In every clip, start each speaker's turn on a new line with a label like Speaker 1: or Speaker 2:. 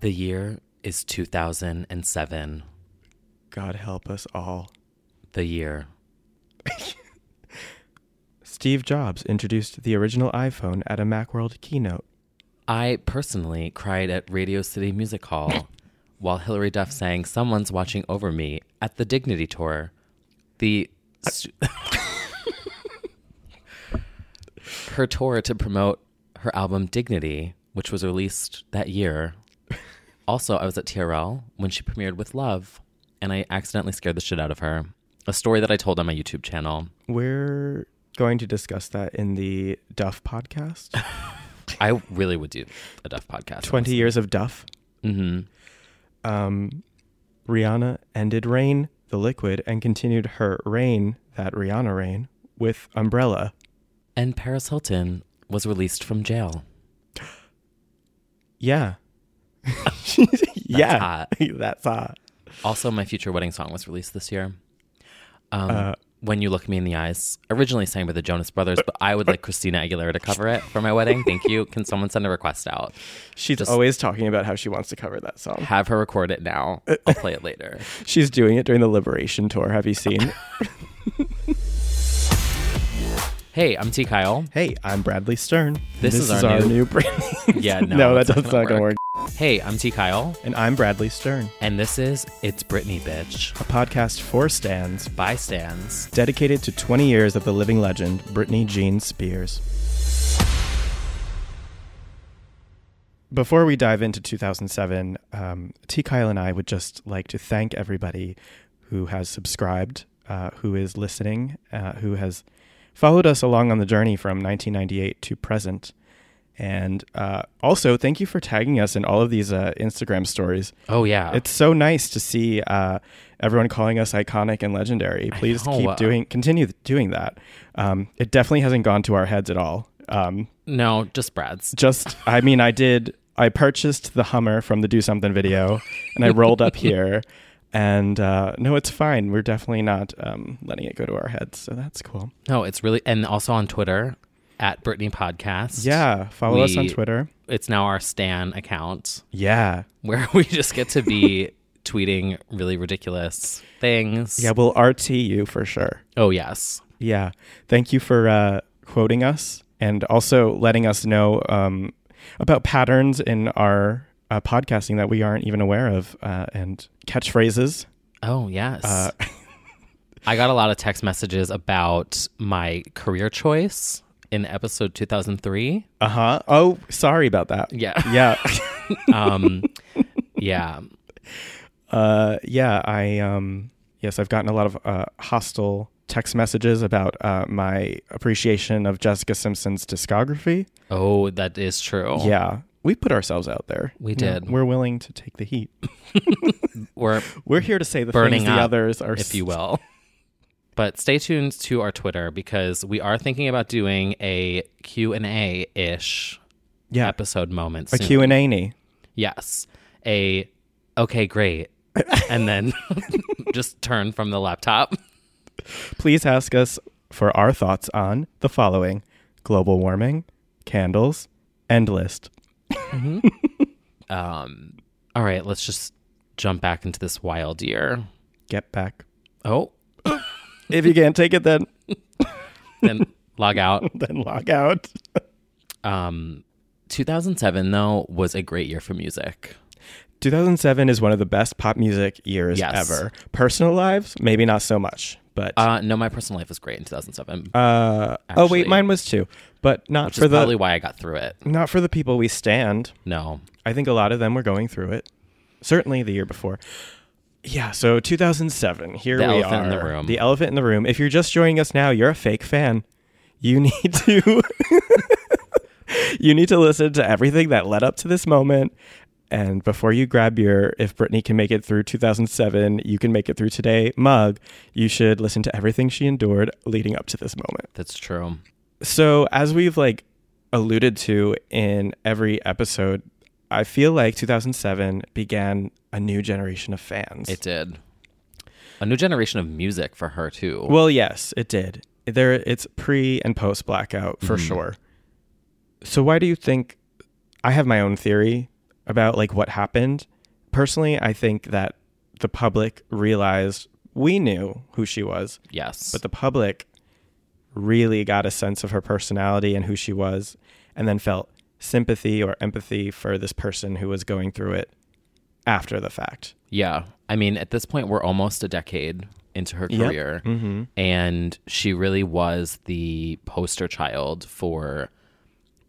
Speaker 1: The year is 2007.
Speaker 2: God help us all.
Speaker 1: The year.
Speaker 2: Steve Jobs introduced the original iPhone at a Macworld keynote.
Speaker 1: I personally cried at Radio City Music Hall while Hilary Duff sang Someone's Watching Over Me at the Dignity Tour. The. stu- her tour to promote her album Dignity, which was released that year. Also, I was at TRL when she premiered with Love, and I accidentally scared the shit out of her. A story that I told on my YouTube channel.
Speaker 2: We're going to discuss that in the Duff podcast.
Speaker 1: I really would do a Duff podcast.
Speaker 2: 20 years of Duff.
Speaker 1: Mm-hmm.
Speaker 2: Um, Rihanna ended Rain, the liquid, and continued her reign, that Rihanna reign, with Umbrella.
Speaker 1: And Paris Hilton was released from jail.
Speaker 2: Yeah. yeah.
Speaker 1: hot.
Speaker 2: That's hot.
Speaker 1: Uh, Also, my future wedding song was released this year. Um,
Speaker 2: Uh,
Speaker 1: when you look me in the eyes, originally sang by the Jonas Brothers, but I would like Christina Aguilera to cover it for my wedding. Thank you. Can someone send a request out?
Speaker 2: She's
Speaker 1: Just-
Speaker 2: always talking about how she wants to cover that song.
Speaker 1: Have her record it now. I'll play it later.
Speaker 2: She's doing it during the Liberation Tour. Have you seen?
Speaker 1: Hey, I'm T. Kyle.
Speaker 2: hey, I'm Bradley Stern.
Speaker 1: This is our new-
Speaker 2: brand.
Speaker 1: Yeah, no,
Speaker 2: that
Speaker 1: that's not
Speaker 2: does not
Speaker 1: gonna
Speaker 2: going to work.
Speaker 1: Hey, I'm T. Kyle,
Speaker 2: And I'm Bradley Stern,
Speaker 1: and this is It's Britney, bitch.
Speaker 2: a podcast for stands
Speaker 1: By Stans.
Speaker 2: dedicated to 20 years of the living legend, Britney Jean Spears. Before we dive into 2007, um, T. Kyle and I would just like to thank everybody who has subscribed, uh, who is listening, uh, who has followed us along on the journey from 1998 to present. And uh, also, thank you for tagging us in all of these uh, Instagram stories.
Speaker 1: Oh, yeah.
Speaker 2: It's so nice to see uh, everyone calling us iconic and legendary. Please
Speaker 1: know.
Speaker 2: keep doing, continue doing that. Um, it definitely hasn't gone to our heads at all. Um,
Speaker 1: no, just Brad's.
Speaker 2: just, I mean, I did, I purchased the Hummer from the Do Something video, and I rolled up here. And uh, no, it's fine. We're definitely not um, letting it go to our heads, so that's cool.
Speaker 1: No, it's really, and also on Twitter at Britney Podcast.
Speaker 2: Yeah, follow us on
Speaker 1: We-
Speaker 2: Twitter.
Speaker 1: It's now our Stan account.
Speaker 2: Yeah,
Speaker 1: where we just get to be tweeting really ridiculous things.
Speaker 2: yeah, we'll RT you for sure.
Speaker 1: Oh yes.
Speaker 2: Yeah. Thank you for uh, quoting us and also letting us know um, about patterns in our uh, podcasting that we aren't even aware of uh, and catchphrases.
Speaker 1: Oh yes.
Speaker 2: Uh,
Speaker 1: I got a lot of text messages about my career choice in episode 2003.
Speaker 2: Uh huh. Oh, sorry about that.
Speaker 1: Uh-huh. Yeah.
Speaker 2: Yeah.
Speaker 1: Um, yeah.
Speaker 2: uh, yeah. I, um, yes, I've gotten a lot of uh, hostile text messages about uh, my appreciation of Jessica Simpson's discography.
Speaker 1: Oh, that is true.
Speaker 2: Yeah. We put ourselves out there.
Speaker 1: We
Speaker 2: You know,
Speaker 1: did.
Speaker 2: We're willing to take the heat.
Speaker 1: We're
Speaker 2: We're here to say the
Speaker 1: burning
Speaker 2: things the
Speaker 1: up,
Speaker 2: others are
Speaker 1: if you will. But stay tuned to our Twitter because we are thinking about doing a Q&A ish
Speaker 2: yeah.
Speaker 1: episode moment
Speaker 2: a
Speaker 1: soon.
Speaker 2: Q and A.
Speaker 1: Yes. A okay, great. and then just turn from the laptop.
Speaker 2: Please ask us for our thoughts on the following: global warming, candles, end list.
Speaker 1: Um all right, let's just jump back into this wild year.
Speaker 2: Get back.
Speaker 1: Oh,
Speaker 2: If you can't take it, then
Speaker 1: then log out.
Speaker 2: then log out.
Speaker 1: Um 2007 though was a great year for music.
Speaker 2: 2007 is one of the best pop music years
Speaker 1: Yes.
Speaker 2: ever. Personal lives, maybe not so much, but uh,
Speaker 1: Uh no, my personal life was great in 2007.
Speaker 2: oh
Speaker 1: actually-
Speaker 2: wait, mine was too, but not
Speaker 1: which is
Speaker 2: for the
Speaker 1: probably why I got through it.
Speaker 2: not for the people we stand.
Speaker 1: No.
Speaker 2: I think a lot of them were going through it. Certainly the year before. Yeah, so 2007. Here
Speaker 1: The
Speaker 2: we
Speaker 1: elephant in
Speaker 2: are.
Speaker 1: the room.
Speaker 2: The elephant in the room. If you're just joining us now, you're a fake fan. You need to you need to listen to everything that led up to this moment. And before you grab your If Britney Can Make It Through 2007, You Can Make It Through Today mug, you should listen to everything she endured leading up to this moment.
Speaker 1: That's true.
Speaker 2: So, as we've like alluded to in every episode, I feel like 2007 began a new generation of fans.
Speaker 1: It did. A new generation of music for her too.
Speaker 2: Well, yes, it did. There, it's pre and post blackout for sure. So, why do you think? I have my own theory about like what happened. Personally, I think that the public realized we knew who she was,
Speaker 1: yes.
Speaker 2: but the public really got a sense of her personality and who she was, and then felt sympathy or empathy for this person who was going through it after the fact.
Speaker 1: yeah. I mean, at this point we're almost a decade into her
Speaker 2: Yep. Mm-hmm.
Speaker 1: career. And she really was the poster child for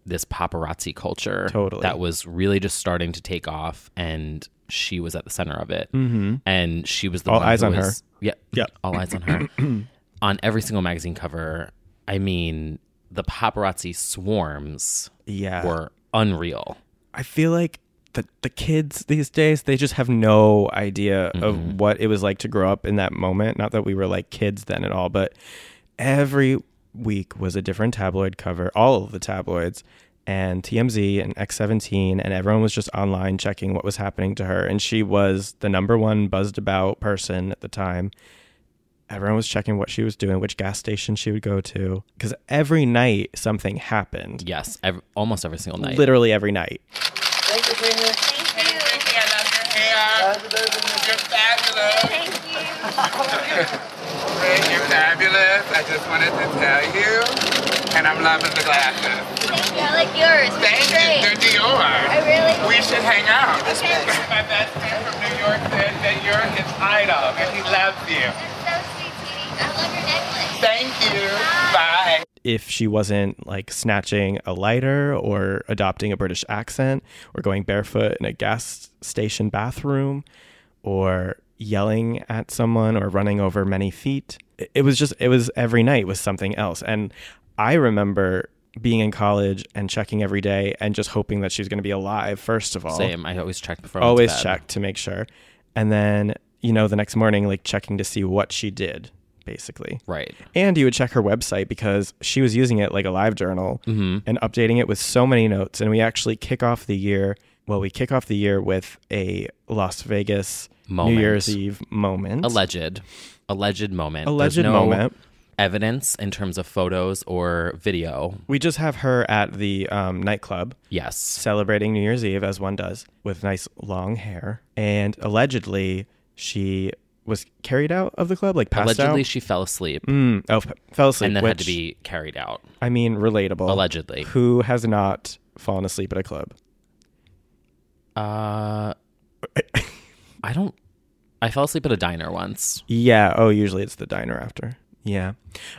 Speaker 1: this paparazzi culture
Speaker 2: Totally.
Speaker 1: that was really just starting to take off and she was at the center of it. And she was the
Speaker 2: Mm-hmm. All
Speaker 1: one
Speaker 2: eyes
Speaker 1: who
Speaker 2: on her.
Speaker 1: was, Yeah.
Speaker 2: Yep.
Speaker 1: All eyes on her. on every single magazine cover. I mean, the paparazzi swarms
Speaker 2: Yeah.
Speaker 1: were unreal.
Speaker 2: I feel like the the kids these days they just have no idea of what it was like to grow up in that moment. Not that we were like kids then at all, but every week was a different tabloid cover, all of the tabloids and TMZ and X17 and everyone was just online checking what was happening to her and she was the number one buzzed about person at the time. Everyone was checking what she was doing, which gas station she would go to cuz every night something happened.
Speaker 1: Yes, ev almost every single night.
Speaker 2: Literally every night.
Speaker 3: Thank you for your
Speaker 4: Thank you.
Speaker 3: I love your hair. You're fabulous.
Speaker 4: Thank you.
Speaker 3: You're fabulous. I just wanted to tell you. And I'm loving the glasses.
Speaker 4: Thank you. I like yours.
Speaker 3: Thank you. They're
Speaker 4: Great. I
Speaker 3: Dior.
Speaker 4: really.
Speaker 3: We should hang out.
Speaker 4: Okay.
Speaker 3: My best friend from New York said that you're his idol and he loves you.
Speaker 4: That's so sweet, sweetie. I love your necklace.
Speaker 3: Thank you. Bye.
Speaker 2: if she wasn't like snatching a lighter or adopting a British accent or going barefoot in a gas station bathroom or yelling at someone or running over many feet. It- It was just, it was every night was something else. And I remember being in college and checking every day and just hoping that she was going to be alive, first of all
Speaker 1: Same. I always check before. I went to
Speaker 2: always
Speaker 1: bed.
Speaker 2: check to make sure and then you know the next morning like checking to see what she did basically
Speaker 1: Right.
Speaker 2: and you would check her website because she was using it like a live journal
Speaker 1: Mm-hmm.
Speaker 2: and updating it with so many notes and we actually kick off the year well we kick off the year with a las vegas
Speaker 1: Moment.
Speaker 2: new year's eve moment
Speaker 1: Alleged, alleged moment.
Speaker 2: Alleged
Speaker 1: There's no
Speaker 2: moment.
Speaker 1: Evidence in terms of photos or video.
Speaker 2: we just have her at the um, nightclub
Speaker 1: Yes.
Speaker 2: celebrating New Year's Eve as one does with nice long hair. And allegedly, she was carried out of the club, like passed
Speaker 1: Allegedly,
Speaker 2: out.
Speaker 1: she fell asleep
Speaker 2: Mm, oh, f- fell asleep.
Speaker 1: and then had to
Speaker 2: which,
Speaker 1: be carried out.
Speaker 2: I mean, relatable.
Speaker 1: Allegedly.
Speaker 2: Who has not fallen asleep at a club?
Speaker 1: Uh, I don't. I fell asleep at a diner once.
Speaker 2: Yeah. Oh, usually it's the diner after. Yeah.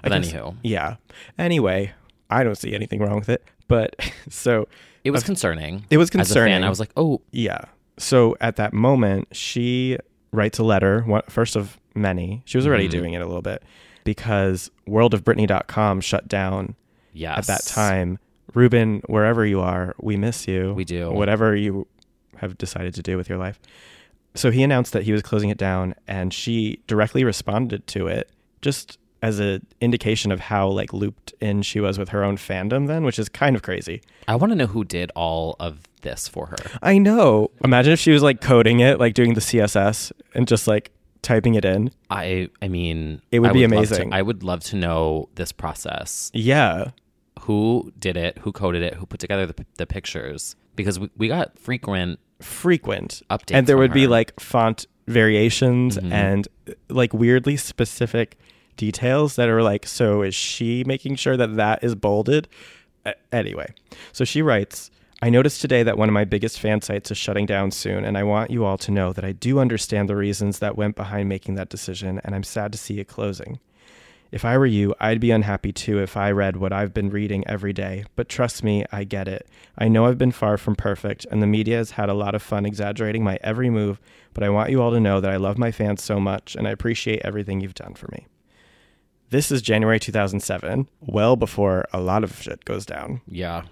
Speaker 2: I
Speaker 1: But
Speaker 2: guess-
Speaker 1: anywho.
Speaker 2: Yeah. Anyway, I don't see anything wrong with it. But so
Speaker 1: It was concerning.
Speaker 2: It was
Speaker 1: As a fan,
Speaker 2: concerning.
Speaker 1: I was like, oh,
Speaker 2: Yeah. So at that moment, she writes a letter, one, first of many. She was already doing it a little bit because worldofbritney.com shut down
Speaker 1: yes.
Speaker 2: at that time. Ruben, wherever you are, we miss you.
Speaker 1: We do.
Speaker 2: Whatever you have decided to do with your life. So he announced that he was closing it down and she directly responded to it just as a indication of how like looped in she was with her own fandom then, which is kind of crazy.
Speaker 1: I want to know who did all of this for her.
Speaker 2: I know. Imagine if she was like coding it, like doing the CSS and just like typing it in.
Speaker 1: I. I mean,
Speaker 2: It would
Speaker 1: I
Speaker 2: be
Speaker 1: love to-
Speaker 2: amazing.
Speaker 1: I would love to know this process.
Speaker 2: Yeah.
Speaker 1: who did it, who coded it, who put together the, the pictures, because we, we got frequent.
Speaker 2: Frequent
Speaker 1: Updates
Speaker 2: And there
Speaker 1: from
Speaker 2: would be
Speaker 1: her. Mm-hmm.
Speaker 2: like font variations and like weirdly specific details that are like, so is she making sure that that is bolded? A- anyway, so she writes. I noticed today that one of my biggest fan sites is shutting down soon, and I want you all to know that I do understand the reasons that went behind making that decision, and I'm sad to see it closing. If I were you, I'd be unhappy too if I read what I've been reading every day, but trust me, I get it. I know I've been far from perfect, and the media has had a lot of fun exaggerating my every move, but I want you all to know that I love my fans so much, and I appreciate everything you've done for me. This is January 2007, well before a lot of shit goes down.
Speaker 1: Yeah.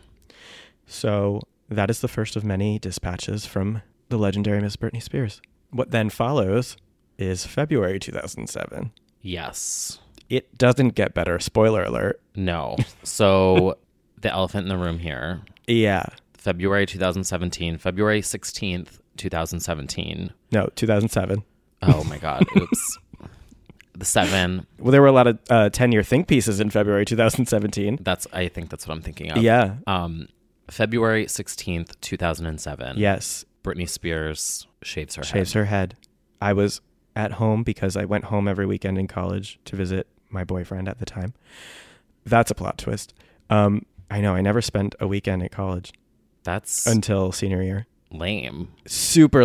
Speaker 2: So that is the first of many dispatches from the legendary Miss Britney Spears. What then follows is February 2007.
Speaker 1: Yes.
Speaker 2: It doesn't get better. Spoiler alert.
Speaker 1: No. So the elephant in the room here.
Speaker 2: Yeah.
Speaker 1: February 2017, February 16th, 2017.
Speaker 2: No, 2007.
Speaker 1: Oh my god. Oops. the 7.
Speaker 2: Well, there were a lot of uh, 10 year think pieces in February 2017.
Speaker 1: That's I think that's what I'm thinking of.
Speaker 2: Yeah.
Speaker 1: Um February 16th, 2007.
Speaker 2: Yes.
Speaker 1: Britney Spears shaves her
Speaker 2: Shaves
Speaker 1: head.
Speaker 2: her head. I was at home because I went home every weekend in college to visit my boyfriend at the time. That's a plot twist. Um, I know. I never spent a weekend at college
Speaker 1: That's
Speaker 2: until senior year.
Speaker 1: lame.
Speaker 2: super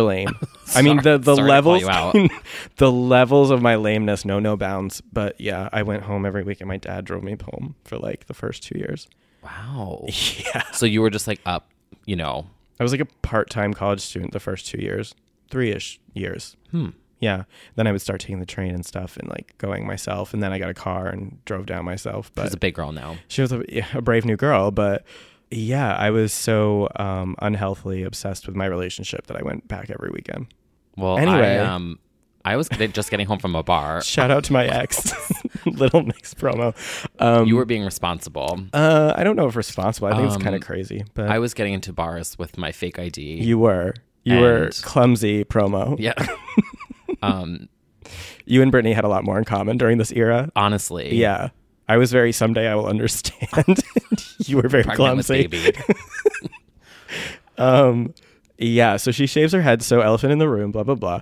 Speaker 2: lame. I mean
Speaker 1: Sorry-
Speaker 2: the the
Speaker 1: sorry to call
Speaker 2: levels
Speaker 1: you out.
Speaker 2: the levels of my lameness know no bounds. But yeah, I went home every week and my dad drove me home for like the first two years.
Speaker 1: Wow.
Speaker 2: Yeah.
Speaker 1: So you were just like up, you know.
Speaker 2: I was like a part time college student the first two years. Three ish years. Hmm. Yeah. Then I would start taking the train and stuff and like going myself and then I got a car and drove down myself. But
Speaker 1: She's a big girl now.
Speaker 2: she was a, yeah, a brave new girl, but yeah, I was so um, unhealthily obsessed with my relationship that I went back every weekend.
Speaker 1: Well, I
Speaker 2: Anyway.
Speaker 1: um I was just getting home from a bar.
Speaker 2: Shout out to my ex, little mix promo. Um,
Speaker 1: You were being responsible.
Speaker 2: uh, I don't know if responsible. I think it's
Speaker 1: Um,
Speaker 2: kind of crazy, but
Speaker 1: I was getting into bars with my fake ID.
Speaker 2: you were you were
Speaker 1: And-
Speaker 2: clumsy promo.
Speaker 1: yeah. um
Speaker 2: You and Brittany had a lot more in common during this era.
Speaker 1: honestly.
Speaker 2: Yeah, I was very someday I will understand. you were very
Speaker 1: Pregnant with
Speaker 2: clumsy.
Speaker 1: baby.
Speaker 2: Yeah, so she shaves her head, so elephant in the room, blah, blah, blah.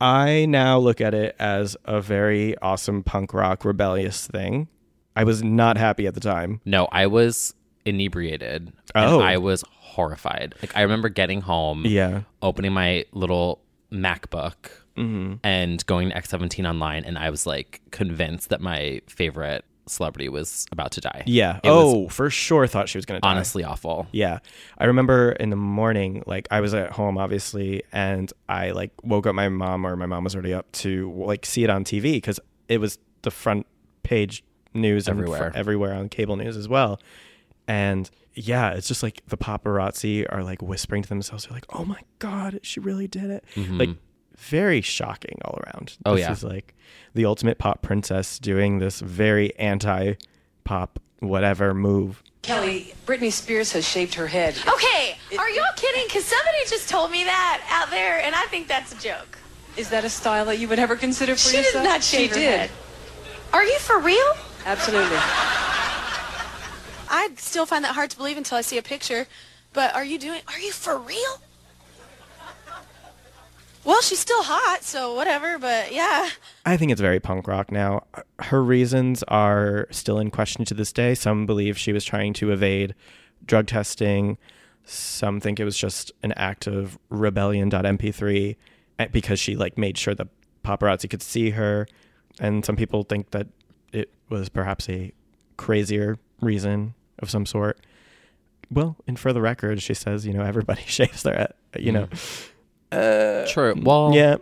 Speaker 2: I now look at it as a very awesome punk rock rebellious thing. I was not happy at the time.
Speaker 1: No, I was inebriated.
Speaker 2: Oh.
Speaker 1: And I was horrified. Like I remember getting home,
Speaker 2: Yeah.
Speaker 1: opening my little MacBook
Speaker 2: Mm-hmm.
Speaker 1: and going to X seventeen online and I was like convinced that my favorite celebrity was about to die.
Speaker 2: Yeah.
Speaker 1: It was
Speaker 2: oh, for sure thought she was going to die.
Speaker 1: honestly awful.
Speaker 2: Yeah. I remember in the morning, like I was at home obviously, and I like woke up my mom or my mom was already up to like see it on TV because it was the front page news and fr-
Speaker 1: Everywhere.
Speaker 2: everywhere on cable news as well. And yeah, it's just like the paparazzi are like whispering to themselves, they're like, "Oh my god, she really did it!" Like very shocking all around.
Speaker 1: Mm-hmm. Oh,
Speaker 2: this
Speaker 1: yeah.
Speaker 2: is like the ultimate pop princess doing this very anti-pop whatever move.
Speaker 5: Kelly, Britney Spears has shaved her head.
Speaker 6: Okay, are y'all kidding? Because somebody just told me that out there, and I think that's a joke.
Speaker 5: Is that a style that you would ever consider for
Speaker 6: She did
Speaker 5: yourself?
Speaker 6: not
Speaker 5: she
Speaker 6: shave her
Speaker 5: did.
Speaker 6: head. Are you for real?
Speaker 5: Absolutely.
Speaker 6: I still find that hard to believe until I see a picture. But are you doing? Are you for real? Well, she's still hot, so whatever. But yeah,
Speaker 2: I think it's very punk rock now. Her reasons are still in question to this day. Some believe she was trying to evade drug testing. Some think it was just an act of rebellion.mp3 eh, because she like made sure the paparazzi could see her. And some people think that it was perhaps a crazier reason of some sort. Well, and for the record, she says, you know, everybody shaves their head, you know.
Speaker 1: True. Well
Speaker 2: Mm. Yeah.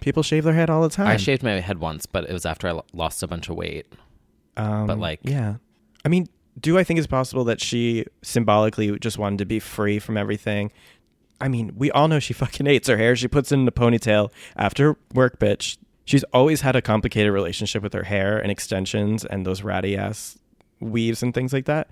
Speaker 2: People shave their head all the time.
Speaker 1: I shaved my head once, but it was after I lo- lost a bunch of weight. but like,
Speaker 2: Um, Yeah. I mean, do I think it's possible that she symbolically just wanted to be free from everything? I mean, we all know she fucking hates her hair. She puts it in a ponytail after work, bitch. She's always had a complicated relationship with her hair and extensions and those ratty ass weaves and things like that.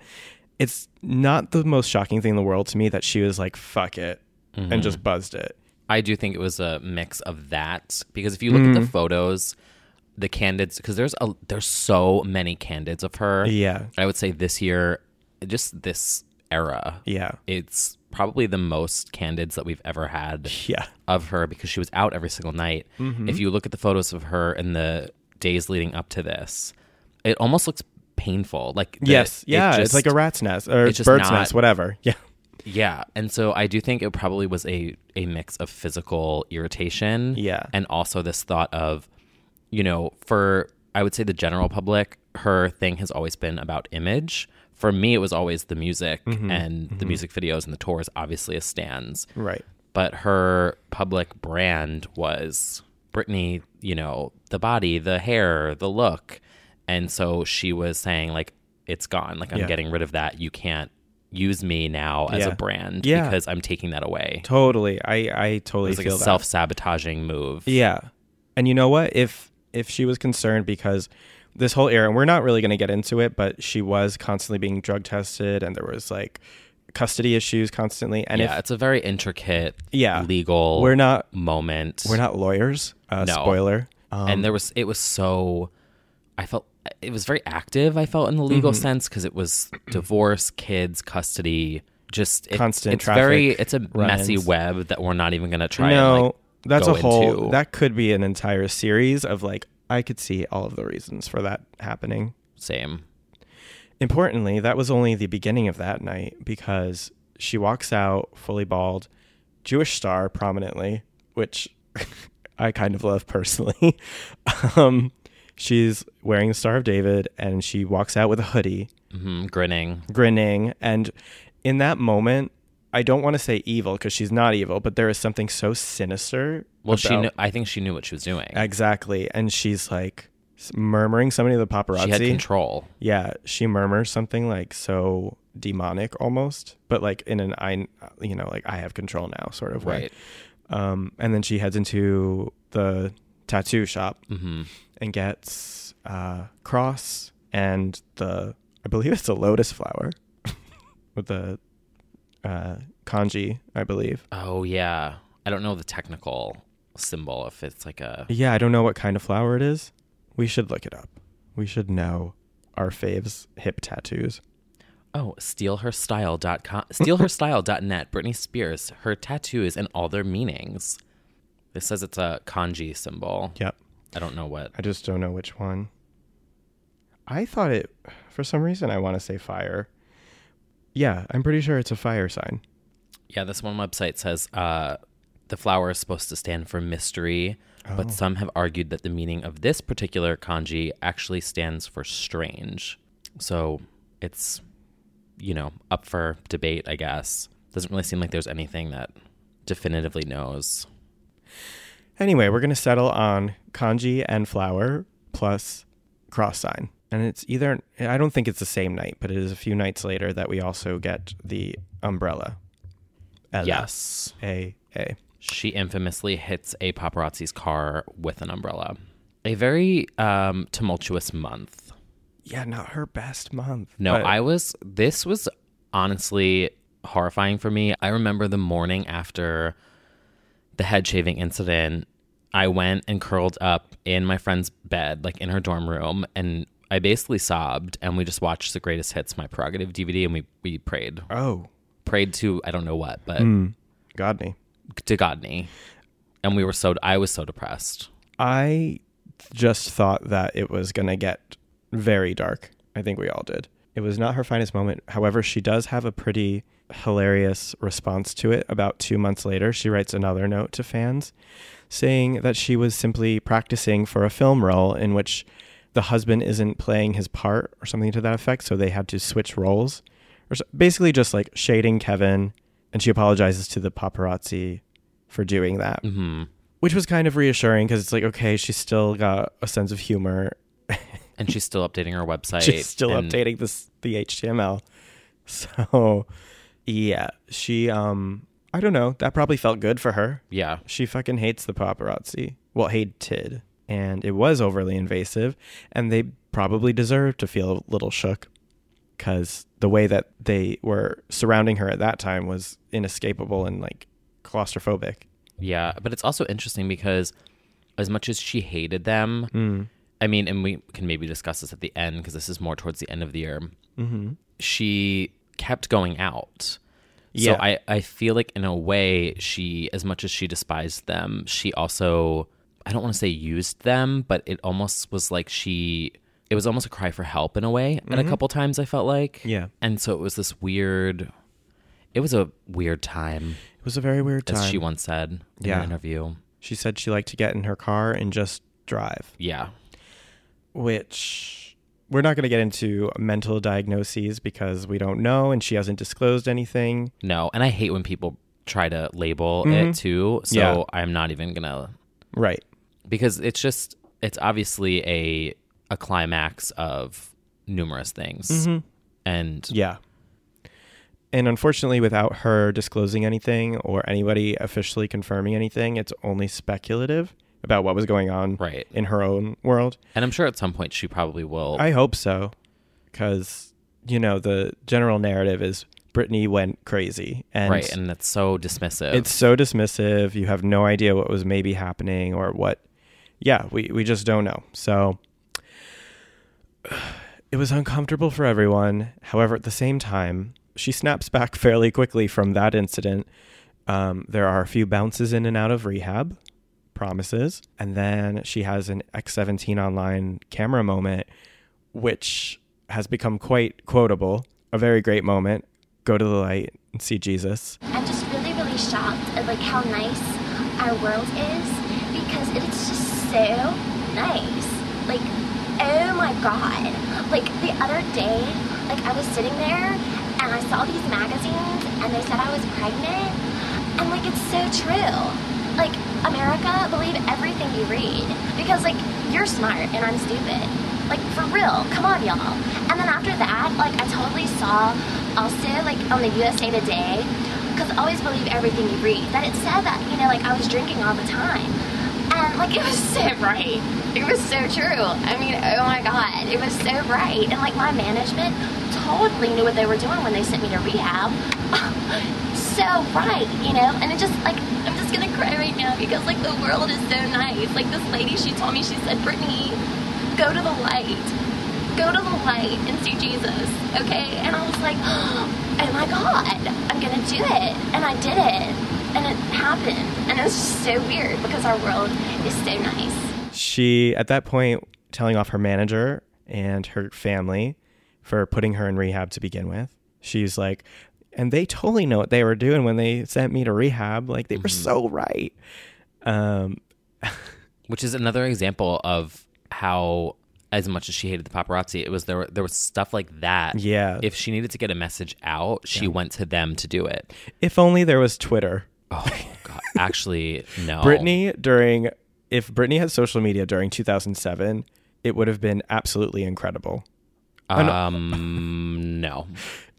Speaker 2: It's not the most shocking thing in the world to me that she was like, fuck it, and
Speaker 1: Mm-hmm.
Speaker 2: just buzzed it.
Speaker 1: I do think it was a mix of that because if you look
Speaker 2: Mm.
Speaker 1: at the photos, the candids, because there's a there's so many candids of her.
Speaker 2: Yeah.
Speaker 1: I would say this year, just this era,
Speaker 2: Yeah.
Speaker 1: it's probably the most candids that we've ever had
Speaker 2: Yeah.
Speaker 1: of her because she was out every single night.
Speaker 2: Mm-hmm.
Speaker 1: If you look at the photos of her in the days leading up to this, it almost looks painful. Like the-
Speaker 2: yes.
Speaker 1: it
Speaker 2: Yeah.
Speaker 1: just-
Speaker 2: it's like a rat's nest or
Speaker 1: it's just
Speaker 2: bird's
Speaker 1: not-
Speaker 2: nest, whatever. Yeah.
Speaker 1: yeah, and so I do think it probably was a a mix of physical irritation,
Speaker 2: Yeah.
Speaker 1: and also this thought of, you know, for I would say the general public, her thing has always been about image. For me, it was always the music
Speaker 2: Mm-hmm.
Speaker 1: and the music videos and the tours, obviously, as stands.
Speaker 2: Right.
Speaker 1: But her public brand was Britney, you know, the body, the hair, the look. And so she was saying, like, it's gone. Like, I'm
Speaker 2: Yeah.
Speaker 1: getting rid of that. You can't use me now as
Speaker 2: Yeah.
Speaker 1: a brand
Speaker 2: Yeah.
Speaker 1: because I'm taking that away.
Speaker 2: Totally. I I totally
Speaker 1: It's like
Speaker 2: feel
Speaker 1: a
Speaker 2: that.
Speaker 1: self sabotaging move.
Speaker 2: Yeah. And you know what? If if she was concerned because this whole era, and we're not really going to get into it, but she was constantly being drug tested, and there was like custody issues constantly. And
Speaker 1: yeah,
Speaker 2: if
Speaker 1: it's a very intricate,
Speaker 2: Yeah.
Speaker 1: legal.
Speaker 2: We're not-
Speaker 1: moment.
Speaker 2: we're not lawyers, uh,
Speaker 1: No.
Speaker 2: spoiler. Um,
Speaker 1: and there was it was so. I felt it was very active. I felt in the legal
Speaker 2: Mm-hmm.
Speaker 1: sense because it was divorce, kids, custody, just it,
Speaker 2: Constant
Speaker 1: It's very
Speaker 2: traffic
Speaker 1: it's a messy
Speaker 2: run-ins.
Speaker 1: web that we're not even gonna try.
Speaker 2: no,
Speaker 1: and, like,
Speaker 2: that's
Speaker 1: go
Speaker 2: a whole.
Speaker 1: into.
Speaker 2: That could be an entire series of like. I could see all of the reasons for that happening.
Speaker 1: same.
Speaker 2: Importantly, that was only the beginning of that night because she walks out fully bald, Jewish star prominently, which I kind of love personally. um, she's wearing the Star of David and she walks out with a hoodie,
Speaker 1: hmm grinning.
Speaker 2: grinning. And in that moment, I don't want to say evil because she's not evil, but there is something so sinister.
Speaker 1: Well, she
Speaker 2: about-
Speaker 1: knew. I think she knew what she was doing.
Speaker 2: Exactly. And she's like s- murmuring something to the paparazzi.
Speaker 1: She had control.
Speaker 2: Yeah, she murmurs something like so demonic almost, but like in an I, you know, like I have control now sort of way.
Speaker 1: Right.
Speaker 2: Um, and then she heads into the tattoo shop and gets uh, cross and the I believe it's a lotus flower with the uh, kanji, I believe.
Speaker 1: Oh yeah. I don't know the technical symbol if it's like a
Speaker 2: Yeah, I don't know what kind of flower it is. We should look it up. We should know our faves hip tattoos.
Speaker 1: oh stealherstyle.com stealherstyle.net Britney Spears her tattoos and all their meanings. This says it's a kanji symbol.
Speaker 2: Yep.
Speaker 1: I don't know what.
Speaker 2: I just don't know which one. I thought it, for some reason, I want to say fire. Yeah, I'm pretty sure it's a fire sign.
Speaker 1: Yeah, this one website says uh, the flower is supposed to stand for mystery, but some have argued that the meaning of this particular kanji actually stands for strange. So it's, you know, up for debate, I guess. Doesn't really seem like there's anything that definitively knows.
Speaker 2: Anyway, we're going to settle on kanji and flower plus cross sign. And it's either, I don't think it's the same night, but it is a few nights later that we also get the umbrella.
Speaker 1: Yes.
Speaker 2: A A.
Speaker 1: She infamously hits a paparazzi's car with an umbrella. A very um, tumultuous month.
Speaker 2: Yeah, not her best month.
Speaker 1: No,
Speaker 2: but-
Speaker 1: I was. This was honestly horrifying for me. I remember the morning after the head shaving incident, I went and curled up in my friend's bed, like in her dorm room, and I basically sobbed. And we just watched the greatest hits, my prerogative DVD, and we we prayed,
Speaker 2: Oh,
Speaker 1: prayed to I don't know what, but
Speaker 2: God me.
Speaker 1: to Godney, and we were so I was so depressed.
Speaker 2: I just thought that it was going to get very dark. I think we all did. It was not her finest moment. However, she does have a pretty hilarious response to it. About two months later, she writes another note to fans saying that she was simply practicing for a film role in which the husband isn't playing his part or something to that effect. So they had to switch roles. Or so, basically, just like shading Kevin. And she apologizes to the paparazzi for doing that which was kind of reassuring because it's like okay she's still got a sense of humor
Speaker 1: And she's still updating her website.
Speaker 2: she's still
Speaker 1: and
Speaker 2: updating this the html so yeah she um i don't know that probably felt good for her
Speaker 1: Yeah,
Speaker 2: she fucking hates the paparazzi well hated and it was overly invasive and they probably deserved to feel a little shook because the way that they were surrounding her at that time was inescapable and like claustrophobic
Speaker 1: Yeah, but it's also interesting because as much as she hated them,
Speaker 2: Mm.
Speaker 1: I mean, and we can maybe discuss this at the end because this is more towards the end of the year. Mm-hmm. She kept going out.
Speaker 2: Yeah.
Speaker 1: So I, I feel like in a way she as much as she despised them, she also I don't want to say used them, but it almost was like she it was almost a cry for help in a way. And a couple times I felt like.
Speaker 2: Mm-hmm. Yeah.
Speaker 1: And so it was this weird it was a weird time,
Speaker 2: it was a very weird time
Speaker 1: as she once said in
Speaker 2: Yeah.
Speaker 1: an interview.
Speaker 2: She said she liked to get in her car and just drive,
Speaker 1: Yeah.
Speaker 2: which we're not going to get into mental diagnoses because we don't know and she hasn't disclosed anything.
Speaker 1: No. And I hate when people try to label it too. So
Speaker 2: Mm-hmm. Yeah.
Speaker 1: I'm not even going to,
Speaker 2: Right.
Speaker 1: because it's just, it's obviously a, a
Speaker 2: Mm-hmm.
Speaker 1: climax of numerous things. And
Speaker 2: Yeah. And unfortunately, without her disclosing anything or anybody officially confirming anything, it's only speculative about what was going on
Speaker 1: Right.
Speaker 2: in her own world.
Speaker 1: And I'm sure at some point she probably will.
Speaker 2: I hope so, because you know the general narrative is Britney went crazy, and,
Speaker 1: right. And it's so dismissive.
Speaker 2: it's so dismissive. You have no idea what was maybe happening or what. Yeah, we we just don't know. So it was uncomfortable for everyone. However, at the same time, she snaps back fairly quickly from that incident. Um, there are a few bounces in and out of rehab, promises, and then she has an X17 online camera moment, which has become quite quotable. A very great moment. Go to the light and see Jesus.
Speaker 7: I'm just really, really shocked at like how nice our world is because it's just so nice. Like, oh my god. Like the other day, like I was sitting there and I saw these magazines and they said I was pregnant. And like it's so true. Like America, believe everything you read. Because like you're smart and I'm stupid. Like for real, come on, y'all. And then after that, like I totally saw also like on the USA Today, because always believe everything you read. That it said that you know like I was drinking all the time, and Um, like it was so right. It was so true. I mean, oh my god, it was so right. And like my management totally knew what they were doing when they sent me to rehab. so right, you know. And it just like I'm just gonna cry right now because like the world is so nice. Like this lady, she told me she said, Brittany go to the light. Go to the light and see Jesus, okay? And I was like, oh my God, I'm gonna do it. And I did it. And it happened. And it was just so weird because our world is so nice.
Speaker 2: she at that point telling off her manager and her family for putting her in rehab to begin with she's like and they totally know what they were doing when they sent me to rehab like they were so right um
Speaker 1: which is another example of how as much as she hated the paparazzi it was there there was stuff like that
Speaker 2: Yeah.
Speaker 1: if she needed to get a message out she went to them to do it
Speaker 2: if only there was twitter
Speaker 1: oh god actually no
Speaker 2: brittany during if brittany had social media during 2007 it would have been absolutely incredible
Speaker 1: um no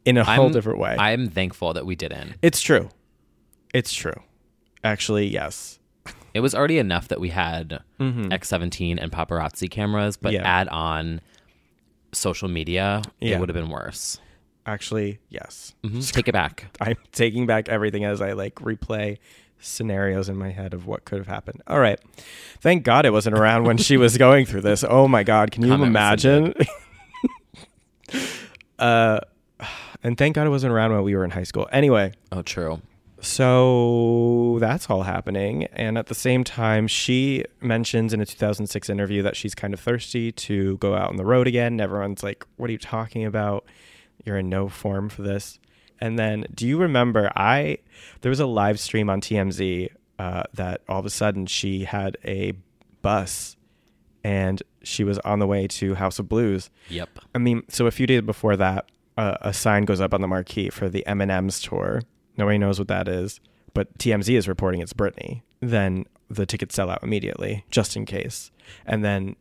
Speaker 2: in a Oh, whole
Speaker 1: I'm-
Speaker 2: different way
Speaker 1: i'm thankful that we didn't
Speaker 2: it's true it's true actually yes
Speaker 1: it was already enough that we had x17 and paparazzi cameras but
Speaker 2: Mm-hmm. Yeah.
Speaker 1: add on social media
Speaker 2: Yeah.
Speaker 1: it would have been worse
Speaker 2: actually yes
Speaker 1: Mhm. take it back
Speaker 2: I'm taking back everything as I like replay scenarios in my head of what could have happened. All right. Thank God it wasn't around when she was going through this. Oh my God. Can you
Speaker 1: Comment
Speaker 2: imagine? uh, and thank God it wasn't around when we were in high school. Anyway,
Speaker 1: oh true
Speaker 2: so that's all happening. And at the same time, she mentions in a 2006 interview that she's kind of thirsty to go out on the road again. And everyone's like, What are you talking about? You're in no form for this. And then, do you remember? I there was a live stream on TMZ uh, that all of a sudden she had a bus, and she was on the way to House of Blues.
Speaker 1: yep
Speaker 2: I mean, so a few days before that, uh, a sign goes up on the marquee for the M&M's tour. Nobody knows what that is, but TMZ is reporting it's Britney. Then the tickets sell out immediately, just in case. And then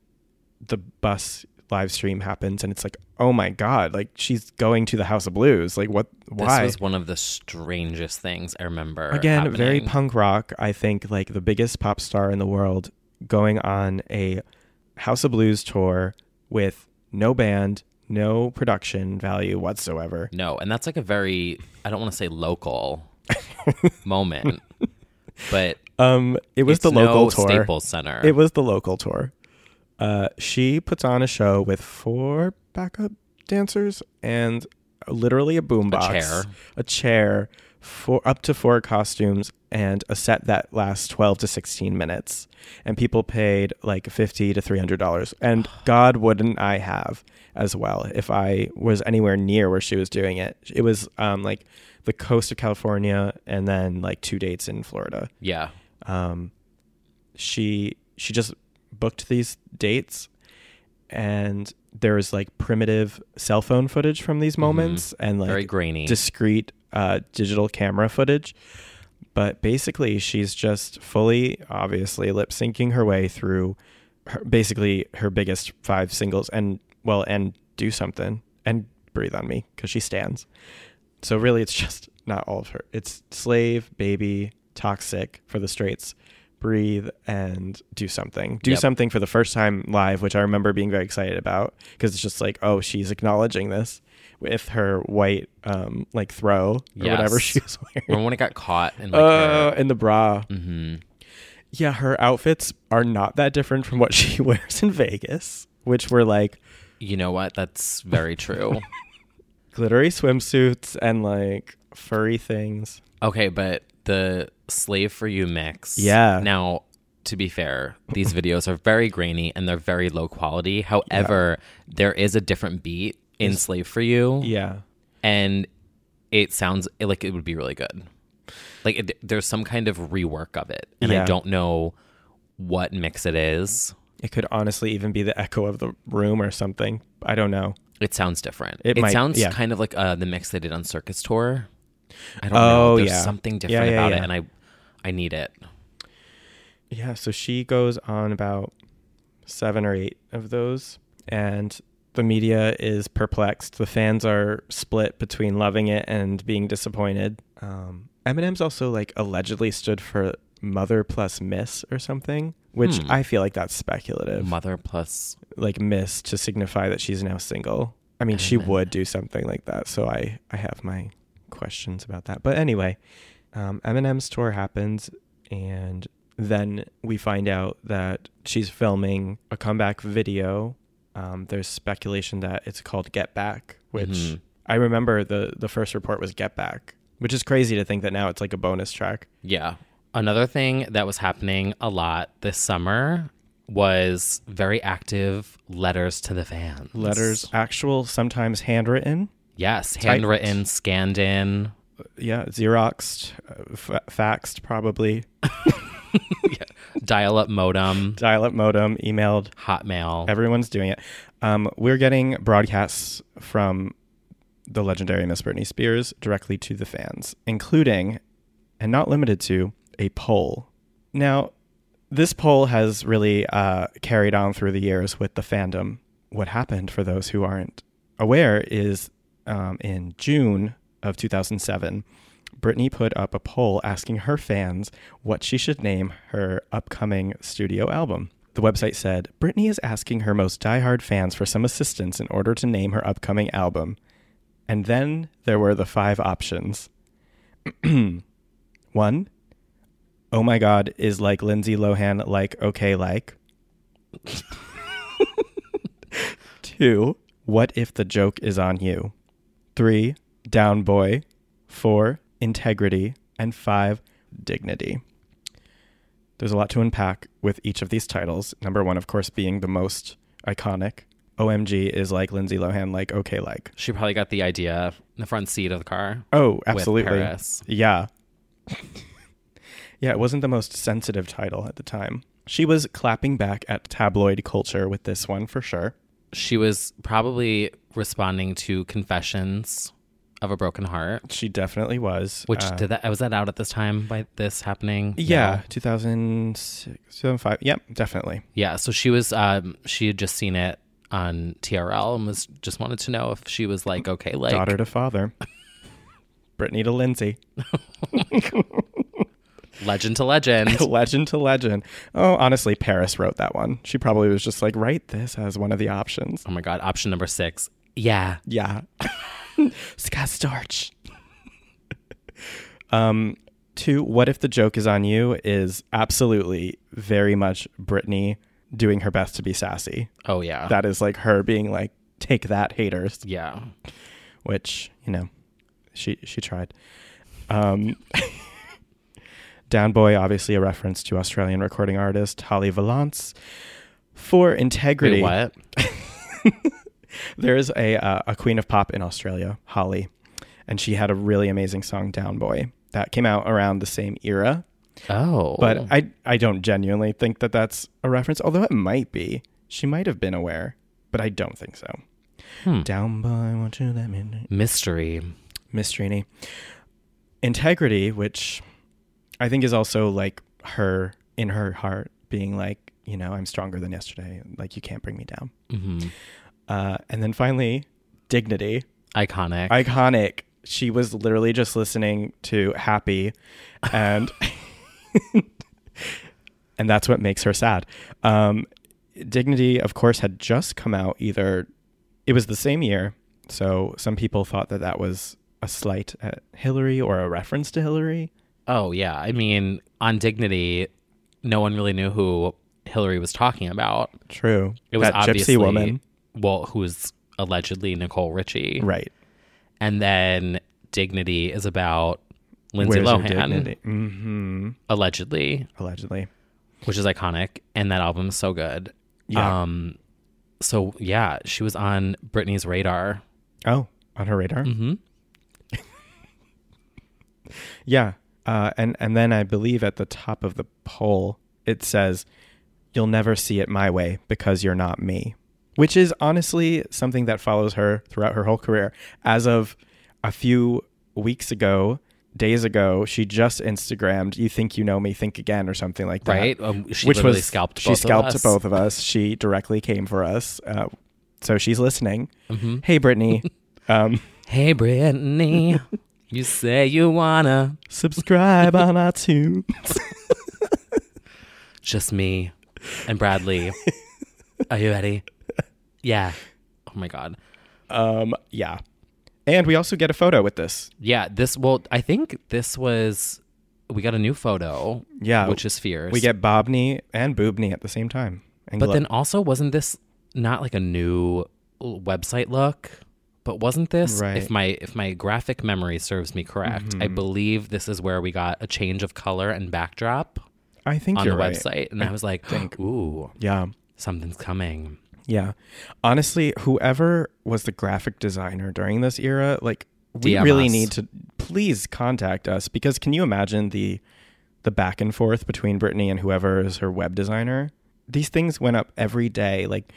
Speaker 2: the bus live stream happens, and it's like, oh my god, like she's going to the House of Blues. Like what? Why?
Speaker 1: This was one of the strangest things I remember.
Speaker 2: Again, very
Speaker 1: happening.
Speaker 2: punk rock. I think like the biggest pop star in the world going on a House of Blues tour with no band, no production value whatsoever.
Speaker 1: No, and that's like a very I don't want to say local moment, but
Speaker 2: Um, it was
Speaker 1: it's
Speaker 2: the local
Speaker 1: no
Speaker 2: tour.
Speaker 1: Staples Center.
Speaker 2: It was the local tour. Uh, she puts on a show with four backup dancers and literally a boombox,
Speaker 1: chair.
Speaker 2: a chair, four up to four costumes, and a set that lasts twelve to sixteen minutes. And people paid like fifty to three hundred dollars. And God, wouldn't I have as well if I was anywhere near where she was doing it? It was um, like the coast of California, and then like two dates in Florida
Speaker 1: yeah,
Speaker 2: she she just booked these dates and there was like primitive cell phone footage from these moments and like
Speaker 1: Mm-hmm. Very grainy.
Speaker 2: discrete uh, digital camera footage but basically she's just fully obviously lip syncing her way through her, basically her biggest five singles and well and do something and breathe on me because she stands So really, it's just not all of her. It's slave, baby, toxic for the straights. Breathe and do something. Do
Speaker 1: Yep.
Speaker 2: something for the first time live, which I remember being very excited about because it's just like, oh, she's acknowledging this with her white, um, like throw or whatever
Speaker 1: Yes.
Speaker 2: she was wearing.
Speaker 1: Remember when it got caught and like
Speaker 2: Uh,
Speaker 1: her-
Speaker 2: and the bra. Mm-hmm. Yeah, her outfits are not that different from what she wears in Vegas, which were like
Speaker 1: you know what? That's very true.
Speaker 2: glittery swimsuits and like furry things.
Speaker 1: okay, but the slave for you mix.
Speaker 2: Yeah.
Speaker 1: Now, to be fair, these videos are very grainy and they're very low quality. However, there is a different beat in Slave for You.
Speaker 2: Yeah.
Speaker 1: and it sounds it- like it would be really good. Like it, there's some kind of rework of it, and
Speaker 2: Yeah.
Speaker 1: I don't know what mix it is.
Speaker 2: It could honestly even be the echo of the room or something. I don't know.
Speaker 1: It sounds different.
Speaker 2: It might-
Speaker 1: sounds
Speaker 2: yeah.
Speaker 1: kind of like uh, the mix they did on Circus Tour. I don't
Speaker 2: Oh,
Speaker 1: know. There's
Speaker 2: yeah.
Speaker 1: something
Speaker 2: Yeah,
Speaker 1: different
Speaker 2: yeah,
Speaker 1: about
Speaker 2: yeah.
Speaker 1: it, and I I need it.
Speaker 2: Yeah, so she goes on about seven or eight of those, and the media is perplexed. The fans are split between loving it and being disappointed. Um, Eminem's also like allegedly stood for mother plus miss or something, which I feel like that's speculative.
Speaker 1: Mother plus
Speaker 2: like miss to signify that she's now single. I mean, she would do something like that. So I, I have my questions about that. But anyway, um, Eminem's tour happens, and then we find out that she's filming a comeback video. Um, there's speculation that it's called Get Back, which
Speaker 1: Mhm.
Speaker 2: I remember the the first report was Get Back, which is crazy to think that now it's like a bonus track.
Speaker 1: yeah. Another thing that was happening a lot this summer was very active letters to the fans.
Speaker 2: Letters, actual, sometimes handwritten.
Speaker 1: Yes, handwritten, scanned in.
Speaker 2: Yeah, Xeroxed, uh, fa faxed probably.
Speaker 1: dial up modem,
Speaker 2: dial up modem, emailed.
Speaker 1: hotmail.
Speaker 2: Everyone's doing it. Um, we're getting broadcasts from the legendary Miss Britney Spears directly to the fans, including, and not limited to, a poll. Now, this poll has really uh, carried on through the years with the fandom. What happened for those who aren't aware is um, in June of 2007, Britney put up a poll asking her fans what she should name her upcoming studio album. The website said Britney is asking her most diehard fans for some assistance in order to name her upcoming album. And then there were the five options. One, oh my God, is like Lindsay Lohan, like, okay, like. Two, what if the joke is on you? Three, down boy. Four, integrity. And five, dignity. There's a lot to unpack with each of these titles. Number one, of course, being the most iconic. OMG is like Lindsay Lohan, like, okay, like.
Speaker 1: She probably got the idea in the front seat of the car.
Speaker 2: Oh, absolutely.
Speaker 1: Paris.
Speaker 2: Yeah. yeah, it wasn't the most sensitive title at the time. She was clapping back at tabloid culture with this one for sure.
Speaker 1: She was probably responding to confessions of a broken heart,
Speaker 2: She definitely was.
Speaker 1: which
Speaker 2: Uh,
Speaker 1: did that was that out at this time by this happening?
Speaker 2: yeah,
Speaker 1: No.
Speaker 2: 2006, 2005. Yep, definitely.
Speaker 1: Yeah, so she was um she had just seen it on TRL and was just wanted to know if she was like okay like
Speaker 2: Daughter to father. Brittany to Lindsay.
Speaker 1: legend to legend.
Speaker 2: legend to legend. Oh, honestly, Paris wrote that one. She probably was just like, write this as one of the options.
Speaker 1: oh my god, option number 6. Yeah.
Speaker 2: Yeah. Scott Storch. um, two, what if the joke is on you is absolutely very much Brittany doing her best to be sassy.
Speaker 1: Oh yeah.
Speaker 2: That is like her being like, take that, haters,
Speaker 1: yeah.
Speaker 2: which, you know, she she tried. Um Down Boy, obviously a reference to Australian recording artist Holly Valance. For integrity,
Speaker 1: Wait, what?
Speaker 2: There is a uh, a queen of pop in Australia, Holly, and she had a really amazing song, Down Boy, that came out around the same era.
Speaker 1: Oh.
Speaker 2: But I I don't genuinely think that that's a reference, although it might be. She might have been aware, but I don't think so. Down Boy, won't you let me? know?
Speaker 1: mystery.
Speaker 2: Miss Trini. Integrity, which I think is also like her in her heart being like, you know, I'm stronger than yesterday. Like, you can't bring me down. Mm-hmm. Uh, and then finally, dignity.
Speaker 1: Iconic.
Speaker 2: Iconic. she was literally just listening to Happy, and and that's what makes her sad. Um, Dignity, of course, had just come out. Either it was the same year, so some people thought that that was a slight at Hillary or a reference to Hillary.
Speaker 1: Oh yeah, I mean, on Dignity, no one really knew who Hillary was talking about.
Speaker 2: True,
Speaker 1: It was
Speaker 2: that
Speaker 1: obviously
Speaker 2: gypsy woman,
Speaker 1: well, who's allegedly Nicole Richie,
Speaker 2: right?
Speaker 1: And then Dignity is about Lindsay Lohan,
Speaker 2: hmm
Speaker 1: allegedly,
Speaker 2: Allegedly,
Speaker 1: which is iconic, and that album is so good.
Speaker 2: yeah.
Speaker 1: Um, so yeah, she was on Britney's radar.
Speaker 2: oh, on her radar.
Speaker 1: Mm-hmm.
Speaker 2: Yeah. Uh, and, and then I believe at the top of the poll, it says, You'll never see it my way because you're not me, which is honestly something that follows her throughout her whole career. As of a few weeks ago, days ago, she just Instagrammed, You Think You Know Me, Think Again, or something like that.
Speaker 1: Right? Um, she literally scalped
Speaker 2: She
Speaker 1: both of
Speaker 2: scalped
Speaker 1: us.
Speaker 2: both of us. She directly came for us. Uh, so she's listening.
Speaker 1: Mm-hmm.
Speaker 2: Hey, Brittany, um,
Speaker 1: Hey, Brittany, you say you wanna
Speaker 2: subscribe on iTunes.
Speaker 1: just me and Bradley. Are you ready? Yeah. Oh my god.
Speaker 2: Um, yeah. And we also get a photo with this.
Speaker 1: Yeah. This. Well, I think this was. We got a new photo.
Speaker 2: Yeah.
Speaker 1: Which is fierce.
Speaker 2: We get Bobney and Boobney at the same time. And
Speaker 1: But
Speaker 2: Glo-
Speaker 1: then also, wasn't this not like a new l- website look? But wasn't this,
Speaker 2: Right. Mm-hmm.
Speaker 1: if my if my graphic memory serves me correct, I believe this is where we got a change of color and backdrop
Speaker 2: I think
Speaker 1: on
Speaker 2: you're
Speaker 1: the
Speaker 2: right.
Speaker 1: website, and I, was like, "Ooh,
Speaker 2: Yeah.
Speaker 1: something's coming."
Speaker 2: Yeah. Honestly, whoever was the graphic designer during this era, like we
Speaker 1: DM
Speaker 2: really
Speaker 1: us.
Speaker 2: need to please contact us because can you imagine the the back and forth between Brittany and whoever is her web designer? These things went up every day. Like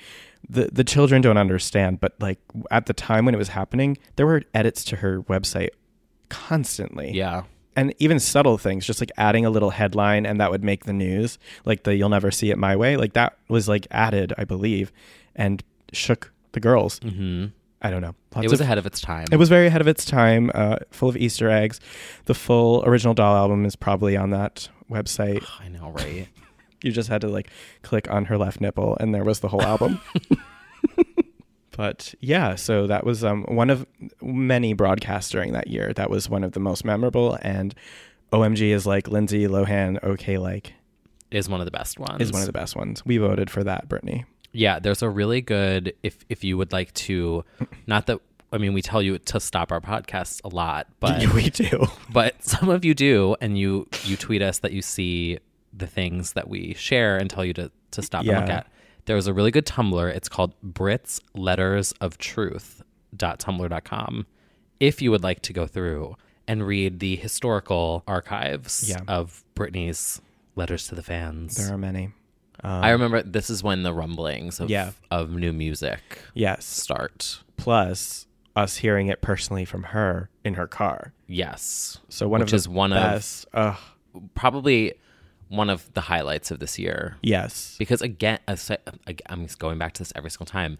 Speaker 2: the the children don't understand, but like at the time when it was happening, there were edits to her website constantly.
Speaker 1: Yeah,
Speaker 2: and even subtle things, just like adding a little headline and that would make the news, like the "You'll never see it my way," like that was like added, I believe, and shook the girls. Mm-hmm. I don't know. Lots
Speaker 1: it was
Speaker 2: of-
Speaker 1: ahead of its time.
Speaker 2: it was very ahead of its time, uh, full of Easter eggs. The full original doll album is probably on that website.
Speaker 1: I know, right?
Speaker 2: You just had to like click on her left nipple, and there was the whole album. but yeah, so that was um, one of many broadcasts during that year. That was one of the most memorable. And OMG is like Lindsay Lohan. Okay, like
Speaker 1: is one of the best ones.
Speaker 2: is one of the best ones. We voted for that, Brittany.
Speaker 1: Yeah, there's a really good if if you would like to, not that I mean we tell you to stop our podcasts a lot, but
Speaker 2: we do.
Speaker 1: but some of you do and you you tweet us that you see the things that we share and tell you to to stop and look
Speaker 2: Yeah.
Speaker 1: at there was a really good tumblr it's called brits letters of truth.tumblr.com if you would like to go through and read the historical archives
Speaker 2: Yeah.
Speaker 1: of Britney's letters to the fans.
Speaker 2: There are many.
Speaker 1: I remember this is when the rumblings of
Speaker 2: Um, Yeah.
Speaker 1: of new music
Speaker 2: Yes.
Speaker 1: start.
Speaker 2: Plus us hearing it personally from her in her car.
Speaker 1: Yes.
Speaker 2: So one
Speaker 1: Which
Speaker 2: of
Speaker 1: is
Speaker 2: the
Speaker 1: one of-
Speaker 2: best. Ugh,
Speaker 1: Probably one of the highlights of this year.
Speaker 2: yes.
Speaker 1: because again, as I- ag- I'm just going back to this every single time.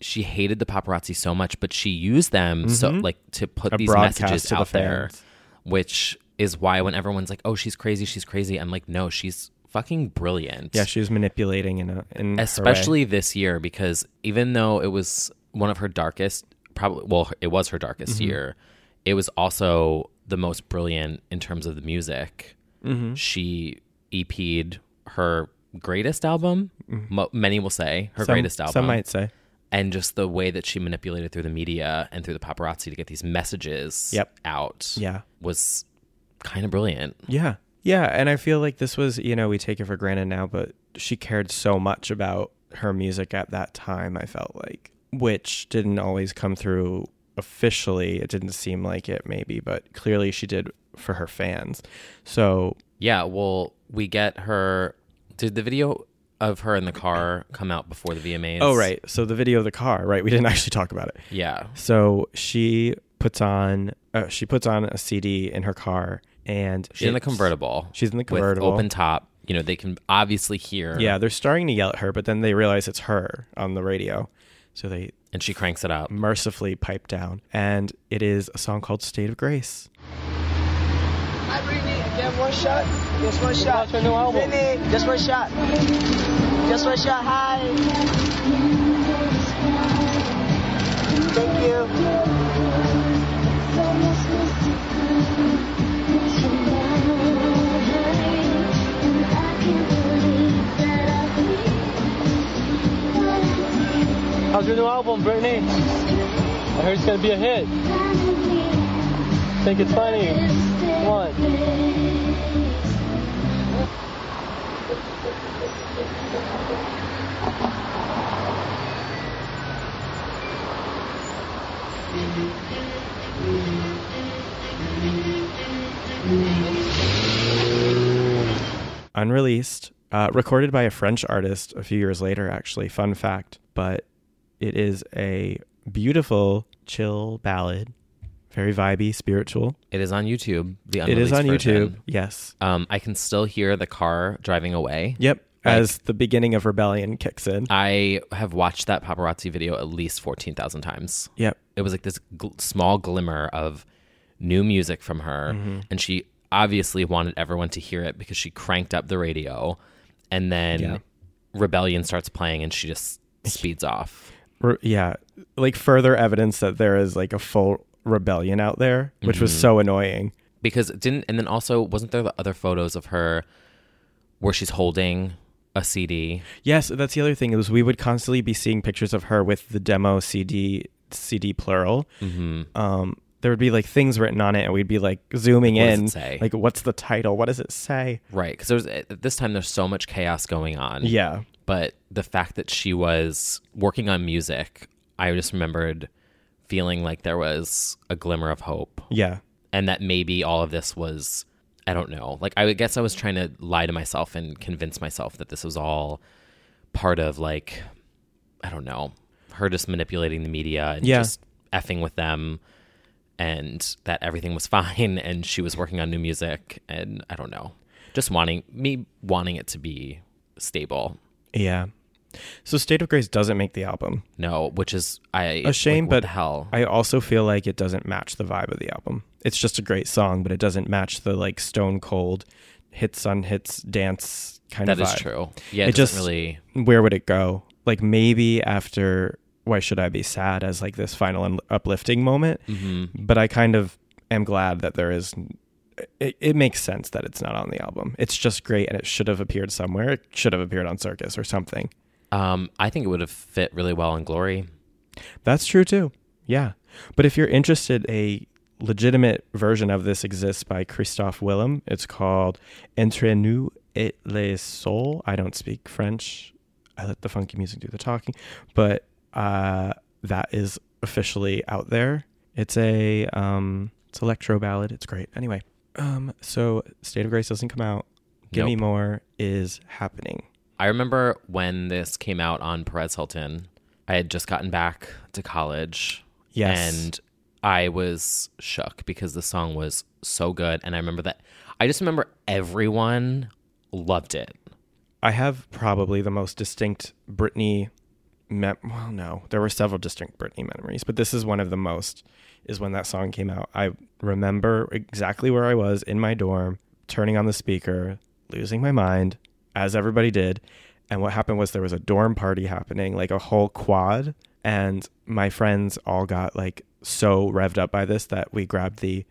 Speaker 1: She hated the paparazzi so much, but she used them so like to put
Speaker 2: Mm-hmm. A
Speaker 1: these
Speaker 2: broadcast
Speaker 1: messages
Speaker 2: to the
Speaker 1: out there,
Speaker 2: fans.
Speaker 1: which is why when everyone's like, "Oh, she's crazy, she's crazy," I'm like, "No, she's fucking brilliant."
Speaker 2: Yeah, she was manipulating in a in her way.
Speaker 1: especially this year because even though it was one of her darkest, probably well, it was her darkest
Speaker 2: Mm-hmm.
Speaker 1: year, it was also the most brilliant in terms of the music.
Speaker 2: Mm-hmm.
Speaker 1: She EP'd her greatest album. Mo- many will say her
Speaker 2: Mm-hmm. Some-
Speaker 1: greatest album,
Speaker 2: Some might say.
Speaker 1: and just the way that she manipulated through the media and through the paparazzi to get these messages
Speaker 2: Yep.
Speaker 1: out,
Speaker 2: Yeah.
Speaker 1: was kind of brilliant.
Speaker 2: Yeah. Yeah. And I feel like this was, you know, we take it for granted now, but she cared so much about her music at that time, I felt like, which didn't always come through officially. It didn't seem like it, maybe, but clearly she did for her fans. So,
Speaker 1: Yeah, well, we get her. Did the video of her in the car come out before the VMAs?
Speaker 2: oh, right. So the video of the car, right? We didn't actually talk about it.
Speaker 1: Yeah.
Speaker 2: So she puts on, uh, she puts on a CD in her car and
Speaker 1: She's in the
Speaker 2: it's-
Speaker 1: convertible.
Speaker 2: She's in the
Speaker 1: with
Speaker 2: convertible.
Speaker 1: open top. You know, they can obviously hear.
Speaker 2: Yeah, they're starting to yell at her, but then they realize it's her on the radio. So they
Speaker 1: and she cranks it up.
Speaker 2: mercifully piped down. And it is a song called State of Grace.
Speaker 8: I really get one shot. Just one shot. Her new album. Really, just one shot. Just one shot. Hi. Thank you. How's your new album, Brittany? I heard it's gonna be a hit. Think it's funny. Come on.
Speaker 2: Unreleased, uh, recorded by a French artist a few years later, actually. Fun fact. But it is a beautiful, chill ballad, very vibey, spiritual.
Speaker 1: It is on YouTube. The
Speaker 2: it is
Speaker 1: unreleased
Speaker 2: on YouTube.
Speaker 1: version.
Speaker 2: Yes.
Speaker 1: Um, I can still hear the car driving away.
Speaker 2: Yep. As the beginning of Rebellion kicks in.
Speaker 1: I have watched that paparazzi video at least 14,000 times.
Speaker 2: Yep.
Speaker 1: It was like this gl- small glimmer of new music from her.
Speaker 2: Mm-hmm.
Speaker 1: And she obviously wanted everyone to hear it because she cranked up the radio. And then
Speaker 2: Yeah.
Speaker 1: Rebellion starts playing and she just speeds off.
Speaker 2: re- yeah, like further evidence that there is like a full rebellion out there, which
Speaker 1: Mm-hmm.
Speaker 2: was so annoying.
Speaker 1: Because it didn't, and then also, wasn't there the other photos of her where she's holding a CD?
Speaker 2: Yes, that's the other thing is we would constantly be seeing pictures of her with the demo CD CD plural.
Speaker 1: Mm-hmm.
Speaker 2: Um, there would be like things written on it, and we'd be like zooming
Speaker 1: Like, what does
Speaker 2: in,
Speaker 1: it say?
Speaker 2: like what's the title? What does it say?
Speaker 1: Right. Because there's at this time, there's so much chaos going on.
Speaker 2: Yeah,
Speaker 1: but the fact that she was working on music, I just remembered feeling like there was a glimmer of hope
Speaker 2: yeah,
Speaker 1: and that maybe all of this was I don't know. Like I would guess I was trying to lie to myself and convince myself that this was all part of like I don't know, her just manipulating the media and
Speaker 2: Yeah.
Speaker 1: just effing with them and that everything was fine and she was working on new music and I don't know. Just wanting me wanting it to be stable.
Speaker 2: yeah. So State of Grace doesn't make the album.
Speaker 1: No, which is I
Speaker 2: A shame,
Speaker 1: like, what
Speaker 2: but
Speaker 1: the hell.
Speaker 2: I also feel like it doesn't match the vibe of the album. It's just a great song, but it doesn't match the like stone cold hits on hits dance kind
Speaker 1: that
Speaker 2: of.
Speaker 1: is
Speaker 2: vibe.
Speaker 1: true. Yeah,
Speaker 2: It
Speaker 1: it, doesn't
Speaker 2: just-
Speaker 1: really.
Speaker 2: where would it go? Like maybe after why should I be sad as like this final and uplifting moment? But I kind of am glad that there is. It, it makes sense that it's not on the album. It's just great, and it should have appeared somewhere. It should have appeared on Circus or something.
Speaker 1: Um, I think it would have fit really well in Glory.
Speaker 2: That's true too. Yeah, but if you're interested, a legitimate version of this exists by Christophe Willem. It's called Entre nous et les sols. I don't speak French. I let the funky music do the talking, but uh, that is officially out there. It's a um, it's electro ballad. It's great. Anyway, um, so State of Grace doesn't come out. Give me
Speaker 1: Nope.
Speaker 2: more is happening.
Speaker 1: I remember when this came out on Perez Hilton. I had just gotten back to college.
Speaker 2: Yes.
Speaker 1: And I was shook because the song was so good. And I remember that. I just remember everyone loved it.
Speaker 2: I have probably the most distinct Britney. Mem- well, no, there were several distinct Britney memories, but this is one of the most. Is when that song came out. I remember exactly where I was in my dorm, turning on the speaker, losing my mind, as everybody did. And what happened was there was a dorm party happening, like a whole quad, and my friends all got like so revved up by this that we grabbed the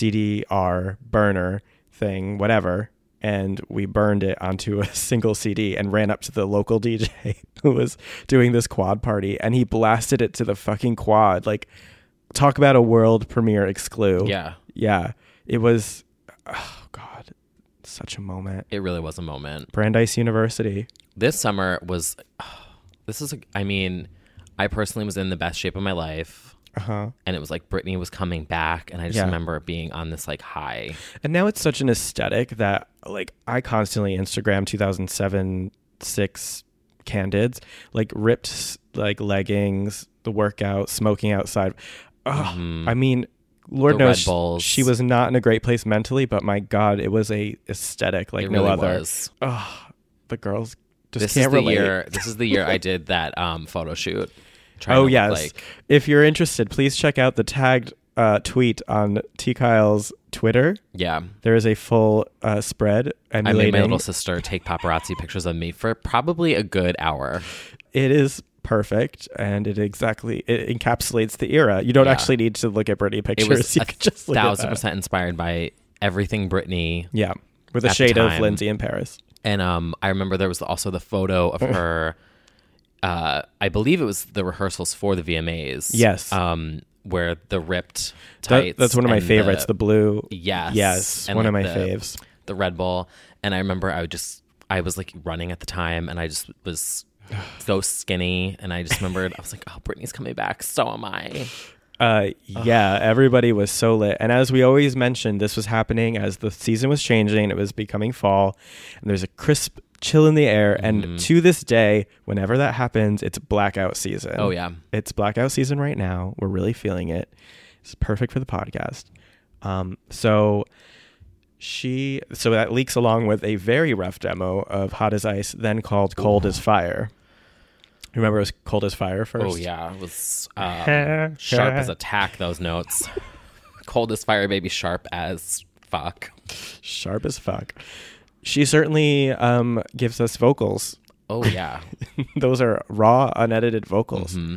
Speaker 2: CDR burner thing, whatever. And we burned it onto a single CD and ran up to the local DJ who was doing this quad party and he blasted it to the fucking quad. Like, talk about a world premiere exclu.
Speaker 1: Yeah.
Speaker 2: Yeah. It was, oh God, such a moment.
Speaker 1: It really was a moment.
Speaker 2: Brandeis University.
Speaker 1: this summer was this is a, i mean i personally was in the best shape of my life
Speaker 2: Uh-huh.
Speaker 1: and it was like Britney was coming back and i just
Speaker 2: Yeah.
Speaker 1: remember being on this like high
Speaker 2: And now it's such an aesthetic that like I constantly Instagram 2007 6 candids, like ripped s- like leggings, the workout, smoking outside. Ugh, I mean, Lord
Speaker 1: Mm-hmm. The
Speaker 2: knows
Speaker 1: Red
Speaker 2: sh-
Speaker 1: Bulls.
Speaker 2: she was not in a great place mentally, but my god, it was a aesthetic like
Speaker 1: it
Speaker 2: no
Speaker 1: really
Speaker 2: other.
Speaker 1: was
Speaker 2: Ugh, the girls just
Speaker 1: this is
Speaker 2: can't
Speaker 1: the
Speaker 2: relate.
Speaker 1: year this is the year i did that um photo shoot trying
Speaker 2: oh
Speaker 1: to
Speaker 2: yes.
Speaker 1: look like
Speaker 2: If you're interested, please check out the tagged uh, tweet on T Kyle's Twitter.
Speaker 1: yeah.
Speaker 2: There is a full uh, spread
Speaker 1: I made
Speaker 2: emulating.
Speaker 1: my little sister take paparazzi pictures of me for probably a good hour.
Speaker 2: it is perfect, and it exactly it encapsulates the era. You don't
Speaker 1: Yeah.
Speaker 2: actually need to look at Britney
Speaker 1: It
Speaker 2: pictures.
Speaker 1: was
Speaker 2: you
Speaker 1: a
Speaker 2: could just look
Speaker 1: thousand
Speaker 2: at that.
Speaker 1: percent inspired by everything Britney.
Speaker 2: Yeah, with a
Speaker 1: At the
Speaker 2: shade of
Speaker 1: time.
Speaker 2: Lindsay in Paris.
Speaker 1: And um, I remember there was also the photo of her. Uh, I believe it was the rehearsals for the VMAs.
Speaker 2: Yes.
Speaker 1: Um, where the ripped
Speaker 2: That-
Speaker 1: tights.
Speaker 2: that's one of my
Speaker 1: and
Speaker 2: favorites. The, blue.
Speaker 1: Yes.
Speaker 2: Yes,
Speaker 1: And
Speaker 2: one of my
Speaker 1: like the-
Speaker 2: faves.
Speaker 1: the Red Bull, and I remember I would just I was like running at the time, and I just was so skinny, and I just remembered I was like, oh, Britney's coming back, so am I.
Speaker 2: Uh, yeah, everybody was so lit. And as we always mentioned, this was happening as the season was changing. It was becoming fall, and there's a crisp chill in the air.
Speaker 1: Mm-hmm.
Speaker 2: And to this day, whenever that happens, it's blackout season.
Speaker 1: Oh, yeah.
Speaker 2: it's blackout season right now. We're really feeling it. It's perfect for the podcast. Um, so she, so that leaks along with a very rough demo of "Hot as Ice," then called "Cold as Fire." Remember, it was "Cold as Fire" first.
Speaker 1: Oh yeah, it was um, sharp as a tack. Those notes, cold as fire, baby, sharp as fuck.
Speaker 2: sharp as fuck. She certainly um, gives us vocals.
Speaker 1: Oh yeah,
Speaker 2: Those are raw, unedited vocals.
Speaker 1: Mm-hmm.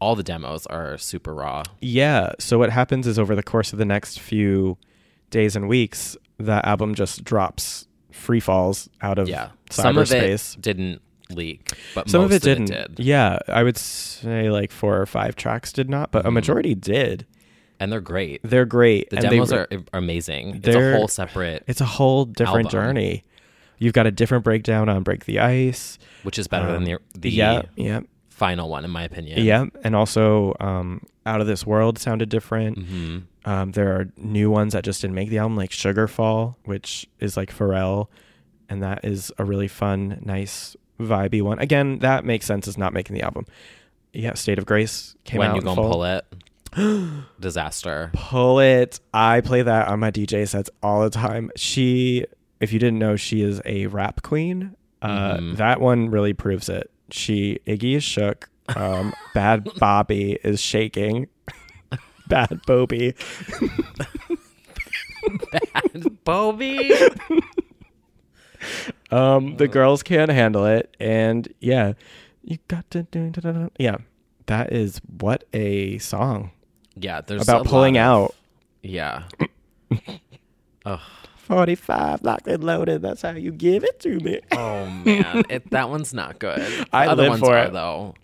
Speaker 1: all the demos are super raw.
Speaker 2: Yeah. So what happens is over the course of the next few days and weeks, the album just drops, free falls out of
Speaker 1: Yeah, some of it
Speaker 2: cyberspace.
Speaker 1: didn't leak, but
Speaker 2: Some of
Speaker 1: most
Speaker 2: it didn't.
Speaker 1: did.
Speaker 2: Yeah, I would say like four or five tracks did not, but a majority did.
Speaker 1: and they're great.
Speaker 2: They're great.
Speaker 1: Mm-hmm. The
Speaker 2: and they
Speaker 1: demos
Speaker 2: re-
Speaker 1: are are amazing. It's a
Speaker 2: they're-
Speaker 1: whole separate,
Speaker 2: It's a whole different
Speaker 1: Album.
Speaker 2: journey. You've got a different breakdown on "Break the Ice."
Speaker 1: which is better than the the
Speaker 2: Uh, yeah, yeah.
Speaker 1: final one, in my opinion.
Speaker 2: Yeah, and also um, Out of This World sounded different.
Speaker 1: Mm-hmm.
Speaker 2: Um, there are new ones that just didn't make the album, like Sugarfall, which is like Pharrell, and that is a really fun, nice, vibey one. Again, that makes sense. It's not making the album. Yeah, State of Grace came
Speaker 1: when
Speaker 2: out.
Speaker 1: you
Speaker 2: in
Speaker 1: gonna
Speaker 2: fall.
Speaker 1: pull it? Disaster.
Speaker 2: Pull it. I play that on my DJ sets all the time. She, if you didn't know, she is a rap queen. Uh, That one really proves it. She Iggy is shook. Um, bad Bobby is shaking. bad Bobby.
Speaker 1: Bobby.
Speaker 2: Um, the girls can't handle it, and yeah, you got to do. da- da- da. Yeah, that is what a song
Speaker 1: yeah, there's
Speaker 2: about
Speaker 1: a
Speaker 2: pulling
Speaker 1: lot of-
Speaker 2: out.
Speaker 1: Yeah.
Speaker 2: Forty-five locked and loaded. That's how you give it to me.
Speaker 1: Oh man, it, that one's not good. The
Speaker 2: I
Speaker 1: other
Speaker 2: live
Speaker 1: ones
Speaker 2: for
Speaker 1: are
Speaker 2: it.
Speaker 1: though.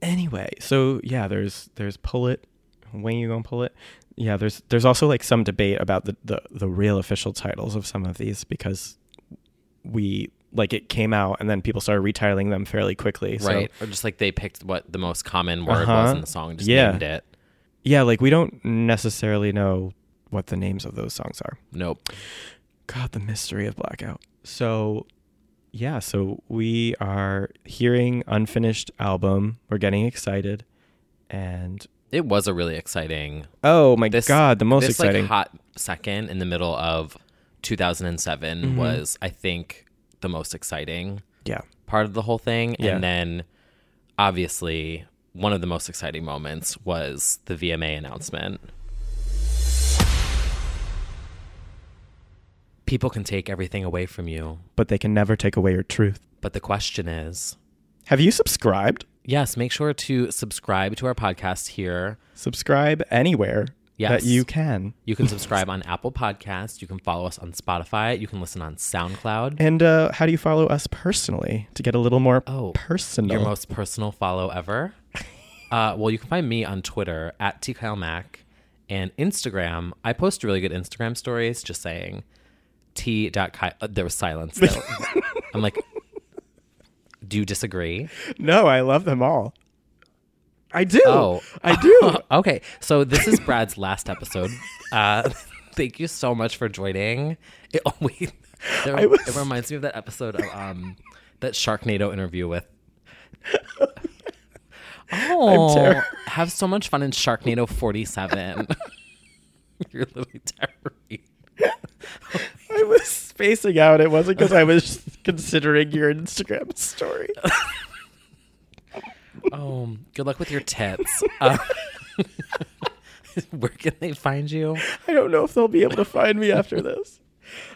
Speaker 2: anyway so yeah there's there's pull it when you gonna pull it yeah there's there's also like some debate about the the, the real official titles of some of these because we like it came out and then people started retitling them fairly quickly so
Speaker 1: Right. Or just like they picked what the most common word was
Speaker 2: Uh-huh.
Speaker 1: in the song, and just
Speaker 2: Yeah.
Speaker 1: named it.
Speaker 2: yeah like we don't necessarily know what the names of those songs are
Speaker 1: Nope.
Speaker 2: god the mystery of blackout so yeah so we are hearing unfinished album we're getting excited and
Speaker 1: It was a really exciting
Speaker 2: oh my
Speaker 1: this
Speaker 2: god the most
Speaker 1: this,
Speaker 2: exciting
Speaker 1: like, hot second in the middle of 2007
Speaker 2: Mm-hmm.
Speaker 1: was I think the most exciting
Speaker 2: yeah
Speaker 1: part of the whole thing
Speaker 2: Yeah.
Speaker 1: and then obviously one of the most exciting moments was the VMA announcement. People can take everything away from you,
Speaker 2: but they can never take away your truth.
Speaker 1: but the question is,
Speaker 2: Have you subscribed?
Speaker 1: yes, make sure to subscribe to our podcast here.
Speaker 2: Subscribe anywhere
Speaker 1: Yes.
Speaker 2: that you can.
Speaker 1: You can subscribe on Apple Podcasts, you can follow us on Spotify, you can listen on SoundCloud.
Speaker 2: And uh, how do you follow us personally to get a little more
Speaker 1: Oh,
Speaker 2: personal?
Speaker 1: Your most personal follow ever. uh, well, you can find me on Twitter at TKyleMac and Instagram. I post really good Instagram stories just saying T. Kyle. Uh, there was silence. though. I'm like, do you disagree?
Speaker 2: no, I love them all. I do.
Speaker 1: Oh.
Speaker 2: I do.
Speaker 1: Okay, so this is Brad's last episode. Uh, thank you so much for joining. It, oh, wait. There-
Speaker 2: I was-
Speaker 1: it reminds me of that episode of um, that Sharknado interview with. Oh,
Speaker 2: terrible.
Speaker 1: have so much fun in Sharknado 47. You're literally terrible.
Speaker 2: I was spacing out. It wasn't because I was considering your Instagram story.
Speaker 1: Oh, good luck with your tits. Uh, where can they find you?
Speaker 2: I don't know if they'll be able to find me after this.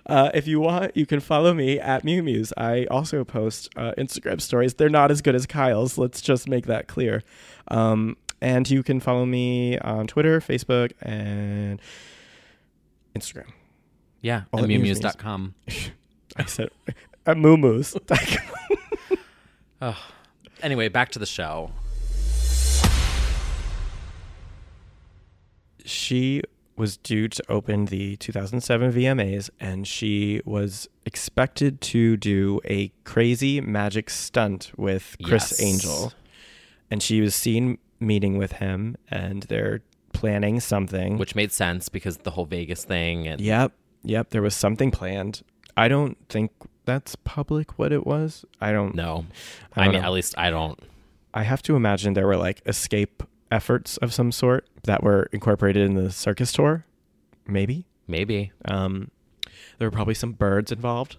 Speaker 2: Uh, if you want, you can follow me at Mew Muse. I also post uh, Instagram stories. They're not as good as Kyle's. Let's just make that clear. Um, and you can follow me on Twitter, Facebook, and Instagram.
Speaker 1: Yeah,
Speaker 2: All at Muse Muse.
Speaker 1: amumuse.com.
Speaker 2: I said at Moo Moos.
Speaker 1: Anyway, back to the show.
Speaker 2: she was due to open the 2007 VMAs and she was expected to do a crazy magic stunt with Chris
Speaker 1: Yes.
Speaker 2: Angel. And she was seen meeting with him and they're planning something.
Speaker 1: Which made sense because the whole Vegas thing and
Speaker 2: yep, yep, there was something planned. I don't think that's public what it was. I don't know.
Speaker 1: no.
Speaker 2: I
Speaker 1: I,
Speaker 2: don't
Speaker 1: mean,
Speaker 2: know.
Speaker 1: at least I don't.
Speaker 2: I have to imagine there were like escape efforts of some sort that were incorporated in the circus tour, maybe.
Speaker 1: Maybe.
Speaker 2: Um, there were probably some birds involved.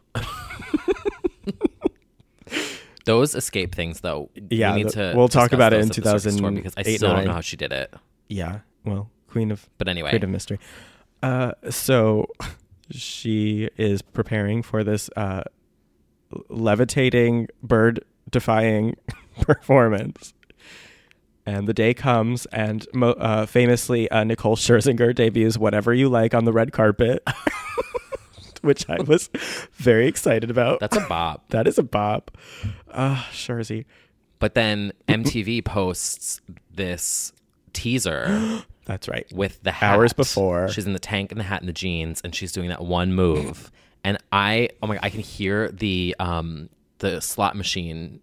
Speaker 1: Those escape things, though.
Speaker 2: Yeah,
Speaker 1: we need
Speaker 2: the-
Speaker 1: to.
Speaker 2: we'll talk
Speaker 1: discuss
Speaker 2: about it
Speaker 1: those
Speaker 2: in
Speaker 1: at the circus store because I
Speaker 2: 2008,
Speaker 1: still don't
Speaker 2: nine.
Speaker 1: know how she did it.
Speaker 2: Yeah. Well, queen of
Speaker 1: But anyway,
Speaker 2: creative mystery. Uh, so she is preparing for this uh, levitating, bird defying performance. And the day comes, and mo- uh, famously, uh, Nicole Scherzinger debuts Whatever You Like on the red carpet, which I was very excited about.
Speaker 1: that's a bop.
Speaker 2: that is a bop. Uh, Scherzi.
Speaker 1: But then MTV posts this teaser
Speaker 2: That's right.
Speaker 1: with the hat.
Speaker 2: Hours before.
Speaker 1: She's in the tank and the hat and the jeans, and she's doing that one move. And I, oh my, I can hear the um the slot machine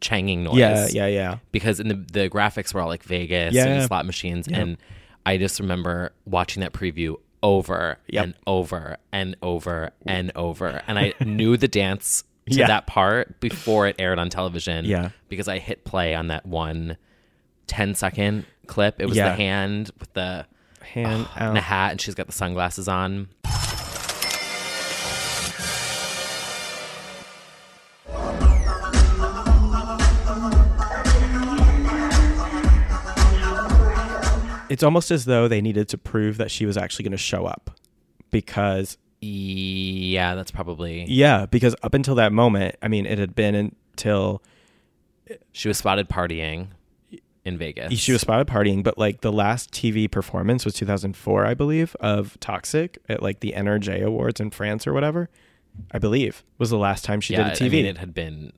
Speaker 1: changing noise.
Speaker 2: Yeah, yeah, yeah.
Speaker 1: because in the the graphics were all like Vegas
Speaker 2: Yeah.
Speaker 1: and slot machines, and I just remember watching that preview over
Speaker 2: Yep.
Speaker 1: and over and over and over, and I knew the dance to
Speaker 2: Yeah.
Speaker 1: that part before it aired on television.
Speaker 2: Yeah.
Speaker 1: because I hit play on that one 10 second clip. It was
Speaker 2: Yeah. Oh.
Speaker 1: the hand with the
Speaker 2: Hand
Speaker 1: and um,
Speaker 2: out.
Speaker 1: the hat, and she's got the sunglasses on.
Speaker 2: It's almost as though they needed to prove that she was actually going to show up because
Speaker 1: Yeah, that's probably.
Speaker 2: yeah, because up until that moment, I mean, it had been until
Speaker 1: She was spotted partying in Vegas.
Speaker 2: she was spotted partying, but like the last TV performance was 2004, I believe, of Toxic at like the NRJ Awards in France or whatever. I believe was the last time she
Speaker 1: yeah,
Speaker 2: did a TV.
Speaker 1: I mean, it had been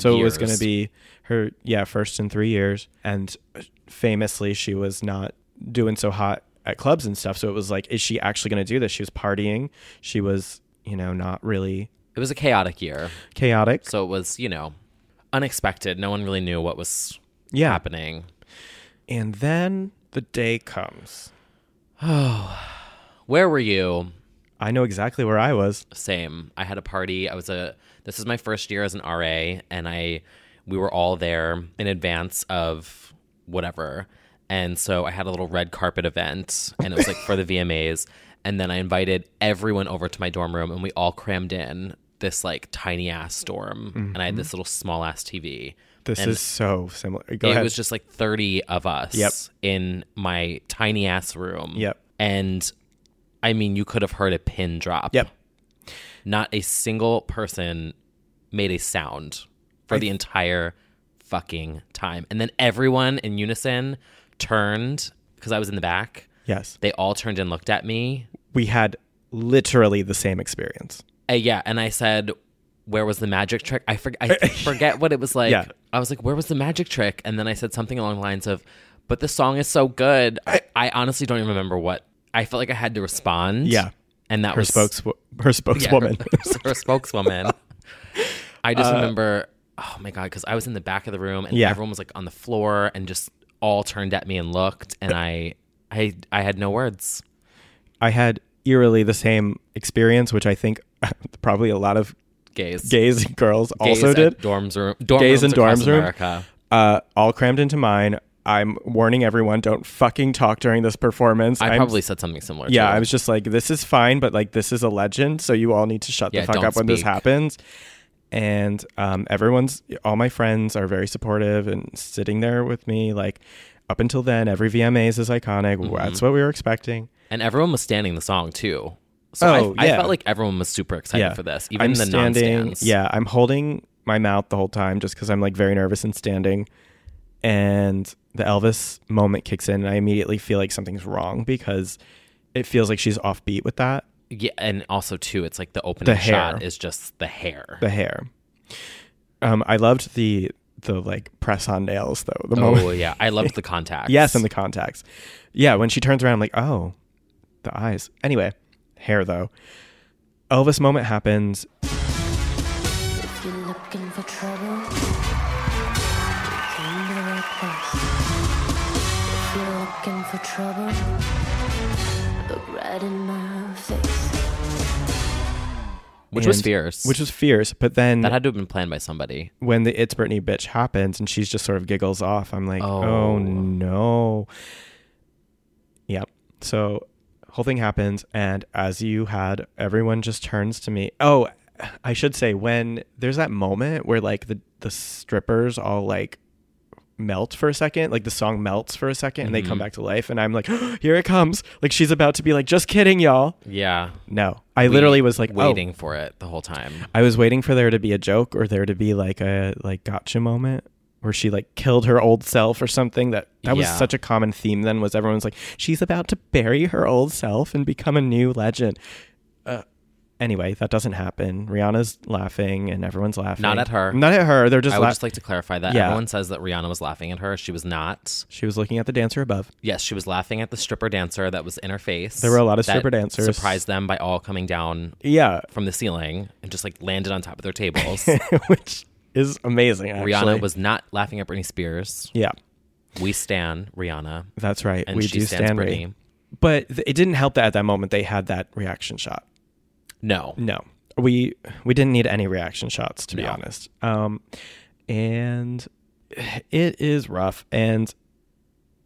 Speaker 2: So it was going to
Speaker 1: years.
Speaker 2: be her, yeah, first in three years. And uh, famously, she was not doing so hot at clubs and stuff. So it was like, is she actually going to do this? She was partying. She was, you know, not really
Speaker 1: It was a chaotic year.
Speaker 2: chaotic.
Speaker 1: So it was, you know, unexpected. No one really knew what was
Speaker 2: yeah.
Speaker 1: happening.
Speaker 2: And then the day comes.
Speaker 1: Where were you?
Speaker 2: I know exactly where I was.
Speaker 1: Same. I had a party. I was a this is my first year as an RA and I we were all there in advance of whatever. And so I had a little red carpet event and it was like for the VMAs and then I invited everyone over to my dorm room and we all crammed in this like tiny ass dorm and I had this little small ass TV.
Speaker 2: This
Speaker 1: And
Speaker 2: is so similar. Go
Speaker 1: it
Speaker 2: ahead.
Speaker 1: was just like 30 of us
Speaker 2: Yep.
Speaker 1: in my tiny ass room.
Speaker 2: Yep.
Speaker 1: And I mean, you could have heard a pin drop.
Speaker 2: Yep.
Speaker 1: Not a single person made a sound for the entire fucking time. And then everyone in unison turned because I was in the back.
Speaker 2: Yes.
Speaker 1: They all turned and looked at me.
Speaker 2: We had literally the same experience.
Speaker 1: Uh, yeah, and I said, "Where was the magic trick?" I, forg- I forget what it was like.
Speaker 2: Yeah.
Speaker 1: I was like, "Where was the magic trick?" And then I said something along the lines of, "But the song is so good." I, I honestly don't even remember what. I felt like I had to respond.
Speaker 2: Yeah.
Speaker 1: and that
Speaker 2: Her,
Speaker 1: was
Speaker 2: spokes- her spokeswoman.
Speaker 1: her, her spokeswoman. I just remember, oh my god, because I was in the back of the room and
Speaker 2: Uh, Yeah.
Speaker 1: everyone was like on the floor and just all turned at me and looked, and I, I, I had no words.
Speaker 2: I had eerily the same experience, which I think probably a lot of
Speaker 1: Gaze,
Speaker 2: gays and girls
Speaker 1: Gaze
Speaker 2: also
Speaker 1: at
Speaker 2: did.
Speaker 1: dorms room, dorm
Speaker 2: Gays
Speaker 1: rooms
Speaker 2: in
Speaker 1: across
Speaker 2: dorms room.
Speaker 1: America.
Speaker 2: Uh, all crammed into mine. I'm warning everyone, don't fucking talk during this performance.
Speaker 1: I
Speaker 2: I'm-
Speaker 1: probably said something similar.
Speaker 2: yeah,
Speaker 1: to
Speaker 2: I
Speaker 1: it.
Speaker 2: was just like, this is fine, but like, this is a legend, so you all need to shut
Speaker 1: Yeah,
Speaker 2: the fuck
Speaker 1: don't
Speaker 2: up when this
Speaker 1: speak.
Speaker 2: happens. And um, everyone's, all my friends are very supportive and sitting there with me. Like, up until then, every VMAs is iconic.
Speaker 1: Mm-hmm.
Speaker 2: That's what we were expecting.
Speaker 1: and everyone was standing the song too. So
Speaker 2: Oh,
Speaker 1: I, I
Speaker 2: yeah.
Speaker 1: felt like everyone was super excited for this, even
Speaker 2: I'm
Speaker 1: the
Speaker 2: standing,
Speaker 1: non-stands.
Speaker 2: Yeah, I'm holding my mouth the whole time just because I'm like very nervous and standing. And the Elvis moment kicks in, and I immediately feel like something's wrong because it feels like she's offbeat with that.
Speaker 1: yeah, and also too, it's like the opening
Speaker 2: The hair.
Speaker 1: shot is just the hair.
Speaker 2: the hair. Um, I loved the the like press on nails though. The
Speaker 1: oh
Speaker 2: moment,
Speaker 1: yeah, I loved the contacts.
Speaker 2: yes, and the contacts. Yeah, when she turns around, I'm like, oh, the eyes. Anyway, hair though. Elvis moment happens.
Speaker 1: which was
Speaker 2: and-
Speaker 1: fierce.
Speaker 2: which was fierce. But then
Speaker 1: that had to have been planned by somebody.
Speaker 2: when the it's Britney bitch happens and she's just sort of giggles off, I'm like,
Speaker 1: Oh.
Speaker 2: oh, no. Yep. So whole thing happens and as you had everyone just turns to me. Oh, I should say when there's that moment where like the the strippers all like melt for a second, like the song melts for a 2nd and they come back to life and I'm like, here it comes. Like she's about to be like, just kidding, y'all.
Speaker 1: Yeah,
Speaker 2: No. I literally was like oh.
Speaker 1: waiting for it the whole time.
Speaker 2: I was waiting for there to be a joke or there to be like a like gotcha moment where she like killed her old self or something that that was
Speaker 1: Yeah.
Speaker 2: such a common theme then was everyone's like she's about to bury her old self and become a new legend. Uh, anyway, that doesn't happen. Rihanna's laughing and everyone's laughing.
Speaker 1: Not at her.
Speaker 2: Not at her. They're just,
Speaker 1: I would
Speaker 2: la-
Speaker 1: just like to clarify that
Speaker 2: Yeah.
Speaker 1: everyone says that Rihanna was laughing at her. She was not.
Speaker 2: she was looking at the dancer above.
Speaker 1: Yes, she was laughing at the stripper dancer that was in her face.
Speaker 2: There were a lot of
Speaker 1: that
Speaker 2: stripper dancers.
Speaker 1: Surprised them by all coming down
Speaker 2: Yeah,
Speaker 1: from the ceiling and just like landed on top of their tables.
Speaker 2: which is amazing. Actually.
Speaker 1: Rihanna was not laughing at Britney Spears.
Speaker 2: Yeah,
Speaker 1: We stan Rihanna,
Speaker 2: that's right.
Speaker 1: and
Speaker 2: we
Speaker 1: she
Speaker 2: do
Speaker 1: stands
Speaker 2: stand
Speaker 1: Britney.
Speaker 2: Britney. But th- it didn't help that at that moment they had that reaction shot.
Speaker 1: No,
Speaker 2: No, we we didn't need any reaction shots to be
Speaker 1: No.
Speaker 2: honest. Um, and it is rough, and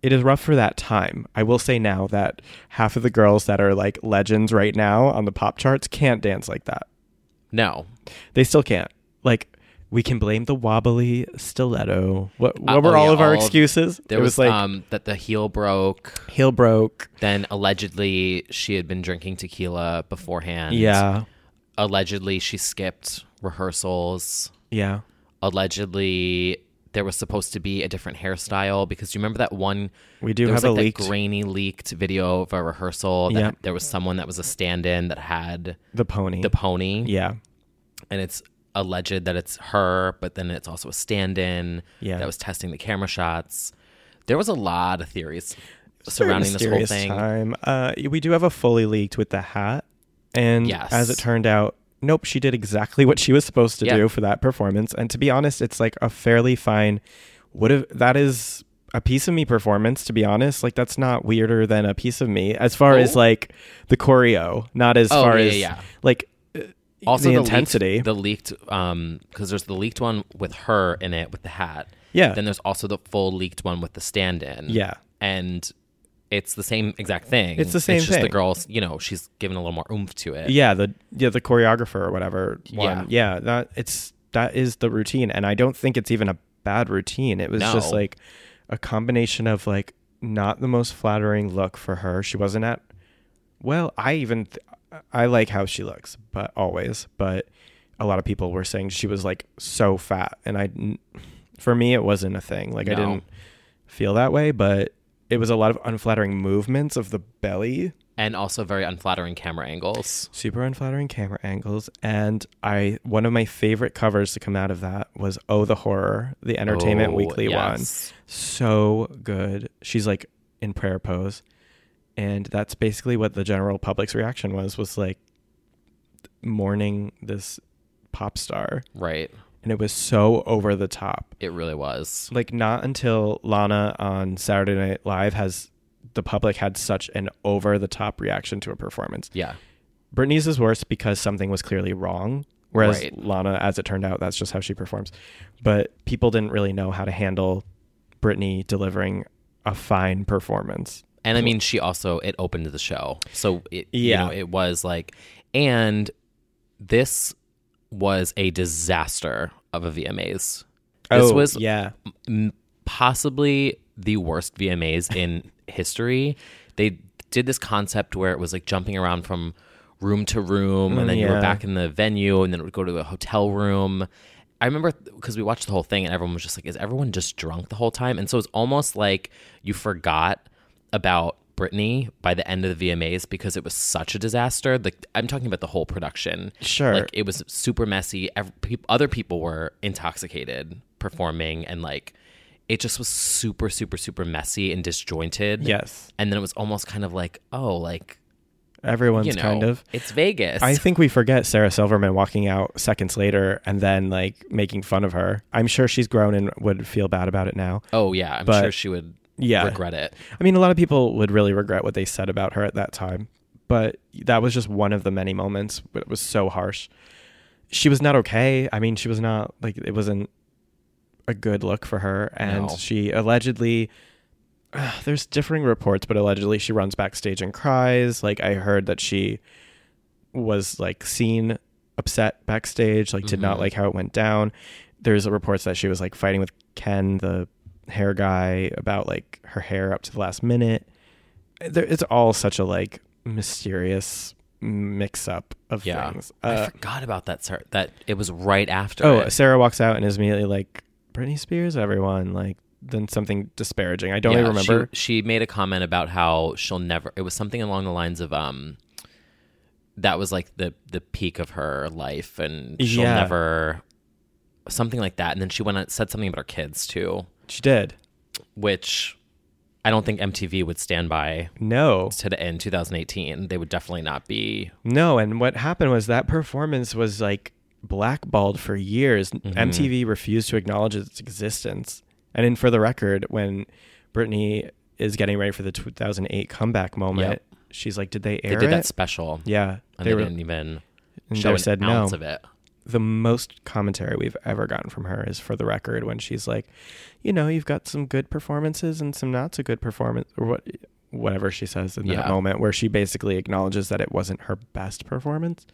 Speaker 2: it is rough for that time. I will say now that half of the girls that are like legends right now on the pop charts can't dance like that.
Speaker 1: no.
Speaker 2: They still can't. Like we can blame the wobbly stiletto. What what
Speaker 1: Uh,
Speaker 2: were
Speaker 1: oh,
Speaker 2: all
Speaker 1: yeah,
Speaker 2: of our
Speaker 1: all of-
Speaker 2: excuses?
Speaker 1: There
Speaker 2: it
Speaker 1: was,
Speaker 2: was, like
Speaker 1: um, that the heel broke.
Speaker 2: heel broke.
Speaker 1: Then allegedly she had been drinking tequila beforehand.
Speaker 2: Yeah,
Speaker 1: Allegedly she skipped rehearsals.
Speaker 2: yeah.
Speaker 1: Allegedly there was supposed to be a different hairstyle because you remember that one
Speaker 2: We do
Speaker 1: there
Speaker 2: have
Speaker 1: was like
Speaker 2: a
Speaker 1: that
Speaker 2: leaked
Speaker 1: grainy leaked video of a rehearsal that
Speaker 2: Yep.
Speaker 1: there was someone that was a stand-in that had
Speaker 2: the pony.
Speaker 1: the pony.
Speaker 2: yeah,
Speaker 1: and it's alleged that it's her, but then it's also a stand-in
Speaker 2: Yeah.
Speaker 1: that was testing the camera shots. There was a lot of theories
Speaker 2: very
Speaker 1: surrounding this whole
Speaker 2: mysterious
Speaker 1: thing.
Speaker 2: Time. Uh, we do have a fully leaked with the hat, and
Speaker 1: Yes.
Speaker 2: as it turned out, nope, she did exactly what she was supposed to
Speaker 1: Yeah.
Speaker 2: do for that performance. And to be honest, it's like a fairly fine. Would have that is a piece of me performance. To be honest, like that's not weirder than a piece of me as far as
Speaker 1: Oh.
Speaker 2: like the choreo, not as
Speaker 1: Oh,
Speaker 2: far
Speaker 1: yeah,
Speaker 2: as
Speaker 1: yeah.
Speaker 2: like uh, the,
Speaker 1: leaked-
Speaker 2: intensity.
Speaker 1: the leaked, um, because there's the leaked one with her in it with the hat.
Speaker 2: Yeah.
Speaker 1: Then there's also the full leaked one with the stand-in.
Speaker 2: Yeah.
Speaker 1: And it's the same exact thing.
Speaker 2: It's the same
Speaker 1: just The
Speaker 2: thing.
Speaker 1: girls, you know, she's given a little more oomph to it.
Speaker 2: yeah the yeah the choreographer or whatever one.
Speaker 1: Yeah.
Speaker 2: yeah that it's that is the routine and i don't think it's even a bad routine it was just
Speaker 1: No.
Speaker 2: like a combination of like not the most flattering look for her she wasn't at well i even th- i like how she looks but always but a lot of people were saying she was like so fat and i didn't- for me it wasn't a thing like i
Speaker 1: No.
Speaker 2: didn't feel that way but it was a lot of unflattering movements of the belly
Speaker 1: And also very unflattering camera angles.
Speaker 2: super unflattering camera angles and i one of my favorite covers to come out of that was oh the horror the entertainment
Speaker 1: Oh,
Speaker 2: weekly
Speaker 1: yes.
Speaker 2: one so good she's like in prayer pose and that's basically what the general public's reaction was was like mourning this pop star
Speaker 1: Right.
Speaker 2: and it was so over the top
Speaker 1: It really was.
Speaker 2: like not until lana on saturday night live has the public had such an over the top reaction to a performance
Speaker 1: Yeah.
Speaker 2: Britney's is worse because something was clearly wrong. Whereas
Speaker 1: Right.
Speaker 2: Lana, as it turned out, that's just how she performs. But people didn't really know how to handle Britney delivering a fine performance.
Speaker 1: And I mean, she also it opened the show, so it
Speaker 2: Yeah.
Speaker 1: you know it was like, and this was a disaster of a VMAs.
Speaker 2: Oh,
Speaker 1: This was
Speaker 2: yeah.
Speaker 1: m- possibly the worst VMAs in history. They did this concept where it was like jumping around from room to room, and then you
Speaker 2: Mm, yeah.
Speaker 1: were back in the venue, and then it would go to the hotel room. I remember because we watched the whole thing, and everyone was just like, "Is everyone just drunk the whole time?" And so it's almost like you forgot about Britney by the end of the VMAs because it was such a disaster. Like I'm talking about the whole production.
Speaker 2: Sure.
Speaker 1: Like it was super messy. Ev- peop other people were intoxicated performing, and like it just was super, super, super messy and disjointed.
Speaker 2: Yes.
Speaker 1: And then it was almost kind of like, oh, like
Speaker 2: Everyone's
Speaker 1: you know,
Speaker 2: kind of.
Speaker 1: it's Vegas.
Speaker 2: I think we forget Sarah Silverman walking out seconds later and then like making fun of her. I'm sure she's grown and would feel bad about it now.
Speaker 1: oh yeah, I'm
Speaker 2: but-
Speaker 1: sure she would
Speaker 2: Yeah.
Speaker 1: regret it.
Speaker 2: I mean, a lot of people would really regret what they said about her at that time, but that was just one of the many moments where it was so harsh. She was not okay. I mean, she was not like it wasn't a good look for her, and
Speaker 1: No.
Speaker 2: she allegedly. Ugh, there's differing reports, but allegedly she runs backstage and cries. Like I heard that she was like seen upset backstage, like did
Speaker 1: Mm-hmm.
Speaker 2: not like how it went down. There's reports that she was like fighting with Ken, the hair guy, about like her hair up to the last minute. There, it's all such a like mysterious mix up of
Speaker 1: Yeah,
Speaker 2: things.
Speaker 1: I
Speaker 2: Uh,
Speaker 1: forgot about that. Sir, that it was right after.
Speaker 2: oh,
Speaker 1: it.
Speaker 2: Sarah walks out and is immediately like, Britney Spears, everyone, like, then something disparaging. I don't
Speaker 1: Yeah,
Speaker 2: even remember.
Speaker 1: She, she made a comment about how she'll never. It was something along the lines of um. That was like the the peak of her life, and she'll
Speaker 2: Yeah.
Speaker 1: never something like that. And then she went and said something about her kids too,
Speaker 2: She, did.
Speaker 1: which I don't think MTV would stand by
Speaker 2: No.
Speaker 1: to in 2018. They would definitely not be.
Speaker 2: No, and what happened was that performance was like blackballed for years.
Speaker 1: Mm-hmm.
Speaker 2: MTV refused to acknowledge its existence. And in for the record, when Britney is getting ready for the 2008 comeback moment,
Speaker 1: Yep.
Speaker 2: she's like, "Did they
Speaker 1: They
Speaker 2: air
Speaker 1: did
Speaker 2: it?"
Speaker 1: that special,
Speaker 2: yeah,
Speaker 1: and they, didn't even
Speaker 2: and
Speaker 1: show
Speaker 2: they
Speaker 1: an
Speaker 2: said no.
Speaker 1: ounce of it.
Speaker 2: The most commentary we've ever gotten from her is for the record when she's like, "You know, you've got some good performances and some not so good performance or what." Whatever she says in that
Speaker 1: Yeah.
Speaker 2: moment, where she basically acknowledges that it wasn't her best performance,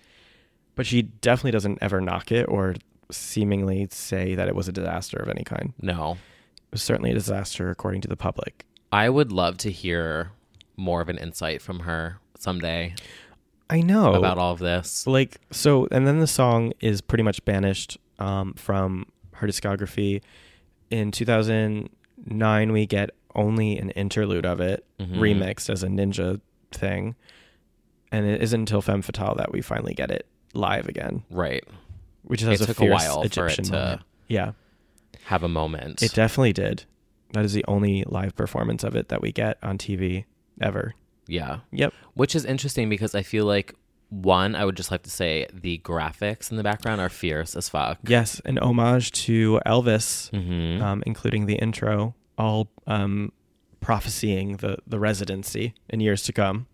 Speaker 2: but she definitely doesn't ever knock it or seemingly say that it was a disaster of any kind.
Speaker 1: No,
Speaker 2: It was certainly a disaster according to the public.
Speaker 1: I would love to hear more of an insight from her someday
Speaker 2: I know
Speaker 1: about all of this.
Speaker 2: like so and then the song is pretty much banished um, from her discography in 2009 we get only an interlude of it
Speaker 1: Mm-hmm.
Speaker 2: remixed as a ninja thing and it isn't until femme fatale that we finally get it live again
Speaker 1: Right.
Speaker 2: which has
Speaker 1: It took a
Speaker 2: fierce
Speaker 1: while for it
Speaker 2: egyptian
Speaker 1: to-
Speaker 2: moment. yeah
Speaker 1: have a moment.
Speaker 2: it definitely did that is the only live performance of it that we get on tv ever
Speaker 1: yeah.
Speaker 2: yep
Speaker 1: Which is interesting because I feel like one, I would just like to say the graphics in the background are fierce as fuck.
Speaker 2: Yes, an homage to Elvis,
Speaker 1: Mhm.
Speaker 2: um, including the intro, all um, prophesying the, the residency in years to come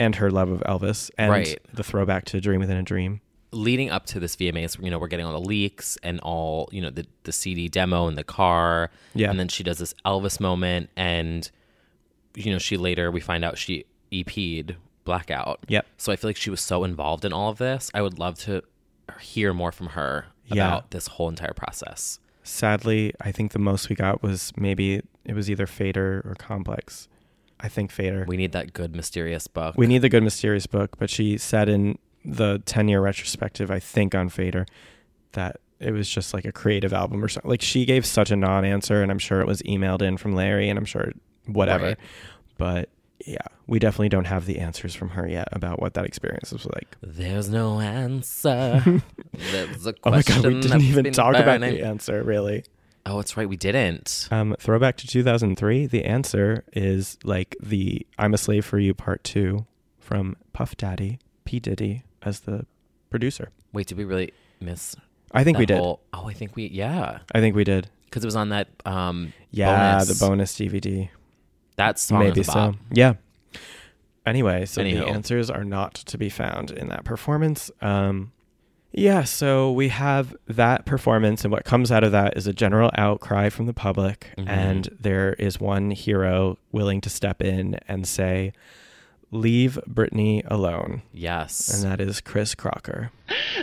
Speaker 2: and her love of Elvis and
Speaker 1: Right.
Speaker 2: the throwback to Dream Within a Dream.
Speaker 1: Leading up to this VMAs, you know, we're getting all the leaks and all, you know, the, the CD demo in the car.
Speaker 2: Yeah.
Speaker 1: And then she does this Elvis moment. And, you know, she later, we find out she EP'd Blackout.
Speaker 2: Yep.
Speaker 1: So I feel like she was so involved in all of this. I would love to hear more from her
Speaker 2: Yeah.
Speaker 1: about this whole entire process.
Speaker 2: Sadly, I think the most we got was maybe it was either Fader or Complex. I think Fader.
Speaker 1: We need that good, mysterious book.
Speaker 2: We need the good mysterious book, but she said in the 10 year retrospective, I think on Fader, that it was just like a creative album or something. Like she gave such a non answer, and I'm sure it was emailed in from Larry, and I'm sure whatever.
Speaker 1: Right.
Speaker 2: But yeah, we definitely don't have the answers from her yet about what that experience was like.
Speaker 1: There's no answer. There's a
Speaker 2: Oh my
Speaker 1: question.
Speaker 2: God, we didn't
Speaker 1: that's
Speaker 2: even
Speaker 1: been
Speaker 2: talk about
Speaker 1: burning.
Speaker 2: the answer, really.
Speaker 1: Oh, that's right. We didn't.
Speaker 2: Um, throwback to 2003, the answer is like the I'm a Slave for You part two from Puff Daddy, P. Diddy, as the producer.
Speaker 1: Wait, did we really miss?
Speaker 2: I think
Speaker 1: that
Speaker 2: we did.
Speaker 1: whole- Oh, I think we. Yeah,
Speaker 2: I think we did.
Speaker 1: because it was on that. Um,
Speaker 2: Yeah,
Speaker 1: bonus.
Speaker 2: the bonus DVD.
Speaker 1: That song.
Speaker 2: Maybe
Speaker 1: Maybe
Speaker 2: so. Yeah. Anyway, so
Speaker 1: Anywho.
Speaker 2: the answers are not to be found in that performance. Um, Yeah, so we have that performance, and what comes out of that is a general outcry from the public.
Speaker 1: Mm-hmm.
Speaker 2: And there is one hero willing to step in and say, Leave Britney alone.
Speaker 1: Yes.
Speaker 2: And that is Chris Crocker,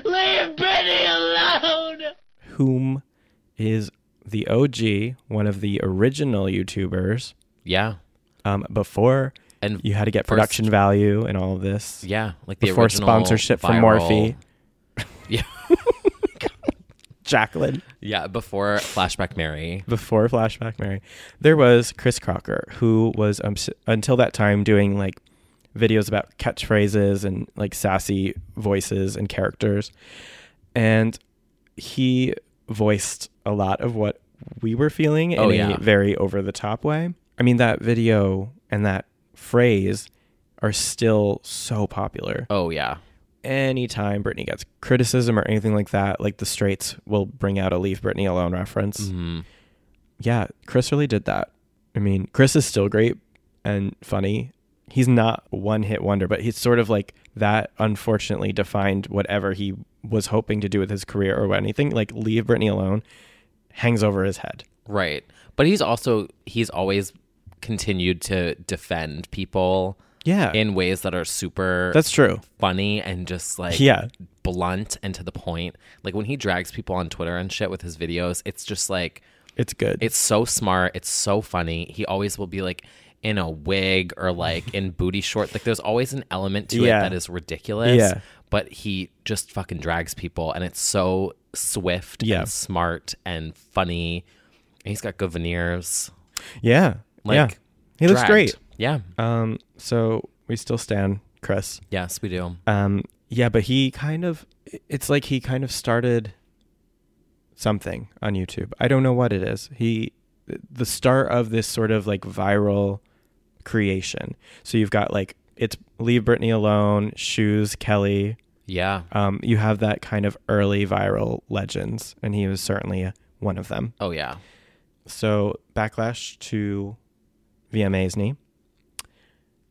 Speaker 8: Leave Britney alone!
Speaker 2: whom is the OG, one of the original YouTubers,
Speaker 1: yeah.
Speaker 2: um, before
Speaker 1: And
Speaker 2: you had to get
Speaker 1: First-
Speaker 2: production value and all of this.
Speaker 1: yeah, like the
Speaker 2: Before
Speaker 1: original
Speaker 2: sponsorship from
Speaker 1: viral-
Speaker 2: Morphe.
Speaker 1: Yeah.
Speaker 2: Jacqueline.
Speaker 1: Yeah, before Flashback Mary.
Speaker 2: before Flashback Mary, there was Chris Crocker, who was um, s- until that time doing like videos about catchphrases and like sassy voices and characters. And he voiced a lot of what we were feeling in
Speaker 1: Oh, yeah.
Speaker 2: a very over the top way. I mean, that video and that phrase are still so popular
Speaker 1: Oh yeah.
Speaker 2: anytime Britney gets criticism or anything like that, like the straights will bring out a leave Britney alone reference.
Speaker 1: Mm-hmm.
Speaker 2: Yeah, Chris really did that. I mean, Chris is still great and funny. He's not one hit wonder, but he's sort of like that unfortunately defined whatever he was hoping to do with his career or anything. Like leave Britney alone hangs over his head.
Speaker 1: Right. But he's also he's always continued to defend people
Speaker 2: Yeah.
Speaker 1: in ways that are super
Speaker 2: that's true.
Speaker 1: funny and just like
Speaker 2: Yeah.
Speaker 1: blunt and to the point. Like when he drags people on Twitter and shit with his videos, it's just like
Speaker 2: It's good.
Speaker 1: it's so smart, it's so funny. He always will be like in a wig or like in booty shorts. Like there's always an element to
Speaker 2: Yeah.
Speaker 1: it that is ridiculous.
Speaker 2: Yeah.
Speaker 1: But he just fucking drags people and it's so swift
Speaker 2: Yeah.
Speaker 1: and smart and funny. And he's got good veneers.
Speaker 2: yeah.
Speaker 1: Like,
Speaker 2: yeah. He looks
Speaker 1: dragged.
Speaker 2: great.
Speaker 1: Yeah.
Speaker 2: Um, so we still stand Chris.
Speaker 1: yes, we do.
Speaker 2: Um, yeah, but he kind of, it's like he kind of started something on YouTube. I don't know what it is. He, the start of this sort of like viral creation. So you've got like, it's Leave Britney Alone, Shoes, Kelly.
Speaker 1: Yeah.
Speaker 2: Um, you have that kind of early viral legends, and he was certainly one of them.
Speaker 1: Oh yeah.
Speaker 2: So backlash to VMA's knee.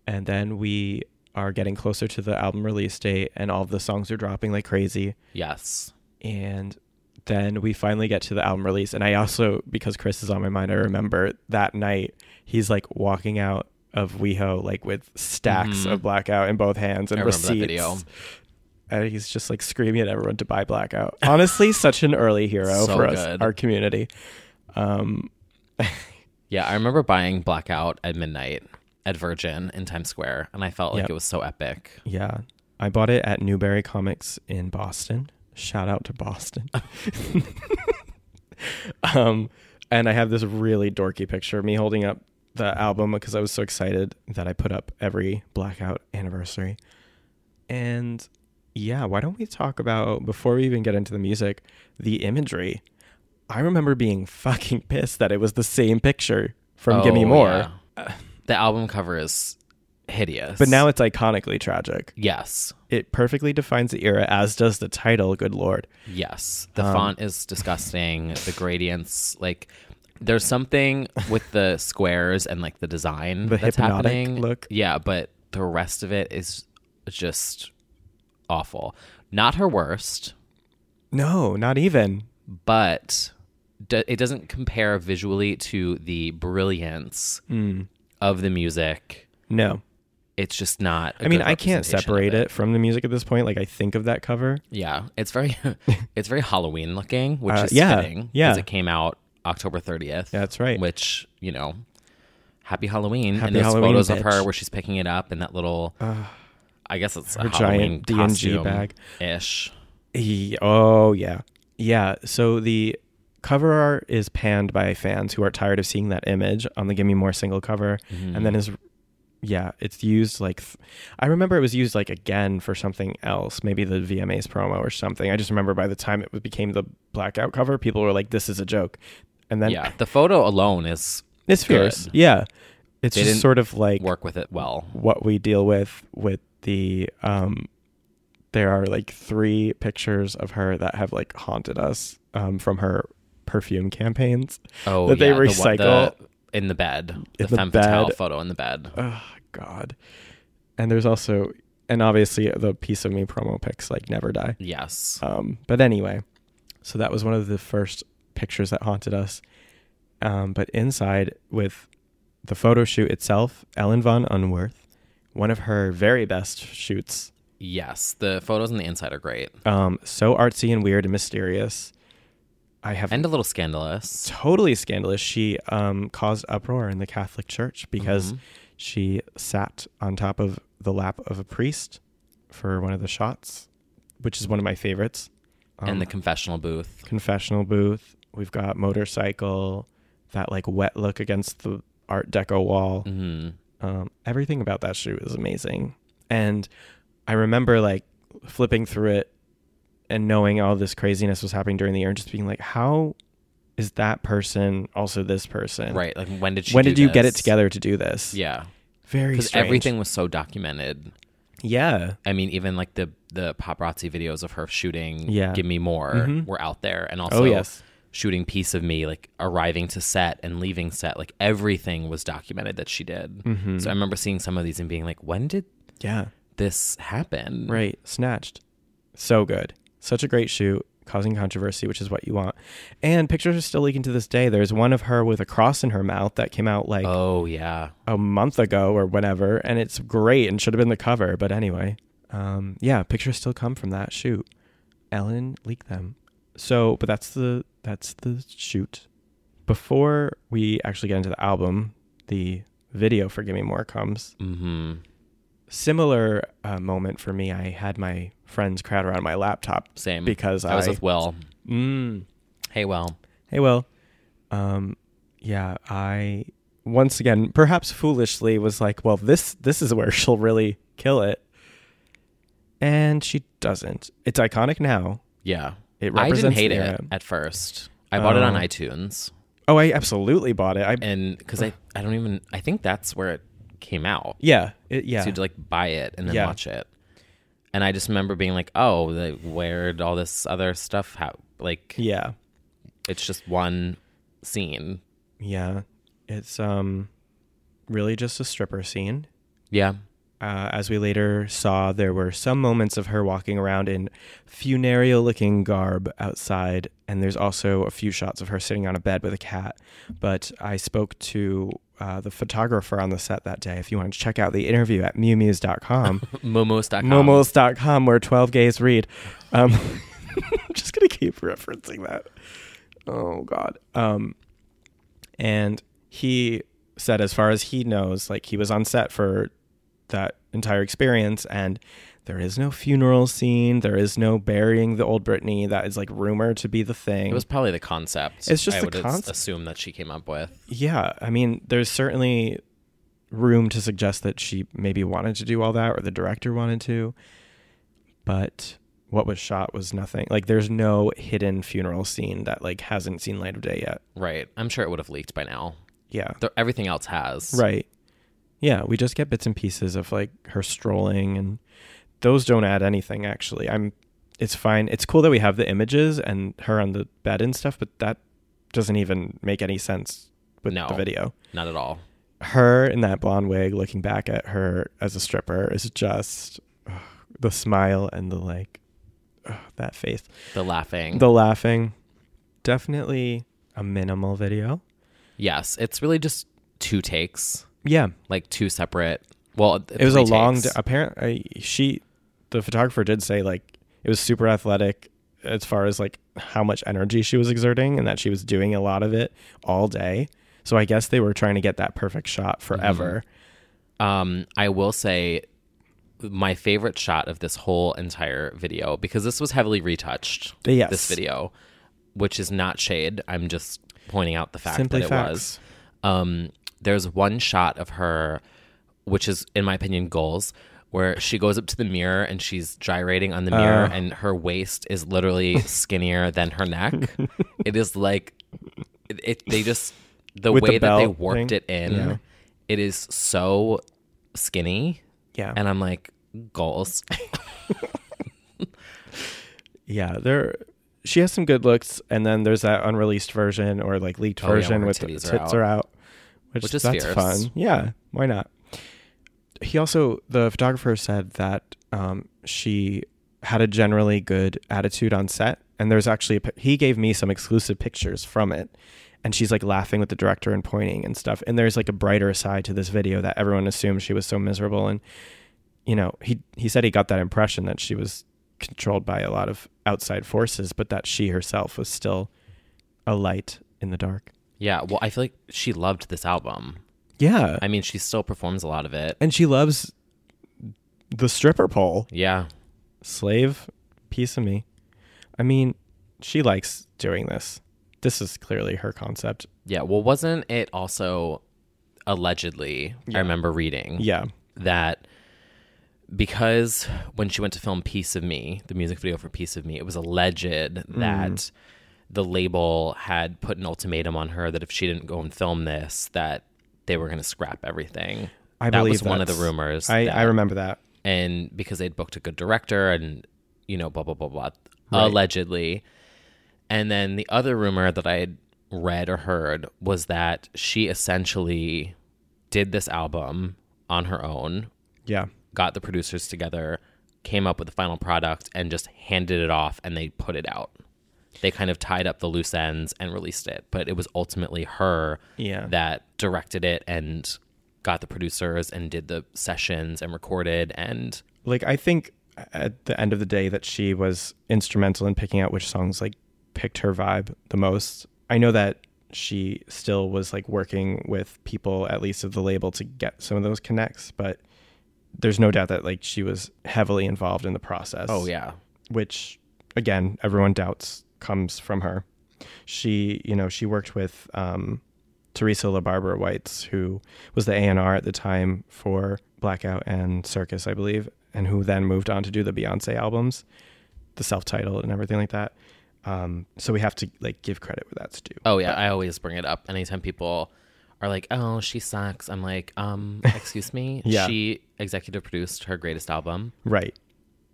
Speaker 2: And then we are getting closer to the album release date and all of the songs are dropping like crazy.
Speaker 1: Yes.
Speaker 2: And then we finally get to the album release. And I also, because Chris is on my mind, I remember that night he's like walking out of WeHo like with stacks of blackout in both hands and
Speaker 1: Mm-hmm. I remember
Speaker 2: receipts.
Speaker 1: that video.
Speaker 2: And he's just like screaming at everyone to buy blackout. Honestly, such an early hero
Speaker 1: So
Speaker 2: for us,
Speaker 1: good.
Speaker 2: our community.
Speaker 1: Yeah, I remember buying Blackout at midnight at Virgin in Times Square and I felt like
Speaker 2: Yep.
Speaker 1: it was so epic.
Speaker 2: Yeah. I bought it at Newberry Comics in Boston. Shout out to Boston. um, and I have this really dorky picture of me holding up the album because I was so excited that I put up every blackout anniversary. And yeah, why don't we talk about before we even get into the music, the imagery. I remember being fucking pissed that it was the same picture from Gimme
Speaker 1: Oh,
Speaker 2: More.
Speaker 1: yeah. The album cover is hideous.
Speaker 2: But now it's iconically tragic.
Speaker 1: Yes.
Speaker 2: it perfectly defines the era, as does the title. Good lord,
Speaker 1: Yes.
Speaker 2: Um,
Speaker 1: The font is disgusting. The gradients, like, there's something with the squares and, like, the design
Speaker 2: The
Speaker 1: that's
Speaker 2: hypnotic
Speaker 1: happening.
Speaker 2: look.
Speaker 1: Yeah, but the rest of it is just awful. Not her worst,
Speaker 2: no, not even.
Speaker 1: but do- it doesn't compare visually to the brilliance
Speaker 2: Hmm.
Speaker 1: of the music.
Speaker 2: No,
Speaker 1: It's just not. I
Speaker 2: I mean I can't separate it. from the music at this point. Like I think of that cover.
Speaker 1: Yeah, it's very it's very Halloween looking, which
Speaker 2: Uh,
Speaker 1: is
Speaker 2: yeah,
Speaker 1: fitting
Speaker 2: yeah.
Speaker 1: it came out October 30th.
Speaker 2: That's right.
Speaker 1: Which you know, happy Halloween.
Speaker 2: Happy
Speaker 1: and there's
Speaker 2: Halloween,
Speaker 1: photos of
Speaker 2: bitch.
Speaker 1: her where she's picking it up in that little. I guess it's
Speaker 2: her
Speaker 1: a Halloween
Speaker 2: giant D&G
Speaker 1: costume
Speaker 2: bag.
Speaker 1: ish.
Speaker 2: E- Oh yeah, yeah. So the cover art is panned by fans who are tired of seeing that image on the "Give Me More" single cover, and then is yeah, it's used like th- I remember it was used like again for something else, maybe the VMAs promo or something. I just remember by the time it became the blackout cover, people were like, "This is a joke," and then
Speaker 1: Yeah, the photo alone is
Speaker 2: It's fierce.
Speaker 1: Good.
Speaker 2: Yeah. It's
Speaker 1: They
Speaker 2: just
Speaker 1: didn't
Speaker 2: sort of like
Speaker 1: work with it well.
Speaker 2: what we deal with with the um there are like three pictures of her that have like haunted us um from her perfume campaigns.
Speaker 1: Oh,
Speaker 2: that they
Speaker 1: yeah, the one-
Speaker 2: recycle.
Speaker 1: the- in the bed, the,
Speaker 2: In the
Speaker 1: femme fatale
Speaker 2: bed.
Speaker 1: photo in the bed.
Speaker 2: Oh god. And there's also and obviously the piece of me promo pics like never die.
Speaker 1: Yes.
Speaker 2: Um, but anyway, so that was one of the first pictures that haunted us. Um, but inside with the photo shoot itself, Ellen von Unworth, one of her very best shoots.
Speaker 1: Yes. The photos on the inside are great
Speaker 2: Um, so artsy and weird and mysterious. I have
Speaker 1: and a little scandalous.
Speaker 2: totally scandalous. She um, caused uproar in the Catholic Church because she sat on top of the lap of a priest for one of the shots, which is one of my favorites.
Speaker 1: and
Speaker 2: Oh.
Speaker 1: the confessional booth.
Speaker 2: Confessional booth. We've got motorcycle, that like wet look against the Art Deco wall.
Speaker 1: Mm-hmm.
Speaker 2: Um, everything about that shoot is amazing. And I remember like flipping through it and knowing all this craziness was happening during the year and just being like, how is that person also this person?
Speaker 1: Right. Like when did she?
Speaker 2: when
Speaker 1: do
Speaker 2: did you get it
Speaker 1: this?
Speaker 2: together to do this?
Speaker 1: Yeah.
Speaker 2: very
Speaker 1: Because
Speaker 2: strange.
Speaker 1: everything was so documented.
Speaker 2: Yeah,
Speaker 1: I mean, even like the the paparazzi videos of her shooting
Speaker 2: Yeah. Mm-hmm.
Speaker 1: "Give Me More" were out there, and also
Speaker 2: Oh, yes.
Speaker 1: shooting "Piece of Me," like arriving to set and leaving set, like everything was documented that she did.
Speaker 2: Mm-hmm.
Speaker 1: So I remember seeing some of these and being like, "When did
Speaker 2: yeah,
Speaker 1: this happen?"
Speaker 2: right. Snatched, so good, such a great shoot, causing controversy, which is what you want. And pictures are still leaking to this day. There's one of her with a cross in her mouth that came out like
Speaker 1: Oh yeah,
Speaker 2: a month ago or whenever, and it's great and should have been the cover. But anyway, um, yeah, pictures still come from that shoot. Ellen leaked them. So, but that's the that's the shoot. Before we actually get into the album, the video for "Give Me More" comes. Mm-hmm. Similar uh, moment for me. I had my friends crowd around my laptop.
Speaker 1: same.
Speaker 2: because I,
Speaker 1: I was with Will.
Speaker 2: Mm,
Speaker 1: Hey, Will.
Speaker 2: Hey, Will. Um, yeah, I once again, perhaps foolishly, was like, "Well, this this is where she'll really kill it," and she doesn't. It's iconic now.
Speaker 1: Yeah, I
Speaker 2: It
Speaker 1: didn't
Speaker 2: represents
Speaker 1: hate
Speaker 2: the
Speaker 1: it
Speaker 2: era.
Speaker 1: at first. I bought it on iTunes,
Speaker 2: Oh, I absolutely bought it. I
Speaker 1: and because I I don't even I think that's where it came out.
Speaker 2: yeah, it, yeah.
Speaker 1: So you'd like buy it and then
Speaker 2: Yeah.
Speaker 1: watch it. And I just remember being like, oh, like, where'd all this other stuff happen? Like,
Speaker 2: yeah.
Speaker 1: it's just one scene.
Speaker 2: Yeah. It's um really just a stripper scene.
Speaker 1: Yeah.
Speaker 2: Uh, as we later saw, there were some moments of her walking around in funereal looking garb outside, and there's also a few shots of her sitting on a bed with a cat. But I spoke to uh, the photographer on the set that day. If you want to check out the interview at mewmews.com,
Speaker 1: Momos.com.
Speaker 2: momos.com, where 12 gays read. Um, I'm just going to keep referencing that. Oh, God. Um, and he said, as far as he knows, like he was on set for that entire experience, and there is no funeral scene, there is no burying the old Britney. That is like rumored to be the thing.
Speaker 1: It was probably the concept.
Speaker 2: It's just
Speaker 1: I
Speaker 2: the
Speaker 1: would as-
Speaker 2: concept.
Speaker 1: assume that she came up with.
Speaker 2: yeah, I mean, there's certainly room to suggest that she maybe wanted to do all that, or the director wanted to, but what was shot was nothing. Like, there's no hidden funeral scene that like hasn't seen light of day yet.
Speaker 1: Right. I'm sure it would have leaked by now.
Speaker 2: Yeah,
Speaker 1: Th- everything else has.
Speaker 2: Right. Yeah, we just get bits and pieces of like her strolling and those don't add anything actually. I'm it's fine. It's cool that we have the images and her on the bed and stuff, but that doesn't even make any sense with
Speaker 1: No.
Speaker 2: the video.
Speaker 1: Not at all.
Speaker 2: Her in that blonde wig looking back at her as a stripper is just ugh, the smile and the like ugh, that face.
Speaker 1: The laughing.
Speaker 2: The laughing. Definitely a minimal video.
Speaker 1: yes. It's really just two takes,
Speaker 2: Yeah,
Speaker 1: like two separate. Well,
Speaker 2: it was a long
Speaker 1: Takes.
Speaker 2: apparently she the photographer did say like it was super athletic as far as like how much energy she was exerting and that she was doing a lot of it all day so i guess they were trying to get that perfect shot
Speaker 1: Mm-hmm.
Speaker 2: forever uh,
Speaker 1: Um, I will say my favorite shot of this whole entire video because this was heavily retouched.
Speaker 2: Yes.
Speaker 1: This video, which is not shade. I'm just pointing out the fact
Speaker 2: Simply
Speaker 1: that it
Speaker 2: facts.
Speaker 1: was. Um, there's one shot of her, which is, in my opinion, goals. Where she goes up to the mirror and she's gyrating on the mirror,
Speaker 2: Uh.
Speaker 1: and her waist is literally skinnier than her neck. it is like, it, it- they just the
Speaker 2: With the
Speaker 1: way that they
Speaker 2: belt
Speaker 1: warped
Speaker 2: thing.
Speaker 1: it in, it is so skinny.
Speaker 2: yeah
Speaker 1: And I'm like, goals.
Speaker 2: yeah there she has some good looks and then there's that unreleased version or like leaked
Speaker 1: Oh, yeah, where
Speaker 2: version
Speaker 1: her
Speaker 2: with the
Speaker 1: titties
Speaker 2: tits
Speaker 1: are
Speaker 2: are out,
Speaker 1: out.
Speaker 2: which,
Speaker 1: Which is
Speaker 2: that's
Speaker 1: fierce.
Speaker 2: fun yeah why not he also the photographer said that um, she had a generally good attitude on set and there's actually a, pi- he gave me some exclusive pictures from it and she's like laughing with the director and pointing and stuff and there's like a brighter side to this video that everyone assumed she was so miserable and you know he he said he got that impression that she was controlled by a lot of outside forces but that she herself was still a light in the dark
Speaker 1: Yeah, well, I feel like she loved this album.
Speaker 2: yeah
Speaker 1: I mean, she still performs a lot of it.
Speaker 2: and she loves the stripper pole
Speaker 1: Yeah.
Speaker 2: slave piece of me. I mean, she likes doing this. This is clearly her concept.
Speaker 1: Yeah. Well, wasn't it also allegedly, I remember reading
Speaker 2: Yeah.
Speaker 1: that because when she went to film Piece of Me, the music video for Piece of Me, it was alleged
Speaker 2: Mm.
Speaker 1: that the label had put an ultimatum on her that if she didn't go and film this, that they were going to scrap everything.
Speaker 2: I
Speaker 1: that
Speaker 2: believe
Speaker 1: was one of the
Speaker 2: that's-
Speaker 1: rumors.
Speaker 2: I,
Speaker 1: that-
Speaker 2: I remember that.
Speaker 1: and because they'd booked a good director and you know blah blah blah blah
Speaker 2: Right.
Speaker 1: allegedly and then the other rumor that i had read or heard was that she essentially did this album on her own
Speaker 2: Yeah.
Speaker 1: got the producers together came up with the final product and just handed it off and they put it out they kind of tied up the loose ends and released it but it was ultimately her
Speaker 2: Yeah.
Speaker 1: that directed it and got the producers and did the sessions and recorded and
Speaker 2: Like I think at the end of the day that she was instrumental in picking out which songs like picked her vibe the most. I know that she still was like working with people at least of the label to get some of those connects, but there's no doubt that like she was heavily involved in the process.
Speaker 1: Oh yeah.
Speaker 2: which again everyone doubts comes from her she you know she worked with um teresa labarbera whites who was the a&r at the time for blackout and circus i believe and who then moved on to do the beyonce albums the self-titled and everything like that um so we have to like give credit where that's due
Speaker 1: Oh yeah. I always bring it up anytime people are like, "Oh, she sucks." I'm like, "Um, excuse me.
Speaker 2: Yeah.
Speaker 1: She executive produced her greatest album."
Speaker 2: right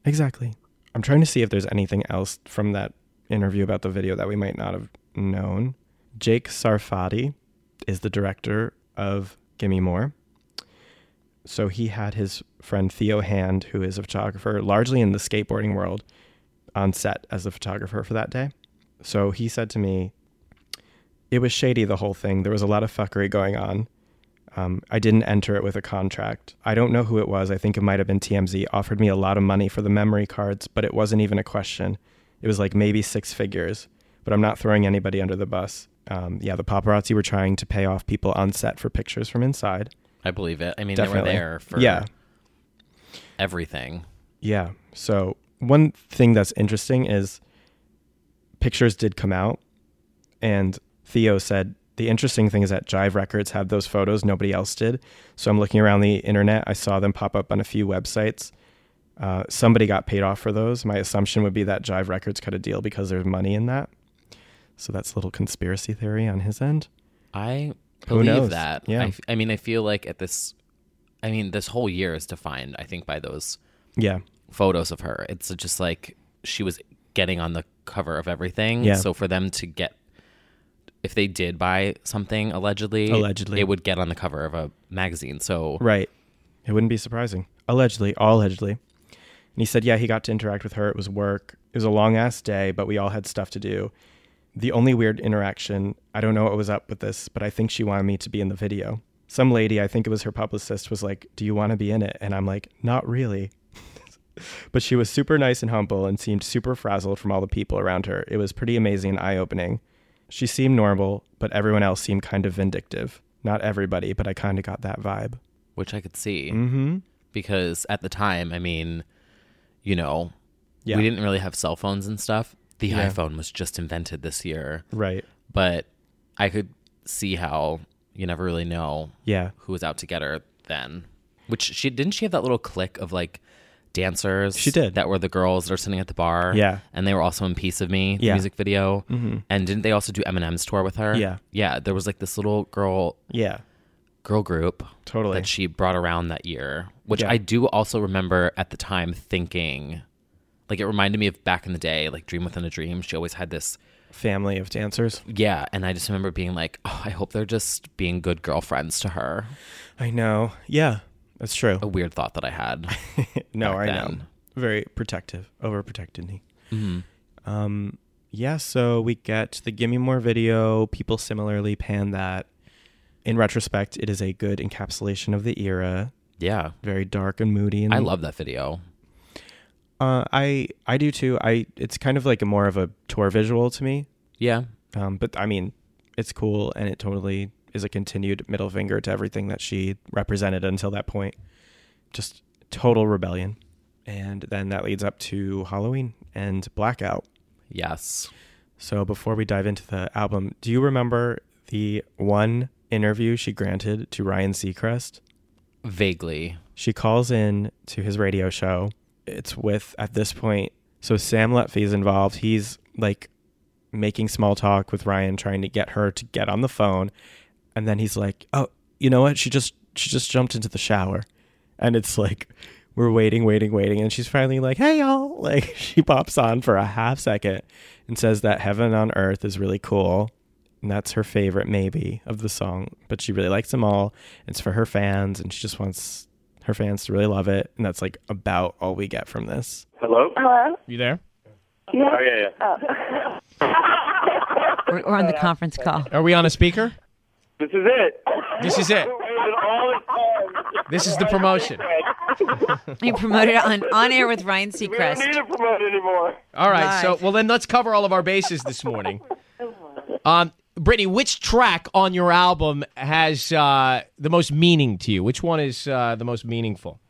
Speaker 2: exactly i'm trying to see if there's anything else from that interview about the video that we might not have known Jake Sarfati is the director of Gimme More. So he had his friend Theo Hand, who is a photographer, largely in the skateboarding world, on set as a photographer for that day. So he said to me, It was shady, the whole thing. There was a lot of fuckery going on. Um, I didn't enter it with a contract. I don't know who it was. I think it might have been TMZ. Offered me a lot of money for the memory cards, but it wasn't even a question. It was like maybe six figures, but I'm not throwing anybody under the bus. Um, yeah, the paparazzi were trying to pay off people on set for pictures from inside.
Speaker 1: I believe it. I mean, they
Speaker 2: Definitely.
Speaker 1: were there for
Speaker 2: Yeah.
Speaker 1: everything.
Speaker 2: Yeah. So one thing that's interesting is pictures did come out, and Theo said the interesting thing is that Jive Records had those photos. Nobody else did. So I'm looking around the internet. I saw them pop up on a few websites. Uh, somebody got paid off for those. My assumption would be that Jive Records cut a deal because there's money in that. So that's a little conspiracy theory on his end.
Speaker 1: I
Speaker 2: Who
Speaker 1: believe
Speaker 2: knows?
Speaker 1: that.
Speaker 2: Yeah.
Speaker 1: I, f- I mean, I feel like at this I mean, this whole year is defined, I think, by those
Speaker 2: Yeah.
Speaker 1: photos of her. It's just like she was getting on the cover of everything.
Speaker 2: Yeah.
Speaker 1: So for them to get, if they did buy something allegedly,
Speaker 2: Allegedly.
Speaker 1: it would get on the cover of a magazine. So
Speaker 2: Right. It wouldn't be surprising. Allegedly, all allegedly. And he said, yeah, he got to interact with her. It was work. It was a long ass day, but we all had stuff to do. The only weird interaction, I don't know what was up with this, but I think she wanted me to be in the video. Some lady, I think it was her publicist, was like, Do you want to be in it? And I'm like, Not really. but she was super nice and humble and seemed super frazzled from all the people around her. It was pretty amazing and eye opening. She seemed normal, but everyone else seemed kind of vindictive. Not everybody, but I kind of got that vibe.
Speaker 1: which I could see
Speaker 2: hmm.
Speaker 1: because at the time, I mean, you know,
Speaker 2: Yeah.
Speaker 1: we didn't really have cell phones and stuff. The
Speaker 2: Yeah.
Speaker 1: iPhone was just invented this year,
Speaker 2: Right.
Speaker 1: but I could see how you never really know
Speaker 2: Yeah.
Speaker 1: who was out to get her then. Which she didn't she have that little clique of like dancers?
Speaker 2: She did.
Speaker 1: That were the girls that are sitting at the bar.
Speaker 2: Yeah.
Speaker 1: And they were also in Piece of Me, the
Speaker 2: Yeah. Mm-hmm.
Speaker 1: music video. And didn't they also do Eminem's tour with her?
Speaker 2: Yeah.
Speaker 1: Yeah. There was like this little girl
Speaker 2: Yeah.
Speaker 1: girl group
Speaker 2: Totally.
Speaker 1: that she brought around that year. Which
Speaker 2: Yeah.
Speaker 1: I do also remember at the time thinking like it reminded me of back in the day, like Dream Within a Dream. She always had this
Speaker 2: Family of dancers.
Speaker 1: yeah, and I just remember being like, Oh, I hope they're just being good girlfriends to her.
Speaker 2: I know. Yeah. That's true.
Speaker 1: a weird thought that I had. Oh,
Speaker 2: no,
Speaker 1: back
Speaker 2: I know.
Speaker 1: then.
Speaker 2: Very protective, overprotected me.
Speaker 1: Mm-hmm.
Speaker 2: Um, yeah, so we get the Gimme More video. People similarly pan that. In retrospect, it is a good encapsulation of the era.
Speaker 1: yeah.
Speaker 2: Very dark and moody. And
Speaker 1: I love that video.
Speaker 2: Uh, I I do too. I it's kind of like a more of a tour visual to me.
Speaker 1: Yeah.
Speaker 2: Um, but I mean, it's cool and it totally is a continued middle finger to everything that she represented until that point. Just total rebellion. And then that leads up to Halloween and Blackout.
Speaker 1: Yes.
Speaker 2: So before we dive into the album, do you remember the one interview she granted to Ryan Seacrest?
Speaker 1: Vaguely.
Speaker 2: She calls in to his radio show. It's with at this point. So Sam Letfy is involved. He's like making small talk with Ryan, trying to get her to get on the phone. And then he's like, "Oh, you know what? She just she just jumped into the shower." And it's like we're waiting, waiting, waiting, and she's finally like, "Hey y'all!" Like she pops on for a half second and says that "Heaven on Earth" is really cool. And that's her favorite, maybe, of the song, but she really likes them all. It's for her fans, and she just wants her fans to really love it. And that's like about all we get from this.
Speaker 7: Hello?
Speaker 2: You there?
Speaker 9: We're, we're on the conference call.
Speaker 2: Are we on a speaker?
Speaker 8: This is it.
Speaker 10: This is it. This is the promotion.
Speaker 9: You promoted it on on air with Ryan Seacrest.
Speaker 8: to promote anymore.
Speaker 10: All right. So,
Speaker 9: Live.
Speaker 10: well, then let's cover all of our bases this morning. Um, Brittany, which track on your album has uh, the most meaning to you? Which one is uh, the most meaningful?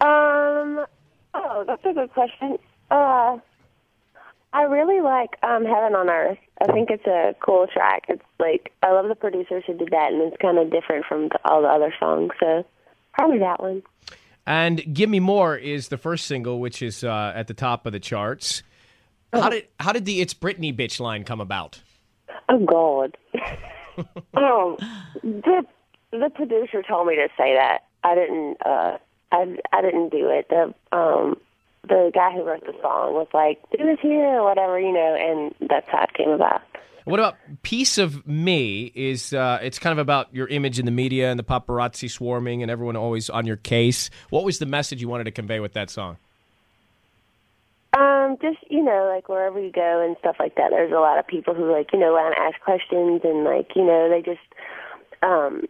Speaker 7: Um, oh, that's a good question. Uh, I really like um, Heaven on Earth. I think it's a cool track. It's like, I love the producers who did that, and it's kind of different from the, all the other songs. So probably that one.
Speaker 10: And "Give Me More" is the first single, which is uh, at the top of the charts. How did how did the "It's Britney bitch" line come about?
Speaker 7: Oh God. um, the the producer told me to say that. I didn't. Uh, I I didn't do it. The um the guy who wrote the song was like, "Do this here or whatever," you know, and that's how it came about.
Speaker 10: What about "Piece of Me"? Is uh, it's kind of about your image in the media and the paparazzi swarming and everyone always on your case. What was the message you wanted to convey with that song?
Speaker 7: Um, just you know, like wherever you go and stuff like that. There's a lot of people who like you know want to ask questions and like you know they just um.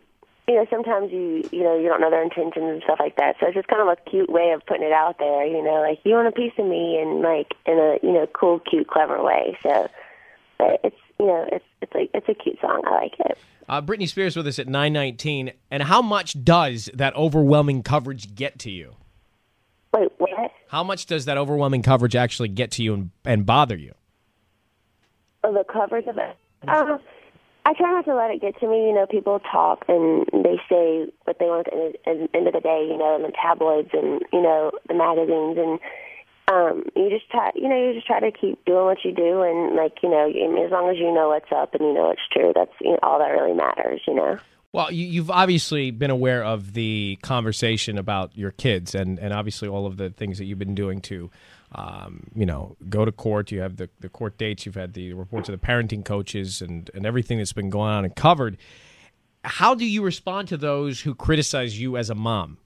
Speaker 7: You know, sometimes you you know you don't know their intentions and stuff like that. So it's just kind of a cute way of putting it out there. You know, like you want a piece of me, and like in a you know cool, cute, clever way. So, but it's you know it's it's like it's a cute song. I like it.
Speaker 10: Uh, Britney Spears with us at 919. And how much does that overwhelming coverage get to you?
Speaker 7: Wait, what?
Speaker 10: How much does that overwhelming coverage actually get to you and, and bother you?
Speaker 7: Oh, the covers of it. Um, I try not to let it get to me. You know, people talk and they say what they want at the end- at the end of the day. You know, in the tabloids and you know the magazines and um, you just try. You know, you just try to keep doing what you do and like you know, and as long as you know what's up and you know it's true, that's you know, all that really matters. You know.
Speaker 10: Well, you, you've obviously been aware of the conversation about your kids and, and obviously all of the things that you've been doing to, um, you know, go to court. You have the, the court dates, you've had the reports of the parenting coaches and, and everything that's been going on and covered. How do you respond to those who criticize you as a mom?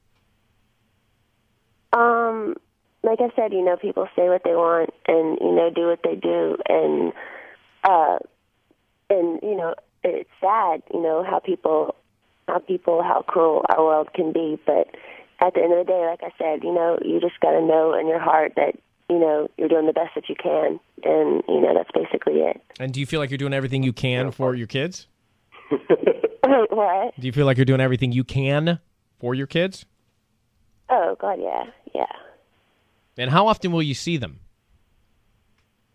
Speaker 7: Um, like I said, you know, people say what they want and you know do what they do, and uh, and you know it's sad, you know how people, how people, how cruel our world can be. But at the end of the day, like I said, you know, you just got to know in your heart that you know you're doing the best that you can, and you know that's basically it.
Speaker 10: And do you feel like you're doing everything you can for your kids?
Speaker 7: what?
Speaker 10: Do you feel like you're doing everything you can for your kids?
Speaker 7: Oh God, yeah, yeah.
Speaker 10: And how often will you see them?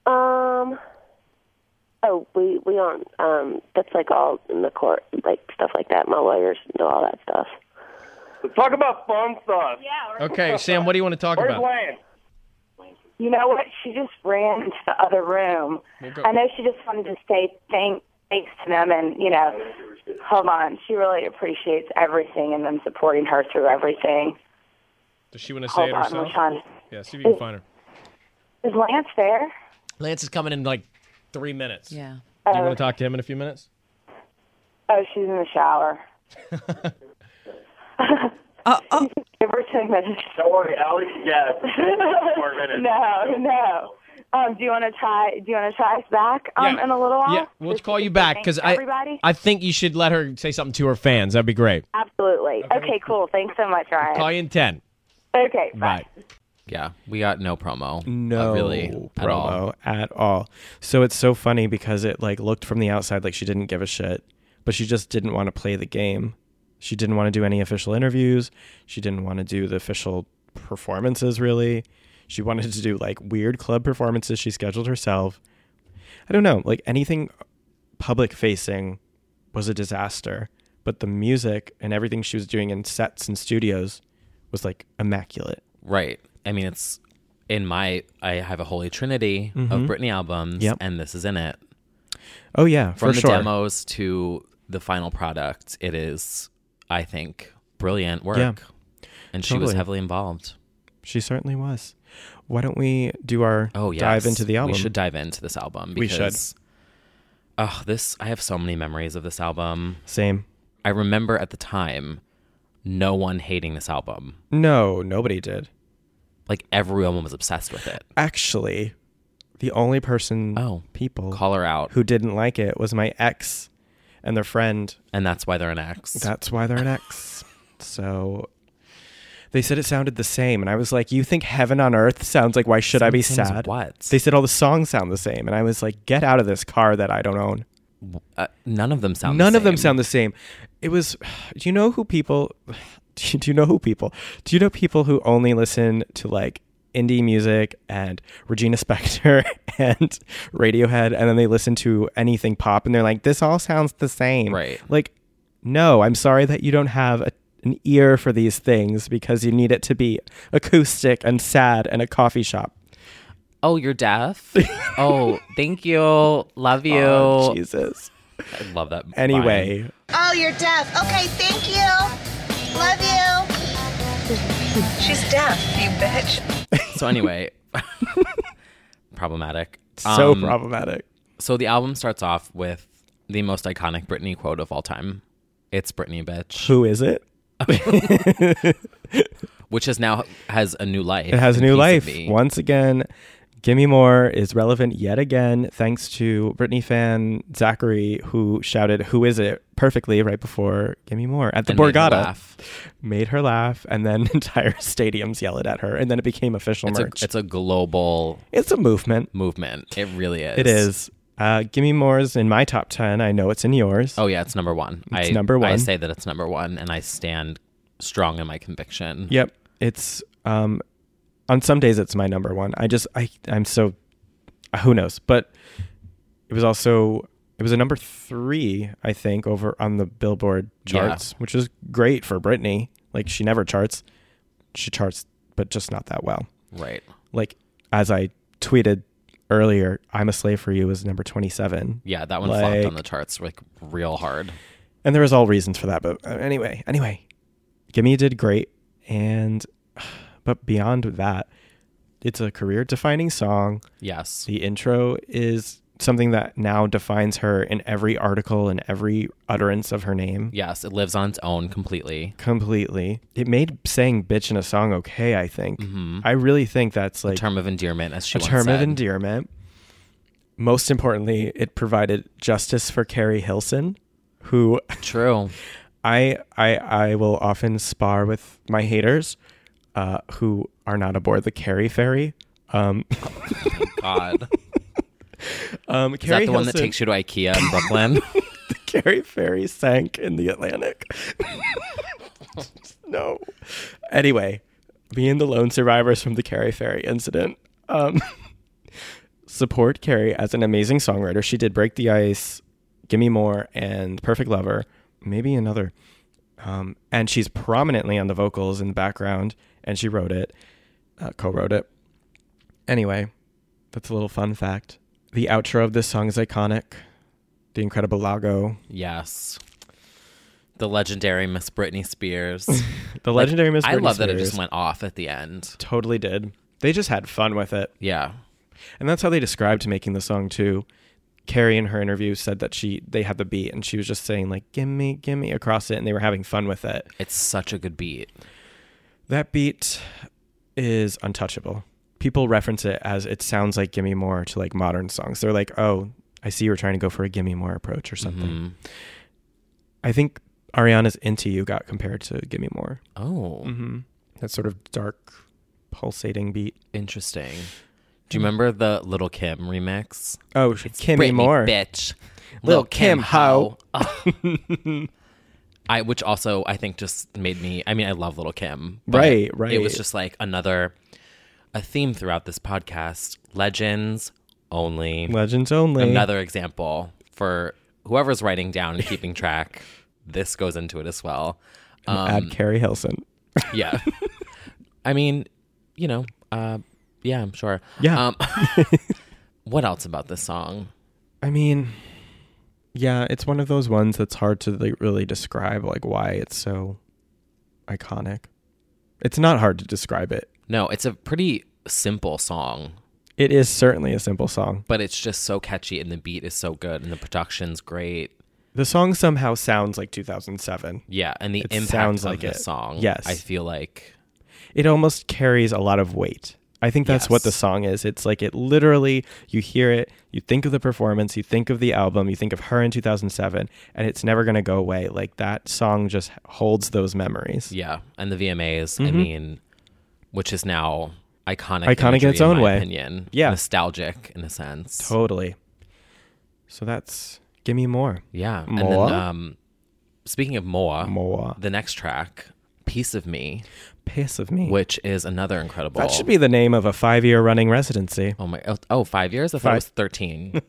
Speaker 7: Um. Oh, we we don't. Um, that's like all in the court, like stuff like that. My lawyers know all that stuff.
Speaker 8: Talk about fun stuff. Yeah.
Speaker 10: Okay, Sam, what do you want to talk
Speaker 8: Where's
Speaker 10: about?
Speaker 8: Lance?
Speaker 7: You know what? She just ran into the other room. I know she just wanted to say thank, thanks to them, and you know, hold on. She really appreciates everything and them supporting her through everything.
Speaker 10: Does she want to
Speaker 7: Hold
Speaker 10: say it
Speaker 7: on, we're
Speaker 10: herself?
Speaker 7: trying.
Speaker 10: Yeah, see if you can find her.
Speaker 7: Is Lance there?
Speaker 10: Lance is coming in like three minutes.
Speaker 9: Yeah.
Speaker 10: Do you want to talk to him in a few minutes?
Speaker 7: Oh, she's in the shower.
Speaker 10: Uh,
Speaker 11: Give her ten minutes.
Speaker 12: Don't worry, Alex. Yeah, four minutes.
Speaker 11: No, no. Um, do you want to try? Do you want to try us back um,
Speaker 10: Yeah.
Speaker 11: in a little while?
Speaker 10: Yeah, we'll call you back because
Speaker 11: thank
Speaker 10: I
Speaker 11: everybody.
Speaker 10: I think you should let her say something to her fans. That'd be great.
Speaker 11: Absolutely. Okay. cool. Thanks so much, Ryan.
Speaker 10: Call you in ten.
Speaker 11: Okay.
Speaker 10: Right.
Speaker 1: Yeah, we got no promo.
Speaker 2: No,
Speaker 1: uh, really, at all.
Speaker 2: promo at all. So it's so funny because it like looked from the outside like she didn't give a shit, but she just didn't want to play the game. She didn't want to do any official interviews. She didn't want to do the official performances really. She wanted to do like weird club performances she scheduled herself. I don't know, like anything public facing was a disaster, but the music and everything she was doing in sets and studios was like immaculate.
Speaker 1: Right. I mean, it's in my. I have a holy trinity of
Speaker 2: Mhm.
Speaker 1: Britney albums,
Speaker 2: Yep.
Speaker 1: and this is in it.
Speaker 2: Oh yeah,
Speaker 1: From
Speaker 2: for
Speaker 1: the
Speaker 2: sure.
Speaker 1: demos to the final product, it is, I think, brilliant work.
Speaker 2: Yeah.
Speaker 1: And she was
Speaker 2: Totally.
Speaker 1: heavily involved.
Speaker 2: She certainly was. Why don't we do our
Speaker 1: Oh yes.
Speaker 2: dive into the album?
Speaker 1: We should dive into this album.
Speaker 2: We should.
Speaker 1: Because, Oh, this I have so many memories of this album.
Speaker 2: Same.
Speaker 1: I remember at the time, no one hating this album.
Speaker 2: No, nobody did.
Speaker 1: Like everyone was obsessed with it.
Speaker 2: Actually, the only person, oh, people,
Speaker 1: call her out,
Speaker 2: who didn't like it was my ex and their friend.
Speaker 1: And that's why they're an ex.
Speaker 2: That's why they're an ex. so they said it sounded the same, and I was like, "You think heaven on earth sounds like? Why should I be
Speaker 1: Same as
Speaker 2: sad?"
Speaker 1: what?
Speaker 2: They said all the songs sound the same, and I was like, "Get out of this car that I don't own."
Speaker 1: Uh, none of them sound. the
Speaker 2: None of them
Speaker 1: same.
Speaker 2: sound the same. It was. Do you know who people? Do you, do you know who people? Do you know people who only listen to like indie music and Regina Spektor and Radiohead, and then they listen to anything pop, and they're like, "This all sounds the same." Right. Like, no, I'm sorry that you don't have a, an ear for these things because you need it to be acoustic and sad and a coffee shop.
Speaker 1: Oh, you're deaf. oh, thank you. Love you.
Speaker 2: Oh, Jesus.
Speaker 1: I love that. line.
Speaker 2: Anyway.
Speaker 13: Oh, you're deaf. Okay, thank you. Love you. She's deaf, you bitch.
Speaker 1: So anyway, problematic. Um,
Speaker 2: So problematic.
Speaker 1: So the album starts off with the most iconic Britney quote of all time. It's Britney, bitch.
Speaker 2: Who is it?
Speaker 1: Which is now has a new life.
Speaker 2: It has a
Speaker 1: in
Speaker 2: new
Speaker 1: Piece of
Speaker 2: life.
Speaker 1: Me.
Speaker 2: Once again, Gimme More is relevant yet again, thanks to Britney fan Zachary, who shouted, Who is it? perfectly right before Gimme More at the
Speaker 1: And made her
Speaker 2: Borgata.
Speaker 1: laugh.
Speaker 2: Made her laugh, and then entire stadiums yelled at her, and then it became official
Speaker 1: It's a,
Speaker 2: merch.
Speaker 1: it's a global
Speaker 2: it's a movement.
Speaker 1: movement. It really is.
Speaker 2: It is. Uh, Gimme More is in my top 10. I know it's in yours.
Speaker 1: Oh yeah, it's number one.
Speaker 2: It's
Speaker 1: I,
Speaker 2: number
Speaker 1: I
Speaker 2: one.
Speaker 1: say that it's number one, and I stand strong in my conviction.
Speaker 2: Yep. It's um on some days it's my number one. I just I I'm so uh, who knows. But it was also it was a number three, I think, over on the Billboard
Speaker 1: Yeah.
Speaker 2: charts, which is great for Britney. Like she never charts. She charts, but just not that well.
Speaker 1: Right.
Speaker 2: Like as I tweeted earlier, I'm a slave for you is number twenty seven.
Speaker 1: Yeah, that one flopped on the charts like real hard.
Speaker 2: And there was all reasons for that, but uh, anyway, anyway, Gimme did great, and but beyond that, it's a career-defining song.
Speaker 1: Yes,
Speaker 2: the intro is something that now defines her in every article and every utterance of her name.
Speaker 1: Yes, it lives on its own completely.
Speaker 2: Completely, it made saying "bitch" in a song okay. I think. I really think that's like a
Speaker 1: Mm-hmm. term of endearment, as she
Speaker 2: a
Speaker 1: once
Speaker 2: term of
Speaker 1: said.
Speaker 2: endearment. Most importantly, it provided justice for Carrie Hilson, who
Speaker 1: true.
Speaker 2: I I I will often spar with my haters, uh, who are not aboard the Carrie ferry. Um,
Speaker 1: God.
Speaker 2: um,
Speaker 1: Is that
Speaker 2: Carrie
Speaker 1: the one that
Speaker 2: Hilson-
Speaker 1: takes you to IKEA in Brooklyn?
Speaker 2: the Carrie ferry sank in the Atlantic. no. Anyway, me and the lone survivors from the Carrie ferry incident. Um, support Carrie as an amazing songwriter. She did Break the Ice, Gimme More, and Perfect Lover, maybe another. Um, and she's prominently on the vocals in the background, and she wrote it, uh, co wrote it. Anyway, that's a little fun fact. The outro of this song is iconic. The Incredible Lago.
Speaker 1: yes. The legendary Miss Britney Spears.
Speaker 2: The legendary Miss
Speaker 1: I
Speaker 2: Britney
Speaker 1: love that it just
Speaker 2: Spears.
Speaker 1: went off at the end.
Speaker 2: Totally did. They just had fun with it.
Speaker 1: Yeah.
Speaker 2: And that's how they described making the song too. Carrie in her interview said that she they had the beat and she was just saying like gimme gimme across it and they were having fun with it.
Speaker 1: It's such a good beat.
Speaker 2: That beat is untouchable. People reference it as it sounds like gimme more to like modern songs. They're like, "Oh, I see you're trying to go for a gimme more approach or something."
Speaker 1: Mm-hmm. Hmm.
Speaker 2: I think Ariana's Into You got compared to Gimme More.
Speaker 1: Oh.
Speaker 2: hmm That sort of dark pulsating beat.
Speaker 1: Interesting. Do you remember the Little Kim remix?
Speaker 2: Oh, sh- Mm-hmm. Kimmy
Speaker 1: Britney,
Speaker 2: Moore.
Speaker 1: bitch.
Speaker 2: Lil'
Speaker 1: Lil' Kim,
Speaker 2: Kim
Speaker 1: ho. Ugh. I, which also I think just made me. I mean, I love Little Kim. but
Speaker 2: Right,
Speaker 1: It
Speaker 2: right.
Speaker 1: was just like another a theme throughout this podcast. Legends only.
Speaker 2: Legends only.
Speaker 1: Another example for whoever's writing down and keeping track. this goes into it as well. Um,
Speaker 2: And add Carrie Hilson.
Speaker 1: Yeah. I mean, you know, uh, yeah, I'm sure.
Speaker 2: Yeah.
Speaker 1: Um, what else about this song?
Speaker 2: I mean, yeah, it's one of those ones that's hard to like really describe like why it's so iconic. It's not hard to describe it.
Speaker 1: No, it's a pretty simple song,
Speaker 2: It is certainly a simple song.
Speaker 1: but it's just so catchy and the beat is so good and the production's great.
Speaker 2: The song somehow sounds like 2007.
Speaker 1: Yeah, and the
Speaker 2: It
Speaker 1: impact
Speaker 2: sounds
Speaker 1: of
Speaker 2: like
Speaker 1: this
Speaker 2: it.
Speaker 1: song.
Speaker 2: Yes.
Speaker 1: I feel like
Speaker 2: it almost carries a lot of weight. I think that's what the song is. It's like it literally, you hear it, you think of the performance, you think of the album, you think of her in 2007, and it's never going to go away. Like that song just holds those memories.
Speaker 1: yeah, and the VMAs. I
Speaker 2: Mhm.
Speaker 1: mean, which is now iconic,
Speaker 2: Iconic in
Speaker 1: imagery
Speaker 2: its own
Speaker 1: my
Speaker 2: way.
Speaker 1: Opinion,
Speaker 2: Yeah.
Speaker 1: nostalgic in a sense.
Speaker 2: Totally. So that's Gimme More.
Speaker 1: Yeah. And
Speaker 2: More.
Speaker 1: then um speaking of Moa,
Speaker 2: Moa.
Speaker 1: the next track, Piece of Me,
Speaker 2: Piss of me.
Speaker 1: which is another incredible
Speaker 2: that should be the name of a five year running residency.
Speaker 1: Oh my oh, oh five years? I thought
Speaker 2: Five.
Speaker 1: it was thirteen.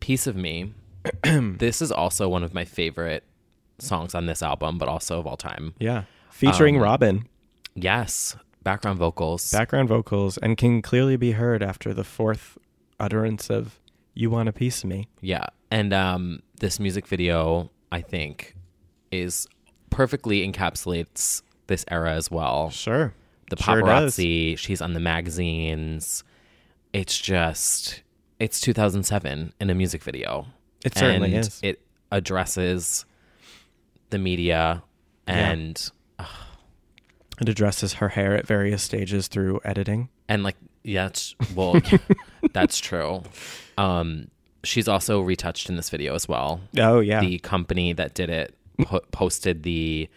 Speaker 1: Piece of Me. this is also one of my favorite songs on this album, but also of all time.
Speaker 2: Yeah. Featuring
Speaker 1: Um,
Speaker 2: Robin.
Speaker 1: Yes. Background vocals.
Speaker 2: Background vocals and can clearly be heard after the fourth utterance of You Want a Piece of Me.
Speaker 1: Yeah. And um, this music video, I think, is perfectly encapsulates this era as well.
Speaker 2: Sure.
Speaker 1: The
Speaker 2: Sure does.
Speaker 1: paparazzi, she's on the magazines. It's just, it's 2007 in a music video.
Speaker 2: It certainly
Speaker 1: And
Speaker 2: is.
Speaker 1: It addresses the media
Speaker 2: Yeah.
Speaker 1: and
Speaker 2: It addresses her hair at various stages through editing.
Speaker 1: and like yeah it's, well that's true um she's also retouched in this video as well
Speaker 2: Oh, yeah.
Speaker 1: the company that did it po- posted the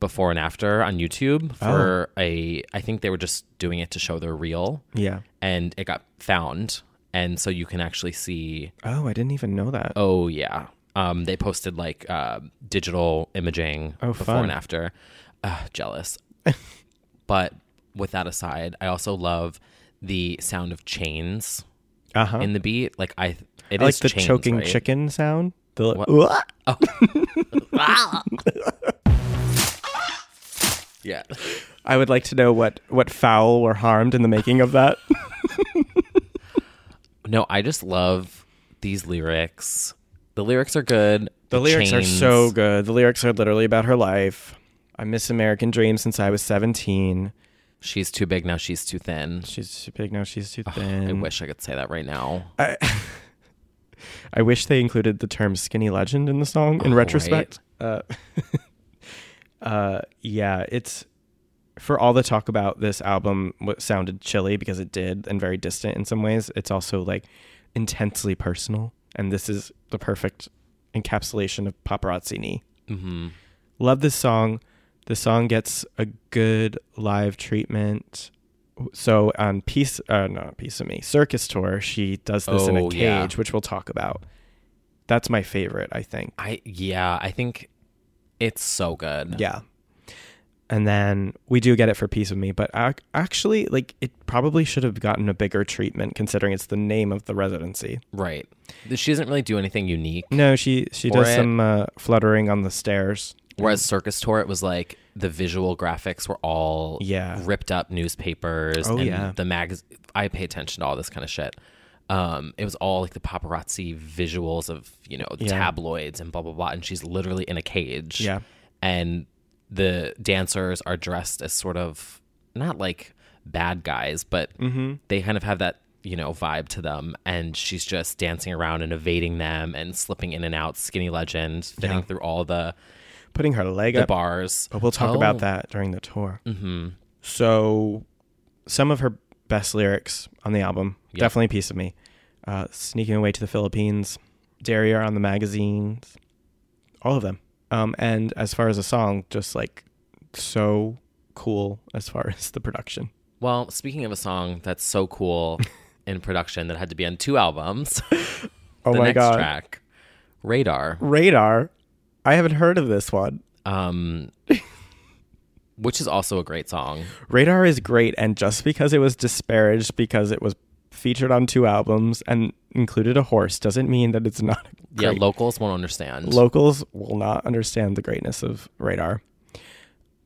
Speaker 1: before and after on youtube
Speaker 2: Oh.
Speaker 1: for a i think they were just doing it to show their reel
Speaker 2: Yeah.
Speaker 1: and it got found and so you can actually see
Speaker 2: Oh, I didn't even know that.
Speaker 1: Oh yeah. Um, they posted like uh, digital imaging
Speaker 2: Oh,
Speaker 1: before
Speaker 2: fun.
Speaker 1: and after. Uh, jealous. but with that aside, I also love the sound of chains
Speaker 2: Uh-huh.
Speaker 1: in the beat. Like I, it is
Speaker 2: I like the
Speaker 1: chains,
Speaker 2: choking
Speaker 1: right?
Speaker 2: chicken sound. The like,
Speaker 1: What?
Speaker 2: "Uah!"
Speaker 1: Yeah.
Speaker 2: I would like to know what what fowl were harmed in the making of that.
Speaker 1: No, I just love these lyrics. The lyrics are good.
Speaker 2: the lyrics are
Speaker 1: chains-
Speaker 2: so good. The lyrics are literally about her life. I miss American Dream since I was 17.
Speaker 1: She's too big now. She's too thin.
Speaker 2: She's too big now. She's too thin.
Speaker 1: I wish I could say that right now.
Speaker 2: I, I wish they included the term skinny legend in the song in retrospect. Uh, uh, yeah, it's for all the talk about this album what sounded chilly because it did and very distant in some ways. It's also like intensely personal, and this is the perfect encapsulation of paparazzi.
Speaker 1: Mhm.
Speaker 2: Love this song. The song gets a good live treatment. So on piece, uh, not piece of me, circus tour, she does this in a
Speaker 1: Oh,
Speaker 2: cage,
Speaker 1: yeah.
Speaker 2: which we'll talk about. That's my favorite, I think.
Speaker 1: I yeah. I think it's so good.
Speaker 2: Yeah. And then we do get it for piece of me, but ac- actually, like it probably should have gotten a bigger treatment considering it's the name of the residency.
Speaker 1: Right. She doesn't really do anything unique.
Speaker 2: No, she she
Speaker 1: For
Speaker 2: does
Speaker 1: it-
Speaker 2: some uh, fluttering on the stairs.
Speaker 1: Whereas Circus Tour, it was like the visual graphics were all
Speaker 2: Yeah.
Speaker 1: ripped up newspapers.
Speaker 2: Oh,
Speaker 1: and
Speaker 2: yeah.
Speaker 1: The mags. I pay attention to all this kind of shit. Um, it was all like the paparazzi visuals of you know
Speaker 2: Yeah.
Speaker 1: tabloids and blah blah blah. And she's literally in a cage.
Speaker 2: Yeah.
Speaker 1: And the dancers are dressed as sort of not like bad guys, but
Speaker 2: Mhm.
Speaker 1: they kind of have that you know, vibe to them. And she's just dancing around and evading them and slipping in and out, skinny legend, fitting
Speaker 2: Yeah.
Speaker 1: through all the
Speaker 2: putting her leg
Speaker 1: the
Speaker 2: up.
Speaker 1: bars.
Speaker 2: But we'll talk about
Speaker 1: Oh.
Speaker 2: that during the tour.
Speaker 1: Mhm.
Speaker 2: So, some of her best lyrics on the album
Speaker 1: Yep.
Speaker 2: definitely "Piece of Me," uh, "Sneaking Away to the Philippines," "Derriere on the Magazines," all of them. Um, and as far as a song, just like so cool as far as the production.
Speaker 1: Well, speaking of a song that's so cool in production that had to be on two albums.
Speaker 2: Oh
Speaker 1: the
Speaker 2: my
Speaker 1: next
Speaker 2: God.
Speaker 1: track, Radar,
Speaker 2: Radar, I haven't heard of this one.
Speaker 1: um, which is also a great song.
Speaker 2: Radar is great, and just because it was disparaged because it was featured on two albums and included a horse doesn't mean that it's not. a
Speaker 1: Yeah,
Speaker 2: great-
Speaker 1: locals won't understand.
Speaker 2: Locals will not understand the greatness of Radar.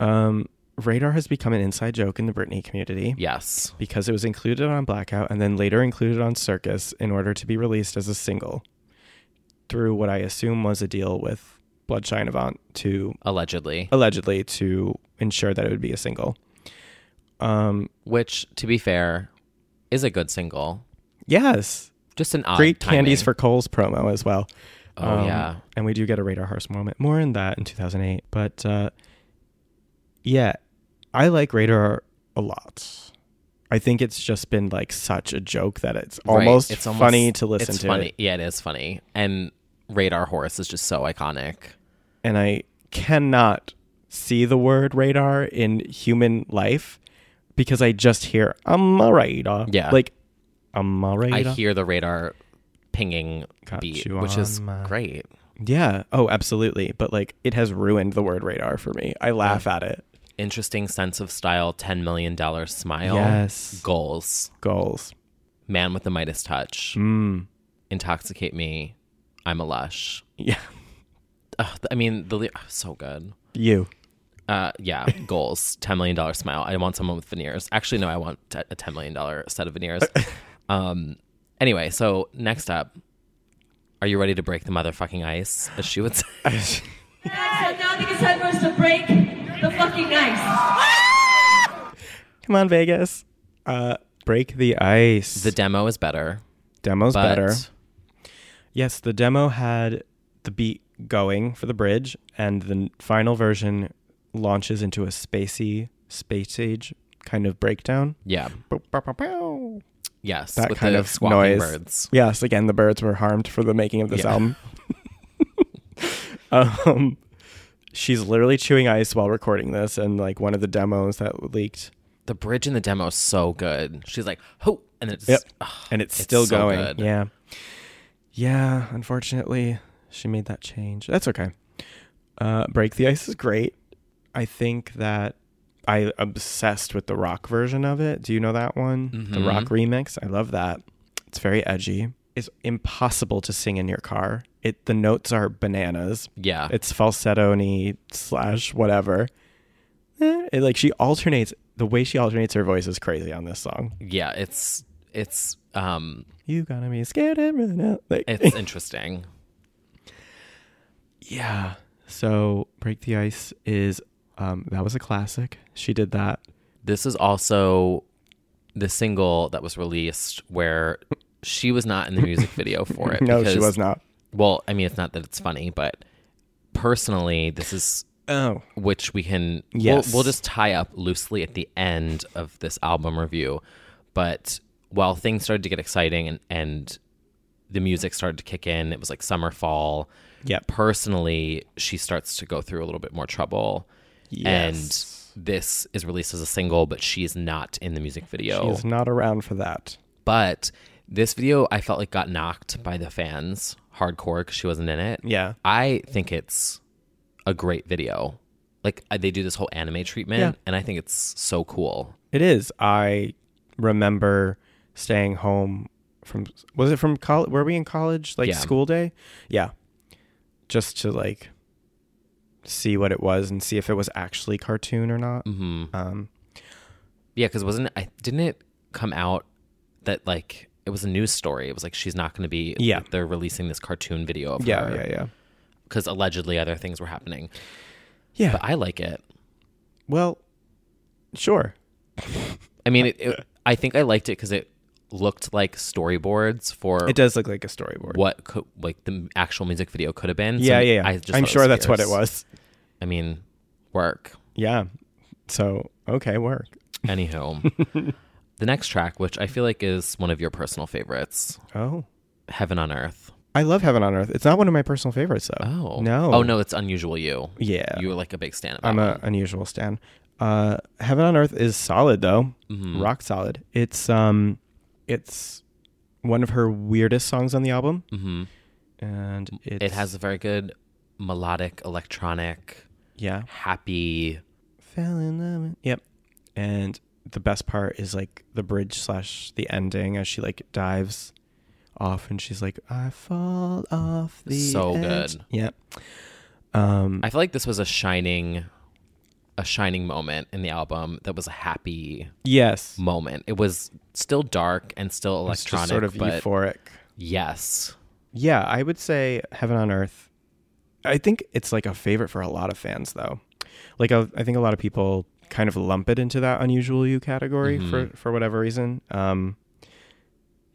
Speaker 2: Um, Radar has become an inside joke in the Britney community.
Speaker 1: Yes.
Speaker 2: Because it was included on Blackout and then later included on Circus in order to be released as a single through what I assume was a deal with Bloodshine Avant to
Speaker 1: allegedly
Speaker 2: Uh, allegedly to ensure that it would be a single. Um,
Speaker 1: which to be fair is a good single.
Speaker 2: Yes.
Speaker 1: Just an odd
Speaker 2: Great
Speaker 1: timing.
Speaker 2: Candies for Coles promo as well. Um,
Speaker 1: Oh, yeah.
Speaker 2: And we do get a Radar Horse moment. More in that in 2008. But uh, yeah, I like Radar a lot. I think it's just been like such a joke that it's
Speaker 1: Right,
Speaker 2: almost, funny to listen
Speaker 1: it's
Speaker 2: to.
Speaker 1: Funny,
Speaker 2: It.
Speaker 1: yeah, it is funny. And Radar Horse is just so iconic.
Speaker 2: And I cannot see the word radar in human life because I just hear, I'm a radar.
Speaker 1: Yeah.
Speaker 2: Like, I'm a radar.
Speaker 1: I hear the radar pinging beat,
Speaker 2: you
Speaker 1: which is
Speaker 2: on my-
Speaker 1: great.
Speaker 2: Yeah. Oh, absolutely. But like, it has ruined the word radar for me. I laugh at it.
Speaker 1: Interesting sense of style, ten million dollar smile.
Speaker 2: Yes.
Speaker 1: Goals.
Speaker 2: Goals.
Speaker 1: Man with the Midas touch.
Speaker 2: Mm.
Speaker 1: Intoxicate me. I'm a lush.
Speaker 2: Yeah.
Speaker 1: Ugh, th- I mean, the li- ugh, so good.
Speaker 2: You.
Speaker 1: Uh, yeah, goals. Ten million dollar smile. I want someone with veneers. Actually, no, I want t- a ten million dollar set of veneers. um. Anyway, so next up, are you ready to break the motherfucking ice, as she would say?
Speaker 14: said, now I think it's time for us to break the fucking ice.
Speaker 2: Come on, Vegas. Uh, break the ice. The
Speaker 1: demo is better.
Speaker 2: Demo's
Speaker 1: but-
Speaker 2: better. Yes, the demo had the beat going for the bridge, and the n- final version launches into a spacey, space age kind of breakdown.
Speaker 1: Yeah. Yes,
Speaker 2: That
Speaker 1: with
Speaker 2: kind
Speaker 1: the
Speaker 2: of
Speaker 1: squawking
Speaker 2: noise.
Speaker 1: birds.
Speaker 2: Yes, again, the birds were harmed for the making of this
Speaker 1: Yeah.
Speaker 2: album. um, she's literally chewing ice while recording this, and like one of the demos that leaked.
Speaker 1: The bridge in the demo is so good. She's like, "Ho!" and it's
Speaker 2: Yep.
Speaker 1: ugh,
Speaker 2: and it's still
Speaker 1: so
Speaker 2: going.
Speaker 1: good.
Speaker 2: Yeah. Yeah, unfortunately, she made that change. That's okay. Uh, Break the Ice is great. I think that I obsessed with the rock version of it. Do you know that one? The
Speaker 1: Mhm.
Speaker 2: rock remix. I love that. It's very edgy. It's impossible to sing in your car. It the notes are bananas.
Speaker 1: Yeah.
Speaker 2: It's falsetto slash whatever. Eh, It, like she alternates the way she alternates her voice is crazy on this song.
Speaker 1: Yeah, it's it's um
Speaker 2: You gotta be scared and run out. Like,
Speaker 1: it's interesting.
Speaker 2: Yeah. So Break the Ice is um that was a classic. She did that.
Speaker 1: This is also the single that was released where she was not in the music video for it.
Speaker 2: No, she was not.
Speaker 1: Well, I mean, it's not that it's funny, but personally, this is
Speaker 2: Oh.
Speaker 1: which we can we'll-
Speaker 2: Yes.
Speaker 1: we'll, just tie up loosely at the end of this album review. But while things started to get exciting and and the music started to kick in, it was like summer, fall.
Speaker 2: Yeah.
Speaker 1: Personally, she starts to go through a little bit more trouble.
Speaker 2: Yes.
Speaker 1: And this is released as a single, but she is not in the music video.
Speaker 2: She's not around for that.
Speaker 1: But this video, I felt like got knocked by the fans hardcore because she wasn't in it.
Speaker 2: Yeah.
Speaker 1: I think it's a great video. Like I- they do this whole anime treatment,
Speaker 2: Yeah.
Speaker 1: and I think it's so cool.
Speaker 2: It is. I remember staying home from was it from college? Were we in college? Like
Speaker 1: Yeah.
Speaker 2: school day? Yeah. Just to like see what it was and see if it was actually cartoon or not.
Speaker 1: Mm-hmm.
Speaker 2: Um,
Speaker 1: Yeah, because wasn't it, I didn't it come out that like it was a news story? It was like she's not going to be.
Speaker 2: Yeah.
Speaker 1: they're releasing this cartoon video of
Speaker 2: Yeah,
Speaker 1: her.
Speaker 2: yeah, yeah.
Speaker 1: Because allegedly other things were happening.
Speaker 2: Yeah.
Speaker 1: but I like it.
Speaker 2: Well, sure.
Speaker 1: I mean, it, it, I think I liked it because it looked like storyboards for
Speaker 2: It does look like a storyboard.
Speaker 1: What could like the actual music video could have been?
Speaker 2: Yeah, yeah, yeah.
Speaker 1: I just
Speaker 2: I'm
Speaker 1: thought it
Speaker 2: sure
Speaker 1: was
Speaker 2: that's what it
Speaker 1: fierce.
Speaker 2: was.
Speaker 1: I mean, work.
Speaker 2: Yeah. So okay, work.
Speaker 1: Anywho, the next track, which I feel like is one of your personal favorites.
Speaker 2: Oh.
Speaker 1: Heaven on Earth.
Speaker 2: I love Heaven on Earth. It's not one of my personal favorites though.
Speaker 1: Oh.
Speaker 2: No.
Speaker 1: Oh, no, it's Unusual You.
Speaker 2: Yeah.
Speaker 1: You um, were like a big stand of that
Speaker 2: I'm
Speaker 1: one.
Speaker 2: a unusual stan. Uh, Heaven on Earth is solid though,
Speaker 1: Mhm.
Speaker 2: rock solid. It's um, it's one of her weirdest songs on the album,
Speaker 1: Mhm.
Speaker 2: and it's,
Speaker 1: It has a very good melodic, electronic,
Speaker 2: Yeah.
Speaker 1: happy.
Speaker 2: fell in love. with- Yep, and the best part is like the bridge slash the ending as she like dives off and she's like, I fall off the
Speaker 1: So
Speaker 2: edge."
Speaker 1: good.
Speaker 2: Yep. Um,
Speaker 1: I feel like this was a shining, a shining moment in the album that was a happy
Speaker 2: Yes.
Speaker 1: moment. It was still dark and still
Speaker 2: It's
Speaker 1: electronic,
Speaker 2: just sort of
Speaker 1: but
Speaker 2: euphoric.
Speaker 1: Yes.
Speaker 2: Yeah, I would say Heaven on Earth. I think it's like a favorite for a lot of fans, though. Like, a, I think a lot of people kind of lump it into that unusual you category
Speaker 1: Mm-hmm.
Speaker 2: for, for whatever reason. Um,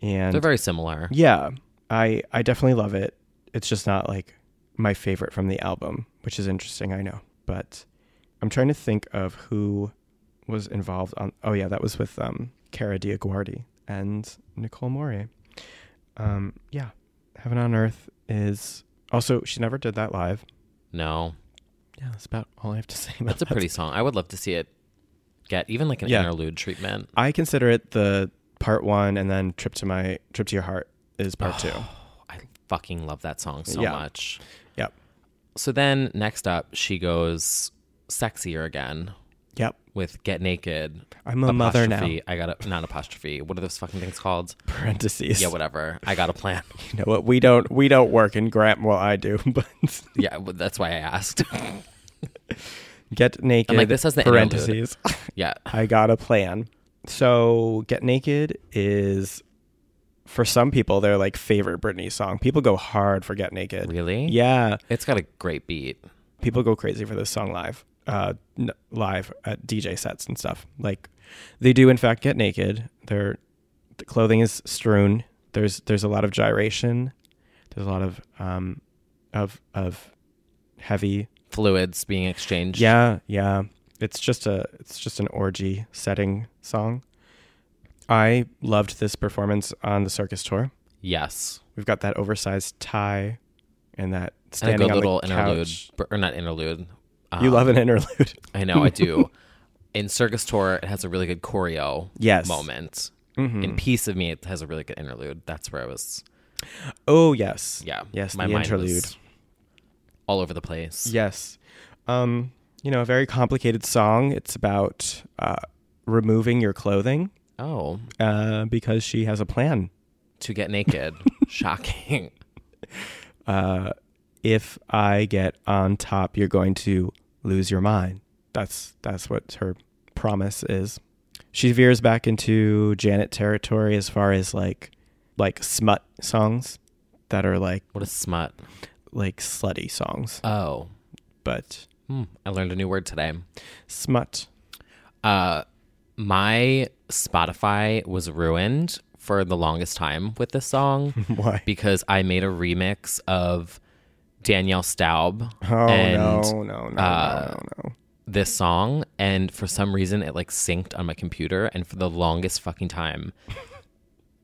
Speaker 2: and
Speaker 1: They're very similar.
Speaker 2: Yeah, I I definitely love it. It's just not like my favorite from the album, which is interesting. I know, but I'm trying to think of who was involved on. Oh yeah, that was with um, Cara Diaguardi and Nicole Morier. Um, yeah, Heaven on Earth is also she never did that live.
Speaker 1: No.
Speaker 2: Yeah, that's about all I have to say. About
Speaker 1: That's a
Speaker 2: that.
Speaker 1: pretty song. I would love to see it get even like an
Speaker 2: Yeah.
Speaker 1: interlude treatment.
Speaker 2: I consider it the part one, and then trip to my trip to your heart is part two.
Speaker 1: Fucking love that song so
Speaker 2: Yeah.
Speaker 1: much.
Speaker 2: Yep.
Speaker 1: So then next up, she goes sexier again.
Speaker 2: Yep.
Speaker 1: With get naked.
Speaker 2: I'm a mother now.
Speaker 1: apostrophe, I got a not apostrophe. What are those fucking things called?
Speaker 2: Parentheses.
Speaker 1: Yeah, whatever. I got a plan.
Speaker 2: You know what? We don't we don't work in Grant. Well, I do, but
Speaker 1: yeah, well, that's why I asked.
Speaker 2: Get naked.
Speaker 1: like, this has the interlude.
Speaker 2: parentheses.
Speaker 1: Yeah.
Speaker 2: I got a plan. So get naked is for some people their like favorite Britney song. People go hard for get naked.
Speaker 1: Really?
Speaker 2: Yeah.
Speaker 1: It's got a great beat.
Speaker 2: People go crazy for this song live, uh, n- live at DJ sets and stuff. Like they do in fact get naked. Their the clothing is strewn. There's there's a lot of gyration. There's a lot of um of of heavy
Speaker 1: Fluids being exchanged.
Speaker 2: yeah, yeah. It's just a it's just an orgy setting song. I loved this performance on the circus tour.
Speaker 1: Yes.
Speaker 2: We've got that oversized tie and that
Speaker 1: And a
Speaker 2: standing
Speaker 1: good
Speaker 2: on
Speaker 1: little
Speaker 2: the
Speaker 1: interlude,
Speaker 2: couch.
Speaker 1: br- or not interlude. Um,
Speaker 2: You love an interlude.
Speaker 1: I know, I do. In Circus Tour, it has a really good choreo
Speaker 2: Yes.
Speaker 1: moment.
Speaker 2: Mhm.
Speaker 1: In Piece of Me, it has a really good interlude. That's where I was.
Speaker 2: Oh yes.
Speaker 1: Yeah.
Speaker 2: Yes,
Speaker 1: my
Speaker 2: the
Speaker 1: mind
Speaker 2: interlude.
Speaker 1: was all over the place.
Speaker 2: Yes. Um, you know, a very complicated song. It's about uh, removing your clothing.
Speaker 1: Oh.
Speaker 2: Uh, because she has a plan.
Speaker 1: To get naked. Shocking.
Speaker 2: uh, if I get on top, you're going to lose your mind. That's that's what her promise is. She veers back into Janet territory as far as like like smut songs that are like
Speaker 1: what is smut?
Speaker 2: Like slutty songs.
Speaker 1: Oh.
Speaker 2: But
Speaker 1: Hmm, I learned a new word today.
Speaker 2: Smut.
Speaker 1: Uh, my Spotify was ruined for the longest time with this song.
Speaker 2: Why?
Speaker 1: Because I made a remix of Danielle Staub.
Speaker 2: Oh,
Speaker 1: and,
Speaker 2: no, no, no,
Speaker 1: uh, This song, and for some reason, it like synced on my computer, and for the longest fucking time,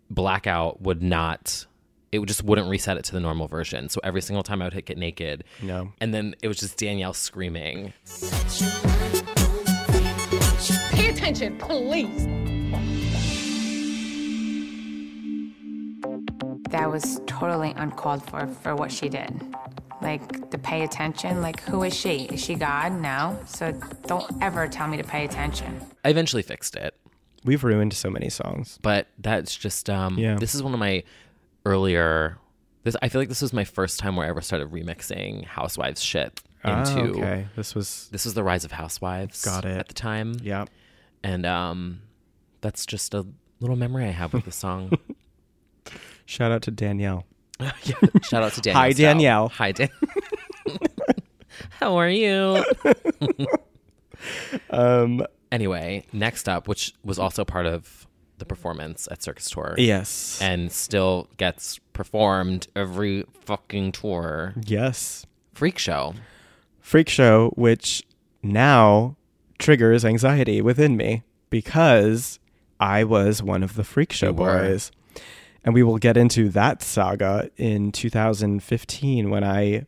Speaker 1: blackout would not. It would- just wouldn't reset it to the normal version. So every single time I would hit get naked,
Speaker 2: No.
Speaker 1: and then it was just Danielle screaming.
Speaker 15: Pay attention, please.
Speaker 16: That was totally uncalled for for what she did. Like to pay attention. Like who is she? Is she God? No. So don't ever tell me to pay attention.
Speaker 1: I eventually fixed it.
Speaker 2: We've ruined so many songs.
Speaker 1: but that's just um
Speaker 2: Yeah.
Speaker 1: this is one of my earlier this I feel like this was my first time where I ever started remixing housewives shit
Speaker 2: Ah,
Speaker 1: into
Speaker 2: okay. This was
Speaker 1: this was the rise of housewives
Speaker 2: Got it.
Speaker 1: at the time.
Speaker 2: Yeah.
Speaker 1: And um that's just a little memory I have with the song.
Speaker 2: Shout out to Danielle.
Speaker 1: yeah. Shout out to Danielle.
Speaker 2: Hi
Speaker 1: Stout.
Speaker 2: Danielle.
Speaker 1: Hi Dan How are you?
Speaker 2: um
Speaker 1: anyway, next up, which was also part of the performance at Circus Tour.
Speaker 2: Yes.
Speaker 1: And still gets performed every fucking tour.
Speaker 2: Yes.
Speaker 1: Freak show.
Speaker 2: Freak show, which now triggers anxiety within me because I was one of the freak show
Speaker 1: You were.
Speaker 2: boys. And we will get into that saga in 2015 when I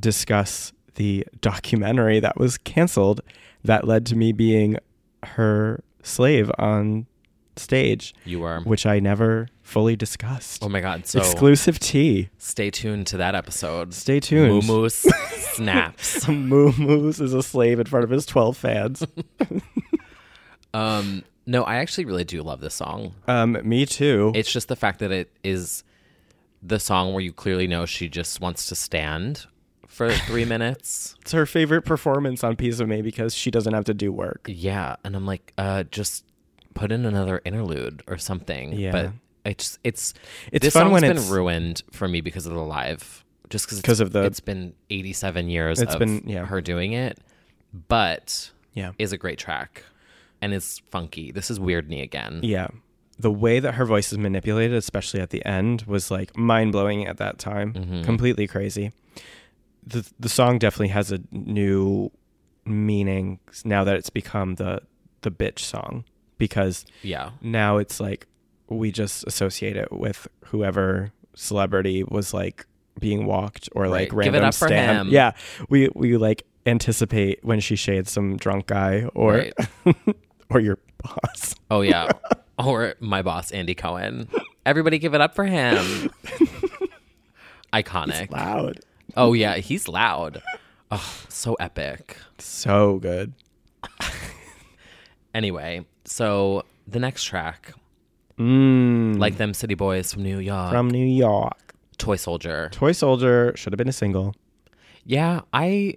Speaker 2: discuss the documentary that was canceled that led to me being her slave on stage.
Speaker 1: You were.
Speaker 2: Which I never fully discussed.
Speaker 1: Oh my God. So
Speaker 2: Exclusive tea.
Speaker 1: Stay tuned to that episode.
Speaker 2: Stay tuned.
Speaker 1: Moo Moose snaps.
Speaker 2: Moo Moose is a slave in front of his 12 fans.
Speaker 1: Um, no, I actually really do love this song.
Speaker 2: Um, me too.
Speaker 1: It's just the fact that it is the song where you clearly know she just wants to stand for three minutes.
Speaker 2: It's her favorite performance on Piece of Me because she doesn't have to do work.
Speaker 1: Yeah, and I'm like, uh, just put in another interlude or something.
Speaker 2: Yeah.
Speaker 1: but it's it's
Speaker 2: It's
Speaker 1: this
Speaker 2: fun
Speaker 1: song's
Speaker 2: when
Speaker 1: been
Speaker 2: it's-
Speaker 1: ruined for me because of the live, just because
Speaker 2: 'Cause of the-
Speaker 1: it's been 87 years.
Speaker 2: It's
Speaker 1: of
Speaker 2: been- yeah.
Speaker 1: her doing it, but
Speaker 2: Yeah.
Speaker 1: is a great track and is funky. This is weird knee again.
Speaker 2: Yeah. The way that her voice is manipulated, especially at the end, was like mind blowing at that time.
Speaker 1: Mhm.
Speaker 2: Completely crazy. The the song definitely has a new meaning now that it's become the the bitch song because
Speaker 1: Yeah.
Speaker 2: now it's like we just associate it with whoever celebrity was like being walked or like
Speaker 1: Right. Give it
Speaker 2: random
Speaker 1: up for
Speaker 2: stan.
Speaker 1: him.
Speaker 2: Yeah, we we like anticipate when she shades some drunk guy or
Speaker 1: Right.
Speaker 2: or your boss.
Speaker 1: Oh yeah. or my boss Andy Cohen. Everybody give it up for him. Iconic.
Speaker 2: loud.
Speaker 1: Oh yeah, he's loud. Oh, so epic.
Speaker 2: So good.
Speaker 1: Anyway, so the next track,
Speaker 2: Mm.
Speaker 1: like them city boys from New York,
Speaker 2: from New York.
Speaker 1: Toy Soldier.
Speaker 2: Toy Soldier should have been a single.
Speaker 1: Yeah, I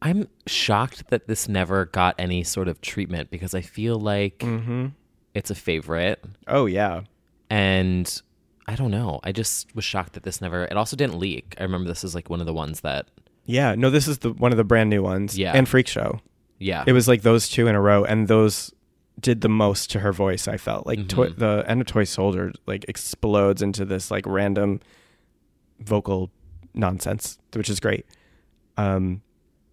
Speaker 1: I'm shocked that this never got any sort of treatment because I feel like
Speaker 2: Mm-hmm.
Speaker 1: it's a favorite.
Speaker 2: Oh yeah.
Speaker 1: And I don't know. I just was shocked that this never it also didn't leak. I remember this is like one of the ones that
Speaker 2: Yeah, no, this is the one of the brand new ones.
Speaker 1: Yeah.
Speaker 2: And Freak Show.
Speaker 1: Yeah.
Speaker 2: It was like those two in a row and those did the most to her voice, I felt. Like toy,
Speaker 1: Mhm.
Speaker 2: the end of Toy Soldier like explodes into this like random vocal nonsense, which is great. Um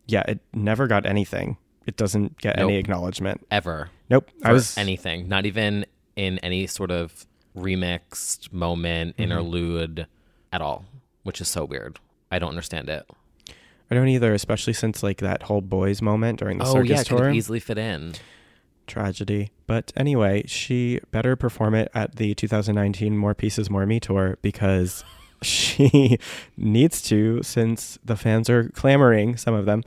Speaker 2: yeah, it never got anything. It doesn't get any
Speaker 1: Nope.
Speaker 2: acknowledgement.
Speaker 1: ever.
Speaker 2: Nope. I
Speaker 1: for
Speaker 2: was
Speaker 1: anything, not even in any sort of remixed moment,
Speaker 2: Mm-hmm.
Speaker 1: interlude at all, which is so weird. I don't understand it.
Speaker 2: I don't either, especially since like that whole boys moment during the
Speaker 1: oh
Speaker 2: circus
Speaker 1: yeah, it
Speaker 2: tour.
Speaker 1: could easily fit in.
Speaker 2: tragedy. But anyway, she better perform it at the 2019 More Pieces, More Me tour because she needs to, since the fans are clamoring, some of them.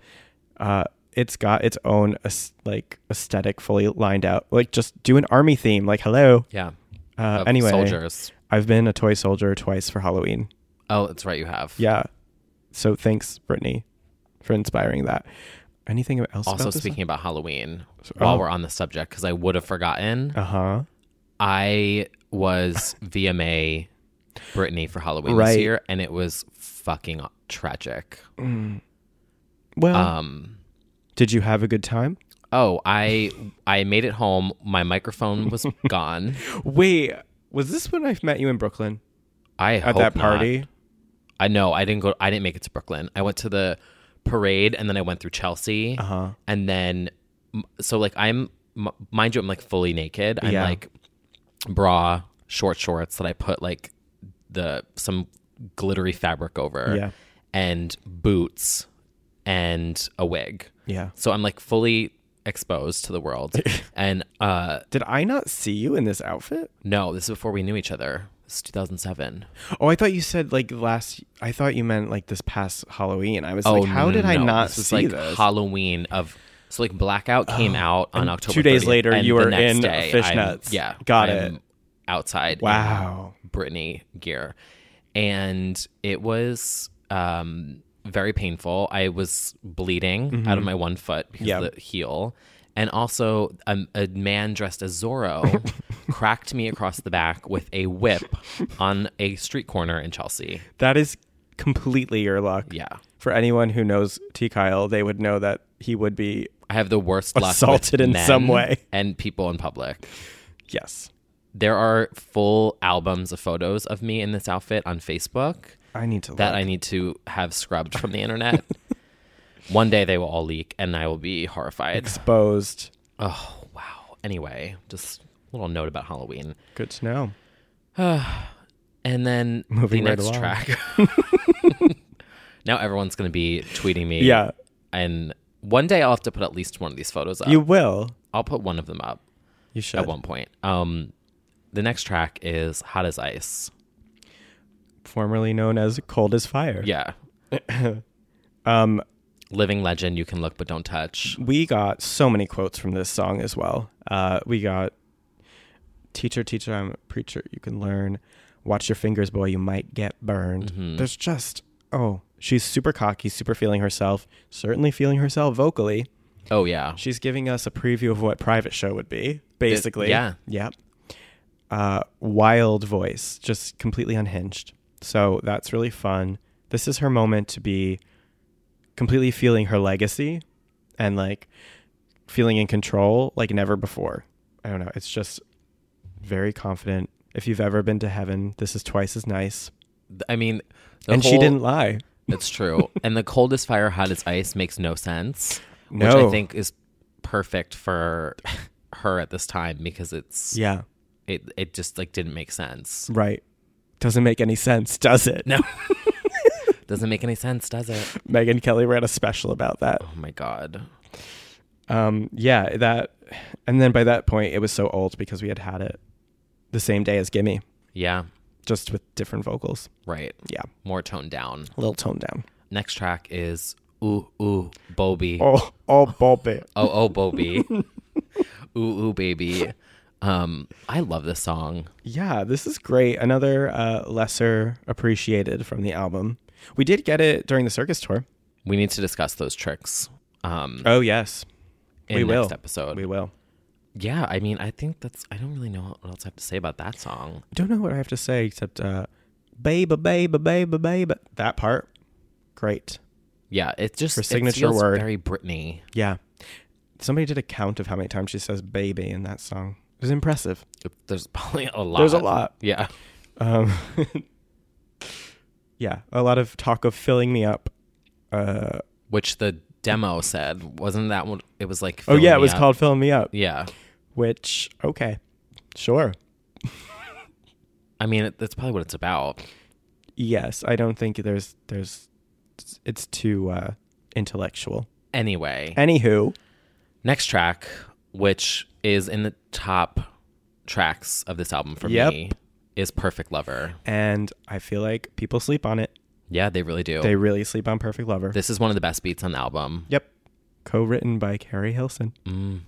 Speaker 2: Uh, it's got its own aes- like aesthetic fully lined out. Like just do an army theme. Like hello.
Speaker 1: Yeah.
Speaker 2: Uh,
Speaker 1: Of
Speaker 2: anyway,
Speaker 1: soldiers.
Speaker 2: I've been a toy soldier twice for Halloween.
Speaker 1: Oh, that's right, you have.
Speaker 2: Yeah. So thanks, Brittany, for inspiring that. Anything else?
Speaker 1: Also,
Speaker 2: about this
Speaker 1: speaking about Halloween, while
Speaker 2: oh.
Speaker 1: we're on the subject, because I would have forgotten,
Speaker 2: Uh huh.
Speaker 1: I was VMA Brittany for Halloween
Speaker 2: Right.
Speaker 1: this year, and it was fucking tragic.
Speaker 2: Well,
Speaker 1: Um,
Speaker 2: did you have a good time?
Speaker 1: oh, I I made it home. My microphone was gone.
Speaker 2: Wait, was this when I met you in Brooklyn
Speaker 1: I
Speaker 2: at that party?
Speaker 1: I know I didn't go. I didn't make it to Brooklyn. I went to the parade, and then I went through Chelsea,
Speaker 2: Uh-huh.
Speaker 1: and then m- so like I'm m- mind you, I'm like fully naked. I'm
Speaker 2: Yeah.
Speaker 1: like bra, short shorts that I put like the some glittery fabric over,
Speaker 2: Yeah.
Speaker 1: and boots and a wig.
Speaker 2: Yeah.
Speaker 1: So I'm like fully exposed to the world, and uh
Speaker 2: Did I not see you in this outfit?
Speaker 1: no, this is before we knew each other. This is 2007.
Speaker 2: Oh, I thought you said like last. I thought you meant like this past Halloween. I was like,
Speaker 1: no,
Speaker 2: how
Speaker 1: no,
Speaker 2: did
Speaker 1: Oh, no,
Speaker 2: I
Speaker 1: no.
Speaker 2: not
Speaker 1: this was
Speaker 2: see
Speaker 1: like
Speaker 2: Oh, this? Oh,
Speaker 1: Halloween of so like Blackout came out on
Speaker 2: and
Speaker 1: October.
Speaker 2: two days
Speaker 1: 30th,
Speaker 2: later,
Speaker 1: and
Speaker 2: you
Speaker 1: the
Speaker 2: were
Speaker 1: next
Speaker 2: in
Speaker 1: day,
Speaker 2: fishnets.
Speaker 1: I'm- yeah,
Speaker 2: Got
Speaker 1: I'm
Speaker 2: it.
Speaker 1: Outside. in
Speaker 2: Wow.
Speaker 1: Britney gear, and it was um, very painful. I was bleeding out of my one foot because
Speaker 2: Mm-hmm. Yeah.
Speaker 1: of the heel, and also um, a man dressed as Zorro. cracked me across the back with a whip on a street corner in Chelsea.
Speaker 2: that is completely your luck.
Speaker 1: Yeah.
Speaker 2: For anyone who knows T. Kyle, they would know that he would be
Speaker 1: I have the worst luck with
Speaker 2: Assaulted in
Speaker 1: men
Speaker 2: some way.
Speaker 1: and people in public.
Speaker 2: yes.
Speaker 1: There are full albums of photos of me in this outfit on Facebook.
Speaker 2: I need to
Speaker 1: that I need to have scrubbed from the internet. One day they will all leak, and I will be horrified.
Speaker 2: Exposed.
Speaker 1: Oh wow. Anyway, just a little note about Halloween.
Speaker 2: Good to know.
Speaker 1: and then
Speaker 2: Moving
Speaker 1: the
Speaker 2: right
Speaker 1: next
Speaker 2: along.
Speaker 1: track. now everyone's going to be tweeting me.
Speaker 2: Yeah.
Speaker 1: And one day I'll have to put at least one of these photos up.
Speaker 2: You will.
Speaker 1: I'll put one of them up.
Speaker 2: You should.
Speaker 1: At one point. Um, the next track is Hot as Ice.
Speaker 2: Formerly known as Cold as Fire.
Speaker 1: Yeah.
Speaker 2: um,
Speaker 1: Living legend, you can look but don't touch.
Speaker 2: we got so many quotes from this song as well. Uh, we got teacher, teacher, I'm a preacher. You can learn. Watch your fingers, boy. You might get burned. There's just oh, she's super cocky, super feeling herself. Certainly feeling herself vocally.
Speaker 1: Oh yeah.
Speaker 2: She's giving us a preview of what private show would be, basically.
Speaker 1: yeah.
Speaker 2: Yep. Uh, wild voice, just completely unhinged. So that's really fun. This is her moment to be completely feeling her legacy and like feeling in control like never before. I don't know. It's just very confident. If you've ever been to heaven, this is twice as nice.
Speaker 1: I mean,
Speaker 2: and she didn't lie.
Speaker 1: That's true. and the coldest fire, hot as ice makes no sense, which I
Speaker 2: No.
Speaker 1: think is perfect for her at this time because it's
Speaker 2: Yeah.
Speaker 1: It it just like didn't make sense.
Speaker 2: Right. Doesn't make any sense, does it?
Speaker 1: No. Doesn't make any sense, does it?
Speaker 2: Megan Kelly ran a special about that.
Speaker 1: Oh my god.
Speaker 2: Um, yeah, that, and then by that point it was so old because we had had it the same day as Gimme,
Speaker 1: Yeah.
Speaker 2: just with different vocals,
Speaker 1: Right.
Speaker 2: Yeah.
Speaker 1: More toned down.
Speaker 2: a little toned down.
Speaker 1: Next track is Ooh Ooh Bobby.
Speaker 2: Oh, oh, Bobby.
Speaker 1: Oh oh Bobby. ooh ooh baby. Um I love this song.
Speaker 2: Yeah, this is great. Another uh, lesser appreciated from the album. We did get it during the circus tour.
Speaker 1: We need to discuss those tricks. Um
Speaker 2: Oh yes,
Speaker 1: in
Speaker 2: we
Speaker 1: next
Speaker 2: will.
Speaker 1: episode.
Speaker 2: We will.
Speaker 1: Yeah, I mean, I think that's. I don't really know what else I have to say about that song.
Speaker 2: Don't know what I have to say except, uh, baby, baby, baby, baby. That part, great.
Speaker 1: Yeah, it's just
Speaker 2: Her
Speaker 1: it
Speaker 2: signature
Speaker 1: feels
Speaker 2: word.
Speaker 1: Very Britney.
Speaker 2: Yeah. Somebody did a count of how many times she says "baby" in that song. It was impressive.
Speaker 1: There's probably a lot.
Speaker 2: There's a lot.
Speaker 1: Yeah,
Speaker 2: Um, yeah, a lot of talk of filling me up. Uh,
Speaker 1: which the demo said wasn't that one. It was like.
Speaker 2: oh
Speaker 1: Fill
Speaker 2: yeah, it
Speaker 1: Me
Speaker 2: was
Speaker 1: Up.
Speaker 2: called "Filling Me Up,"
Speaker 1: Yeah,
Speaker 2: which okay, sure.
Speaker 1: I mean, it, that's probably what it's about.
Speaker 2: Yes, I don't think there's there's it's too uh, intellectual.
Speaker 1: Anyway,
Speaker 2: Anywho,
Speaker 1: next track, which is in the top tracks of this album for
Speaker 2: Yep.
Speaker 1: me, is "Perfect Lover."
Speaker 2: and I feel like people sleep on it.
Speaker 1: Yeah, they really do.
Speaker 2: They really sleep on "Perfect Lover."
Speaker 1: Oh. this is one of the best beats on the album.
Speaker 2: Yep. Co-written by Carrie Hilson.
Speaker 1: Mm.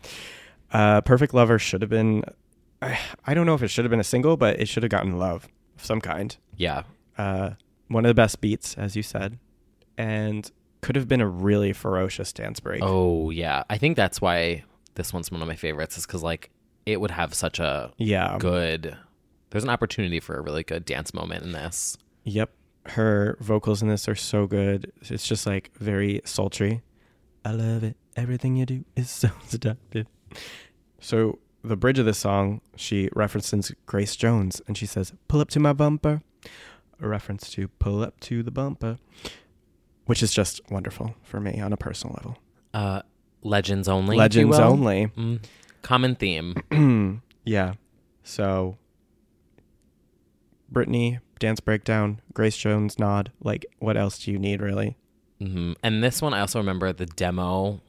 Speaker 2: Uh, Perfect Lover should have been. I, I don't know if it should have been a single, but it should have gotten love of some kind.
Speaker 1: Yeah,
Speaker 2: Uh, one of the best beats, as you said, and could have been a really ferocious dance break.
Speaker 1: Oh yeah, I think that's why this one's one of my favorites is because like it would have such a
Speaker 2: Yeah.
Speaker 1: good. There's an opportunity for a really good dance moment in this.
Speaker 2: Yep. Her vocals in this are so good. It's just like very sultry. I love it. Everything you do is so seductive. So the bridge of this song, she references Grace Jones and she says, Pull up to my bumper. A reference to pull up to the bumper. Which is just wonderful for me on a personal level.
Speaker 1: Uh, legends only. if you
Speaker 2: Legends
Speaker 1: will.
Speaker 2: only.
Speaker 1: Mm, common theme.
Speaker 2: Hmm. yeah. So Brittany, dance breakdown, Grace Jones nod. Like, what else do you need really?
Speaker 1: hmm And this one, I also remember the demo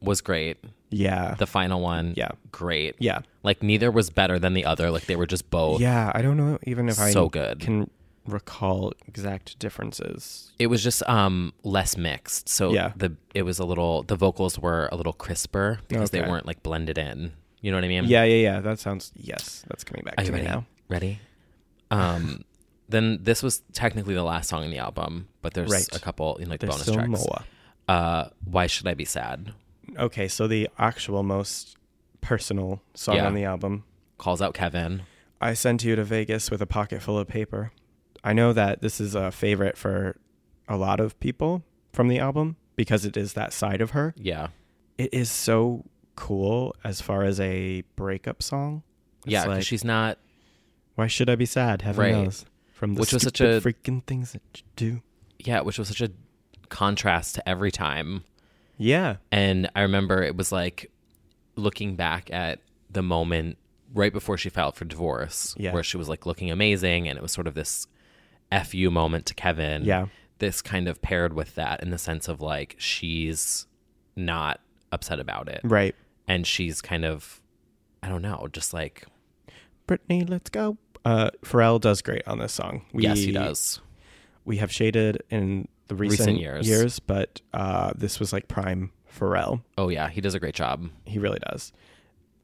Speaker 1: was great.
Speaker 2: Yeah.
Speaker 1: The final one,
Speaker 2: Yeah.
Speaker 1: great.
Speaker 2: Yeah.
Speaker 1: like neither was better than the other. Like they were just both.
Speaker 2: Yeah, I don't know even if I
Speaker 1: So good.
Speaker 2: can recall exact differences.
Speaker 1: It was just um less mixed. So
Speaker 2: Yeah.
Speaker 1: the it was a little the vocals were a little crisper because they
Speaker 2: Okay.
Speaker 1: weren't like blended in. You know what I mean?
Speaker 2: Yeah, yeah, yeah. That sounds yes. That's coming back
Speaker 1: Are
Speaker 2: to
Speaker 1: you
Speaker 2: me
Speaker 1: ready?
Speaker 2: now.
Speaker 1: Ready? Um, then this was technically the last song in the album, but there's
Speaker 2: Right.
Speaker 1: a couple you know, like
Speaker 2: There's
Speaker 1: bonus
Speaker 2: still
Speaker 1: tracks.
Speaker 2: more.
Speaker 1: Uh, why should I be sad?
Speaker 2: Okay, so the actual most personal song
Speaker 1: Yeah.
Speaker 2: on the album,
Speaker 1: Calls out Kevin.
Speaker 2: "I Sent You to Vegas with a Pocket Full of Paper." I know that this is a favorite for a lot of people from the album because it is that side of her.
Speaker 1: Yeah,
Speaker 2: It is so cool as far as a breakup song. It's
Speaker 1: yeah, 'cause
Speaker 2: like-
Speaker 1: she's not
Speaker 2: Why should I be sad? Heaven
Speaker 1: Right.
Speaker 2: knows. From the
Speaker 1: Which was such
Speaker 2: stupid
Speaker 1: a-
Speaker 2: freaking things that you do.
Speaker 1: Yeah, which was such a contrast to every time.
Speaker 2: Yeah.
Speaker 1: And I remember it was like looking back at the moment right before she filed for divorce,
Speaker 2: Yeah.
Speaker 1: where she was like looking amazing. And it was sort of this FU moment to Kevin.
Speaker 2: Yeah.
Speaker 1: This kind of paired with that in the sense of like she's not upset about it.
Speaker 2: Right.
Speaker 1: And she's kind of, I don't know, just like
Speaker 2: Brittany, let's go. Uh, Pharrell does great on this song.
Speaker 1: Yes, he does.
Speaker 2: We have shaded in the recent,
Speaker 1: Recent years.
Speaker 2: but uh, this was like prime Pharrell.
Speaker 1: Oh yeah, he does a great job.
Speaker 2: He really does.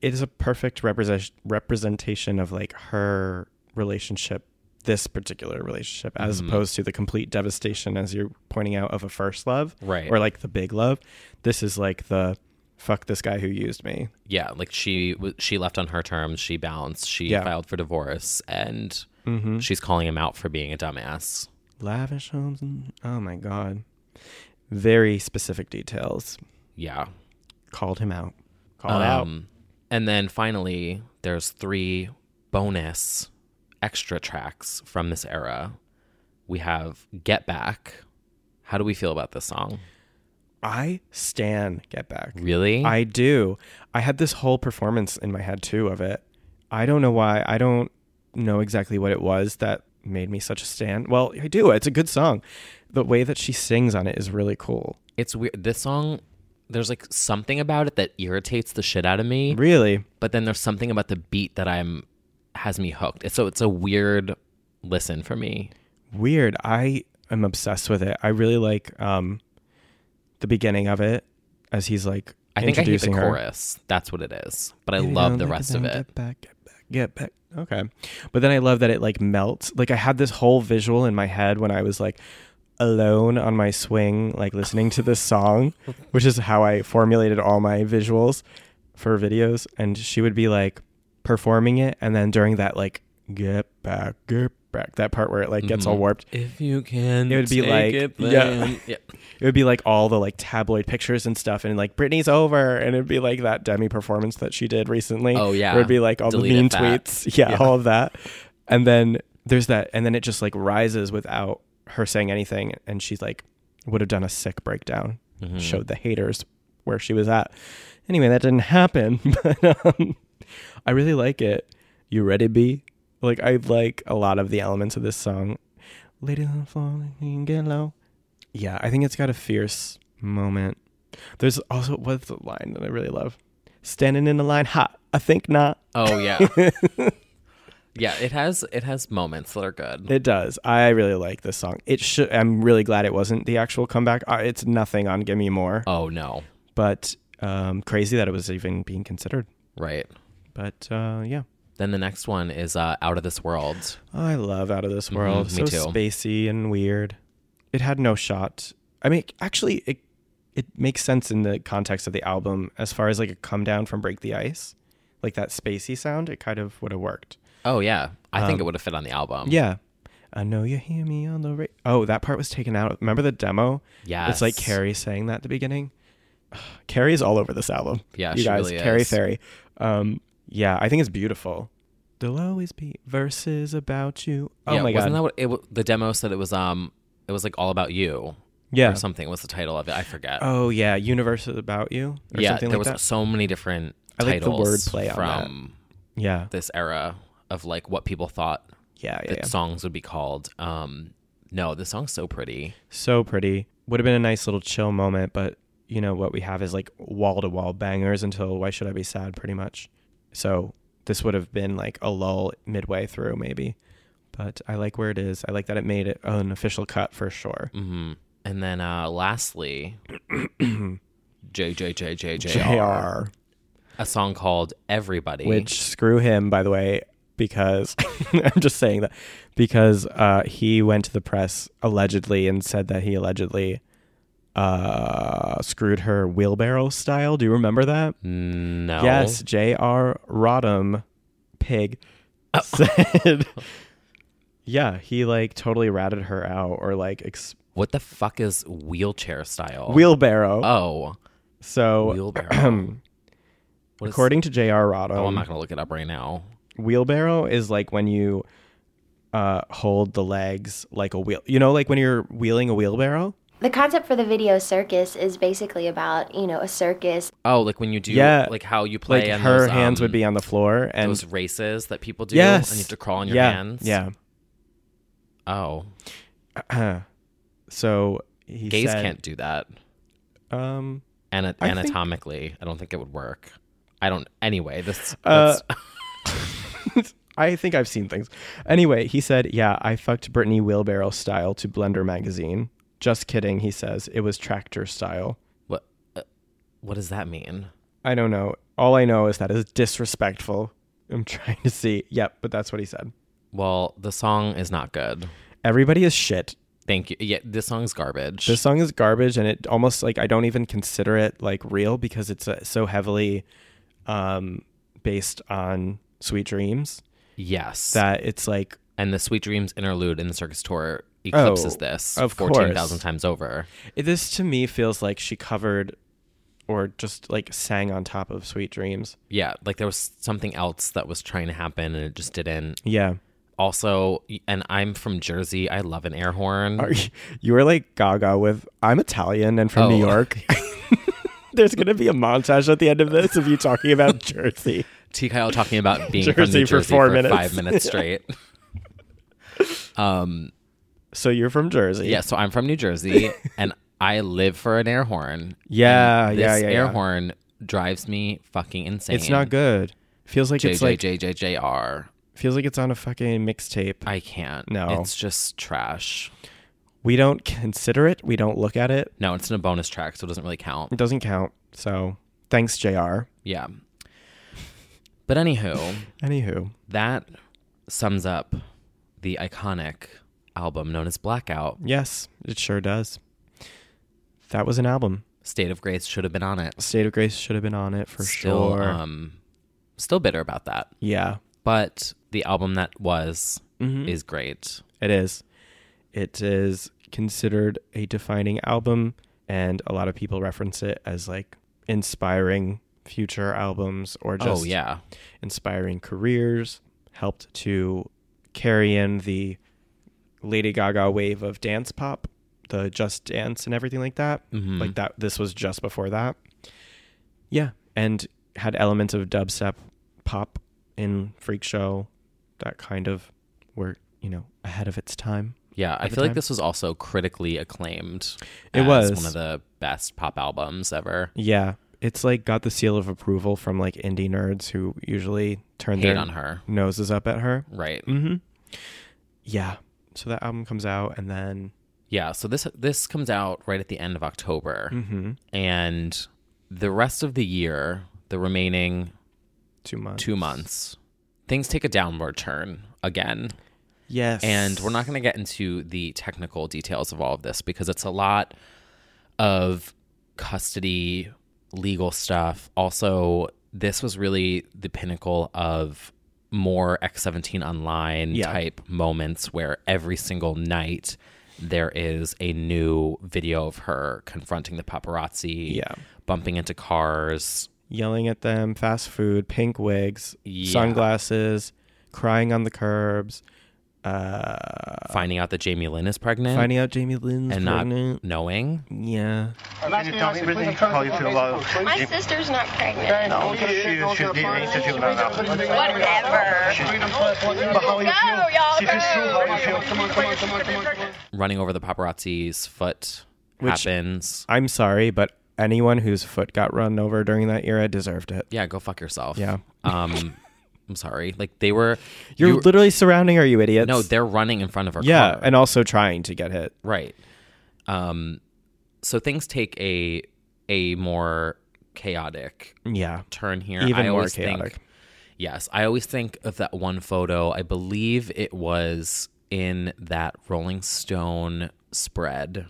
Speaker 2: It is a perfect represent- representation of like her relationship, this particular relationship, as
Speaker 1: Mhm.
Speaker 2: opposed to the complete devastation, as you're pointing out, of a first love,
Speaker 1: Right.
Speaker 2: Or like the big love. This is like the fuck this guy who used me.
Speaker 1: yeah, like she w- she left on her terms. She bounced. She
Speaker 2: Yeah.
Speaker 1: filed for divorce, and
Speaker 2: Mhm.
Speaker 1: she's calling him out for being a dumbass.
Speaker 2: Lavish homes and oh my god. Very specific details.
Speaker 1: Yeah,
Speaker 2: Called him out.
Speaker 1: Um,
Speaker 2: Called out.
Speaker 1: And then finally, there's three bonus extra tracks from this era. We have "Get Back." How do we feel about this song?
Speaker 2: I stan Get Back.
Speaker 1: Really?
Speaker 2: I do. I had this whole performance in my head too of it. I don't know why. I don't know exactly what it was that made me such a stan. Well, I do. It's a good song. The way that she sings on it is really cool.
Speaker 1: It's weird. This song, there's like something about it that irritates the shit out of me.
Speaker 2: Really?
Speaker 1: But then there's something about the beat that I'm has me hooked. It's, so it's a weird listen for me.
Speaker 2: Weird. I am obsessed with it. I really like um the beginning of it as he's like
Speaker 1: I think I hate the
Speaker 2: introducing her.
Speaker 1: chorus. That's what it is. But I
Speaker 2: Get it
Speaker 1: love
Speaker 2: on,
Speaker 1: the
Speaker 2: get it
Speaker 1: rest of
Speaker 2: down,
Speaker 1: it.
Speaker 2: Get back, get back, get back. Okay. But then I love that it like melts. Like I had this whole visual in my head when I was like alone on my swing, like listening to this song, which is how I formulated all my visuals for videos. And she would be like performing it. And then during that, like, get back, get back, that part where it like gets all
Speaker 1: Mhm.
Speaker 2: warped.
Speaker 1: If you can
Speaker 2: It would be
Speaker 1: take
Speaker 2: like,
Speaker 1: it,
Speaker 2: yeah.
Speaker 1: then- Yeah.
Speaker 2: It would be like all the like tabloid pictures and stuff, and like Britney's over, and it'd be like that Demi performance that she did recently.
Speaker 1: Oh, yeah.
Speaker 2: it would be like all
Speaker 1: Deleted
Speaker 2: the mean
Speaker 1: that.
Speaker 2: tweets, yeah,
Speaker 1: Yeah.
Speaker 2: all of that, and then there's that, and then it just like rises without her saying anything, and she's like would have done a sick breakdown,
Speaker 1: Mhm.
Speaker 2: showed the haters where she was at. Anyway, that didn't happen, but um, I really like it. You ready, B? Like I like a lot of the elements of this song. Lady on the floor, you can get low. Yeah, I think it's got a fierce moment. There's also what's the line that I really love? Standing in the line, hot. I think not.
Speaker 1: Oh yeah. yeah, it has it has moments that are good.
Speaker 2: it does. I really like this song. It should. I'm really glad it wasn't the actual comeback. Uh, it's nothing on "Give Me More."
Speaker 1: Oh no.
Speaker 2: But um, crazy that it was even being considered.
Speaker 1: Right.
Speaker 2: But uh, yeah,
Speaker 1: Then the next one is uh, Out of This World.
Speaker 2: I love Out of This
Speaker 1: Mhm,
Speaker 2: World.
Speaker 1: me
Speaker 2: so
Speaker 1: too.
Speaker 2: spacey and weird. It had no shot. I mean, actually, it it makes sense in the context of the album as far as like a come down from Break the Ice, like that spacey sound. It kind of would have worked.
Speaker 1: Oh yeah. I think
Speaker 2: Um,
Speaker 1: it would have fit on the album.
Speaker 2: Yeah. I know you hear me on the radio. Oh, that part was taken out. Remember the demo? It's like
Speaker 1: Yes.
Speaker 2: Carrie saying that at the beginning. Carrie's all over this album.
Speaker 1: Yeah,
Speaker 2: you
Speaker 1: she
Speaker 2: guys.
Speaker 1: really
Speaker 2: Carrie
Speaker 1: is.
Speaker 2: Ferry. Um, yeah, I think it's beautiful. There'll always be verses about you. Oh
Speaker 1: Yeah,
Speaker 2: my
Speaker 1: wasn't
Speaker 2: god.
Speaker 1: that what it w- the demo said it was um it was like all about you.
Speaker 2: Yeah.
Speaker 1: Or something was the title of it. I forget.
Speaker 2: Oh yeah, universe is about you. Or
Speaker 1: yeah,
Speaker 2: something
Speaker 1: there
Speaker 2: like
Speaker 1: was
Speaker 2: that.
Speaker 1: so many different
Speaker 2: I like the
Speaker 1: titles
Speaker 2: wordplay on that.
Speaker 1: from
Speaker 2: Yeah.
Speaker 1: this era of like what people thought
Speaker 2: Yeah, yeah,
Speaker 1: that
Speaker 2: yeah.
Speaker 1: songs would be called. Um, no, this song's so pretty.
Speaker 2: so pretty. Would have been a nice little chill moment, but you know what we have is like wall to wall bangers until why should I be sad pretty much. So this would have been like a lull midway through maybe. But I like where it is. I like that it made it an official cut for sure.
Speaker 1: hmm And then uh, lastly, JJJJJR,
Speaker 2: JR.
Speaker 1: a song called Everybody.
Speaker 2: Which screw him, by the way, because I'm just saying that because uh, he went to the press allegedly and said that he allegedly uh, screwed her wheelbarrow style. Do you remember that?
Speaker 1: no,
Speaker 2: Yes, J.R. Rodham, pig, said. yeah, he like totally ratted her out or like ex-
Speaker 1: what the fuck is wheelchair style?
Speaker 2: wheelbarrow.
Speaker 1: Oh,
Speaker 2: so
Speaker 1: Wheelbarrow. What is-
Speaker 2: according to J.R. Rodham,
Speaker 1: oh, I'm not gonna look it up right now.
Speaker 2: wheelbarrow is like when you uh, hold the legs like a wheel. You know, like when you're wheeling a wheelbarrow.
Speaker 7: The concept for the video circus is basically about, you know, a circus
Speaker 1: Oh, like when you do, like how you play.
Speaker 2: Like
Speaker 1: and
Speaker 2: her
Speaker 1: those,
Speaker 2: hands
Speaker 1: um,
Speaker 2: would be on the floor, and
Speaker 1: those races that people do.
Speaker 2: Yes.
Speaker 1: and you have to crawl on your
Speaker 2: Yeah,
Speaker 1: hands.
Speaker 2: yeah.
Speaker 1: Oh,
Speaker 2: so he
Speaker 1: gays
Speaker 2: said-
Speaker 1: can't do that.
Speaker 2: Um,
Speaker 1: Ana-
Speaker 2: I think-
Speaker 1: anatomically, I don't think it would work. I don't. Anyway, this.
Speaker 2: Uh,
Speaker 1: that's-
Speaker 2: I think I've seen things. Anyway, he said, "Yeah, I fucked Brittany wheelbarrow style to Blender magazine." Just kidding, he says. It was tractor style.
Speaker 1: What? Uh, what does that mean?
Speaker 2: I don't know. All I know is that is disrespectful. I'm trying to see. Yep, but that's what he said.
Speaker 1: Well, the song is not good.
Speaker 2: Everybody is shit.
Speaker 1: Thank you. Yeah, this song's garbage.
Speaker 2: This song is garbage, and it almost like I don't even consider it like real because it's uh, so heavily um, based on Sweet Dreams.
Speaker 1: Yes.
Speaker 2: that it's like
Speaker 1: and the Sweet Dreams interlude in the circus tour eclipses
Speaker 2: Oh,
Speaker 1: this
Speaker 2: of course.
Speaker 1: fourteen thousand times over.
Speaker 2: It- this to me feels like she covered or just like sang on top of Sweet Dreams.
Speaker 1: Yeah, like there was something else that was trying to happen and it just didn't.
Speaker 2: Yeah.
Speaker 1: Also, and I'm from Jersey. I love an air horn.
Speaker 2: Are you, you were like gaga with I'm Italian and from New
Speaker 1: Oh.
Speaker 2: York. There's going to be a montage at the end of this of you talking about Jersey.
Speaker 1: T. Kyle talking about being from
Speaker 2: Jersey
Speaker 1: New
Speaker 2: for
Speaker 1: Jersey
Speaker 2: four
Speaker 1: for
Speaker 2: minutes.
Speaker 1: five minutes
Speaker 2: Yeah.
Speaker 1: straight. um,
Speaker 2: so you're from Jersey.
Speaker 1: Yeah, so I'm from New Jersey, and I live for an air horn.
Speaker 2: Yeah,
Speaker 1: And
Speaker 2: Uh, yeah,
Speaker 1: this
Speaker 2: yeah,
Speaker 1: Air
Speaker 2: yeah.
Speaker 1: horn drives me fucking insane.
Speaker 2: It's not good. Feels like it's like
Speaker 1: JJJJR.
Speaker 2: feels like it's on a fucking mixtape.
Speaker 1: I can't.
Speaker 2: No.
Speaker 1: it's just trash.
Speaker 2: we don't consider it. We don't look at it.
Speaker 1: No, it's in a bonus track, so it doesn't really count.
Speaker 2: It doesn't count. So thanks, JR.
Speaker 1: Yeah. But anywho,
Speaker 2: Anywho.
Speaker 1: that sums up the iconic album known as Blackout.
Speaker 2: Yes, it sure does. That was an album.
Speaker 1: State of Grace should have been on it.
Speaker 2: State of Grace should have been on it for
Speaker 1: Still,
Speaker 2: sure.
Speaker 1: um, still bitter about that.
Speaker 2: yeah,
Speaker 1: But the album that was
Speaker 2: Mhm.
Speaker 1: is great.
Speaker 2: it is. It is considered a defining album, and a lot of people reference it as like inspiring future albums or
Speaker 1: Oh,
Speaker 2: just
Speaker 1: yeah.
Speaker 2: inspiring careers. Helped to carry in the Lady Gaga wave of dance pop, the Just Dance and everything like that.
Speaker 1: Mhm.
Speaker 2: Like that, this was just before that. Yeah, and had elements of dubstep, pop in Freak Show, that kind of were you know ahead of its time.
Speaker 1: Yeah, I
Speaker 2: at the
Speaker 1: feel like
Speaker 2: time.
Speaker 1: this was also critically acclaimed.
Speaker 2: It
Speaker 1: as
Speaker 2: was.
Speaker 1: one of the best pop albums ever.
Speaker 2: Yeah, it's like got the seal of approval from like indie nerds who usually turn
Speaker 1: Hate
Speaker 2: their
Speaker 1: on her.
Speaker 2: noses up at her.
Speaker 1: Right.
Speaker 2: Mm-hmm. Yeah. So that album comes out, and then
Speaker 1: Yeah, so this this comes out right at the end of October.
Speaker 2: Mhm.
Speaker 1: And the rest of the year, the remaining
Speaker 2: 2 months.
Speaker 1: 2 months, things take a downward turn again.
Speaker 2: Yes.
Speaker 1: And we're not going to get into the technical details of all of this because it's a lot of custody, legal stuff. Also, this was really the pinnacle of more X17 online
Speaker 2: Yeah.
Speaker 1: type moments where every single night there is a new video of her confronting the paparazzi,
Speaker 2: Yeah.
Speaker 1: bumping into cars.
Speaker 2: yelling at them, fast food, pink wigs,
Speaker 1: Yeah.
Speaker 2: sunglasses, crying on the curbs, uh,
Speaker 1: Finding out that Jamie Lynn is pregnant
Speaker 2: finding out Jamie Lynn's
Speaker 1: and not
Speaker 2: pregnant.
Speaker 1: knowing.
Speaker 2: yeah.
Speaker 17: Can you tell me everything? How you feel about
Speaker 18: My sister's not pregnant.
Speaker 17: She's, she's the institute now.
Speaker 18: Whatever. Go, y'all.
Speaker 1: running over the paparazzi's foot
Speaker 2: Which-
Speaker 1: happens.
Speaker 2: I'm sorry, but anyone whose foot got run over during that era deserved it.
Speaker 1: Yeah, go fuck yourself.
Speaker 2: Yeah.
Speaker 1: Um, I'm sorry. Like they were.
Speaker 2: You're
Speaker 1: you were-
Speaker 2: literally surrounding her, you idiots.
Speaker 1: no, they're running in front of her.
Speaker 2: yeah,
Speaker 1: car.
Speaker 2: and also trying to get hit.
Speaker 1: right. Um, so things take a a more chaotic
Speaker 2: Yeah.
Speaker 1: turn here.
Speaker 2: Even
Speaker 1: I
Speaker 2: more
Speaker 1: always
Speaker 2: chaotic.
Speaker 1: Think, yes, I always think of that one photo. I believe it was in that Rolling Stone spread,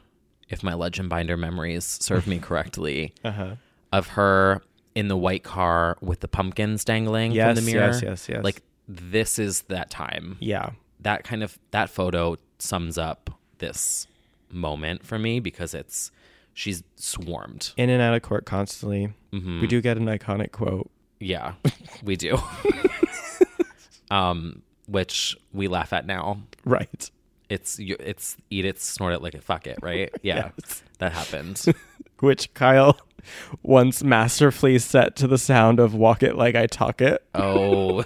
Speaker 1: if my legend binder memories serve me correctly,
Speaker 2: Uh-huh.
Speaker 1: of her in the white car with the pumpkins dangling
Speaker 2: Yes,
Speaker 1: from the mirror.
Speaker 2: yes, yes, yes.
Speaker 1: Like this is that time.
Speaker 2: Yeah.
Speaker 1: That kind of that photo sums up this moment for me because it's she's swarmed.
Speaker 2: In and out of court constantly.
Speaker 1: Mhm.
Speaker 2: We do get an iconic quote.
Speaker 1: Yeah, we do. um, which we laugh at now.
Speaker 2: Right.
Speaker 1: It's you- it's eat it, snort it, lick it, fuck it, right? Yeah, that happened.
Speaker 2: Which Kyle once masterfully set to the sound of Walk It Like I Talk It.
Speaker 1: Oh.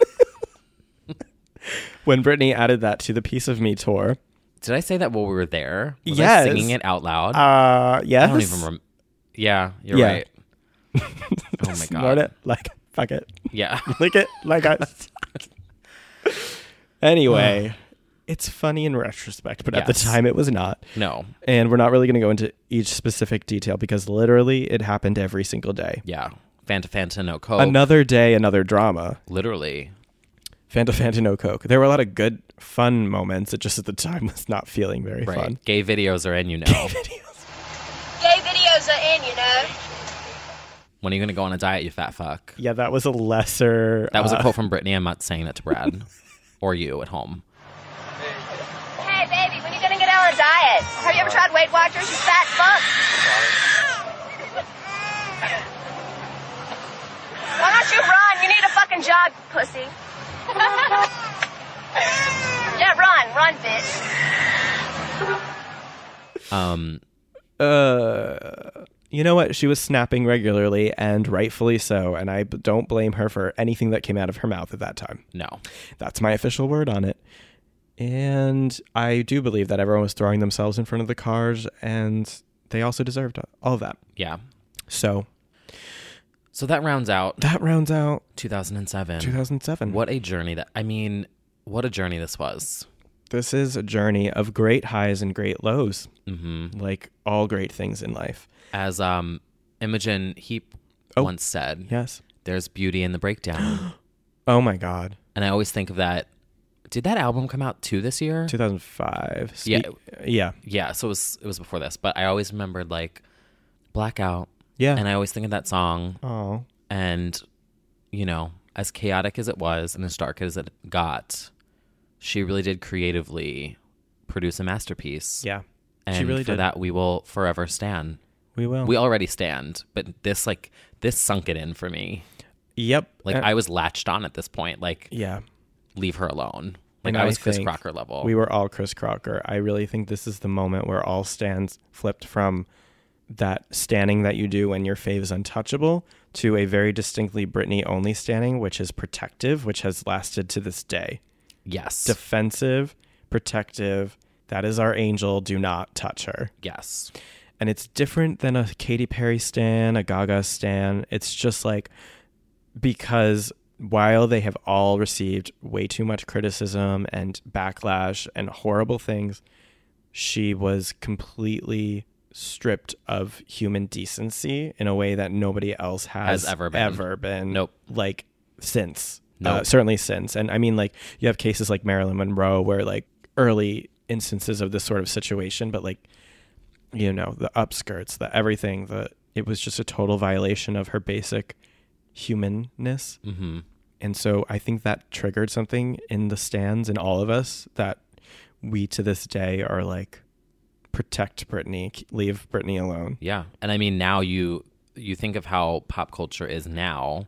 Speaker 2: when Brittany added that to the Piece of Me tour.
Speaker 1: Did I say that while we were there? Was
Speaker 2: Yes.
Speaker 1: I singing it out loud.
Speaker 2: Uh,
Speaker 1: I don't
Speaker 2: yes.
Speaker 1: even remember. Yeah, you're
Speaker 2: Yeah.
Speaker 1: right. oh my
Speaker 2: Snort
Speaker 1: god.
Speaker 2: it like fuck it.
Speaker 1: Yeah.
Speaker 2: Lick it like I. anyway, it's funny in retrospect, but at the
Speaker 1: Yes.
Speaker 2: time it was not.
Speaker 1: No.
Speaker 2: And we're not really going to go into each specific detail because literally it happened every single day.
Speaker 1: Yeah. Fanta Fanta no coke.
Speaker 2: Another day, another drama.
Speaker 1: Literally.
Speaker 2: Fanta Fanta no Coke. There were a lot of good, fun moments. It just at the time was not feeling very
Speaker 1: Right.
Speaker 2: fun.
Speaker 1: Gay videos are in, you
Speaker 2: Oh.
Speaker 1: know.
Speaker 13: Gay videos are in, you know.
Speaker 1: when are you gonna go on a diet, you fat fuck?
Speaker 2: Yeah, that was a lesser.
Speaker 1: That was a
Speaker 2: uh,
Speaker 1: quote from Brittany. I'm not saying that to Brad or you at home.
Speaker 4: Hey, baby, when you gonna get on a diet? Have you ever tried Weight Watchers? You fat fuck.
Speaker 18: Why don't you run? You need a fucking job, pussy. yeah, run, run, bitch.
Speaker 1: Um,
Speaker 2: uh, you know what? She was snapping regularly, and rightfully so. And I b- don't blame her for anything that came out of her mouth at that time.
Speaker 1: No,
Speaker 2: that's my official word on it. And I do believe that everyone was throwing themselves in front of the cars, and they also deserved uh, all of that.
Speaker 1: Yeah.
Speaker 2: So
Speaker 1: So that rounds out.
Speaker 2: That rounds out
Speaker 1: 2007.
Speaker 2: 2007.
Speaker 1: What a journey that. I mean, what a journey this was.
Speaker 2: this is a journey of great highs and great lows,
Speaker 1: Mhm.
Speaker 2: like all great things in life.
Speaker 1: As um, Imogen Heap once said,
Speaker 2: "Yes,
Speaker 1: there's beauty in the breakdown."
Speaker 2: Oh my god.
Speaker 1: And I always think of that. Did that album come out too this year?
Speaker 2: 2005. Spe-
Speaker 1: yeah,
Speaker 2: yeah.
Speaker 1: yeah. So it was it was before this, but I always remembered like blackout.
Speaker 2: Yeah.
Speaker 1: and I always think of that song.
Speaker 2: Oh.
Speaker 1: and you know, as chaotic as it was and as dark as it got, she really did creatively produce a masterpiece.
Speaker 2: Yeah.
Speaker 1: and
Speaker 2: She really
Speaker 1: for
Speaker 2: did.
Speaker 1: that we will forever stand.
Speaker 2: We will.
Speaker 1: We already stand, but this like this sunk it in for me.
Speaker 2: Yep.
Speaker 1: Like
Speaker 2: Uh,
Speaker 1: I was latched on at this point. Like
Speaker 2: Yeah.
Speaker 1: leave her alone. Like
Speaker 2: And
Speaker 1: I was Chris
Speaker 2: think
Speaker 1: Crocker level.
Speaker 2: We were all Chris Crocker. I really think this is the moment where all stands flipped from that standing that you do when your fave is untouchable to a very distinctly Britney only standing, which is protective, which has lasted to this day.
Speaker 1: Yes.
Speaker 2: Defensive, protective. That is our angel. Do not touch her.
Speaker 1: Yes.
Speaker 2: And it's different than a Katy Perry stan, a Gaga stan. It's just like because while they have all received way too much criticism and backlash and horrible things, she was completely stripped of human decency in a way that nobody else has,
Speaker 1: Has ever been.
Speaker 2: ever been.
Speaker 1: Nope.
Speaker 2: Like since. Uh,
Speaker 1: Nope.
Speaker 2: certainly since. And I mean, like, you have cases like Marilyn Monroe where, like, early instances of this sort of situation, but, like, you know, the upskirts, the everything, the it was just a total violation of her basic humanness.
Speaker 1: Mhm.
Speaker 2: And so I think that triggered something in the stands in all of us that we to this day are like, protect Brittany, k- leave Brittany alone.
Speaker 1: Yeah. And I mean now you you think of how pop culture is now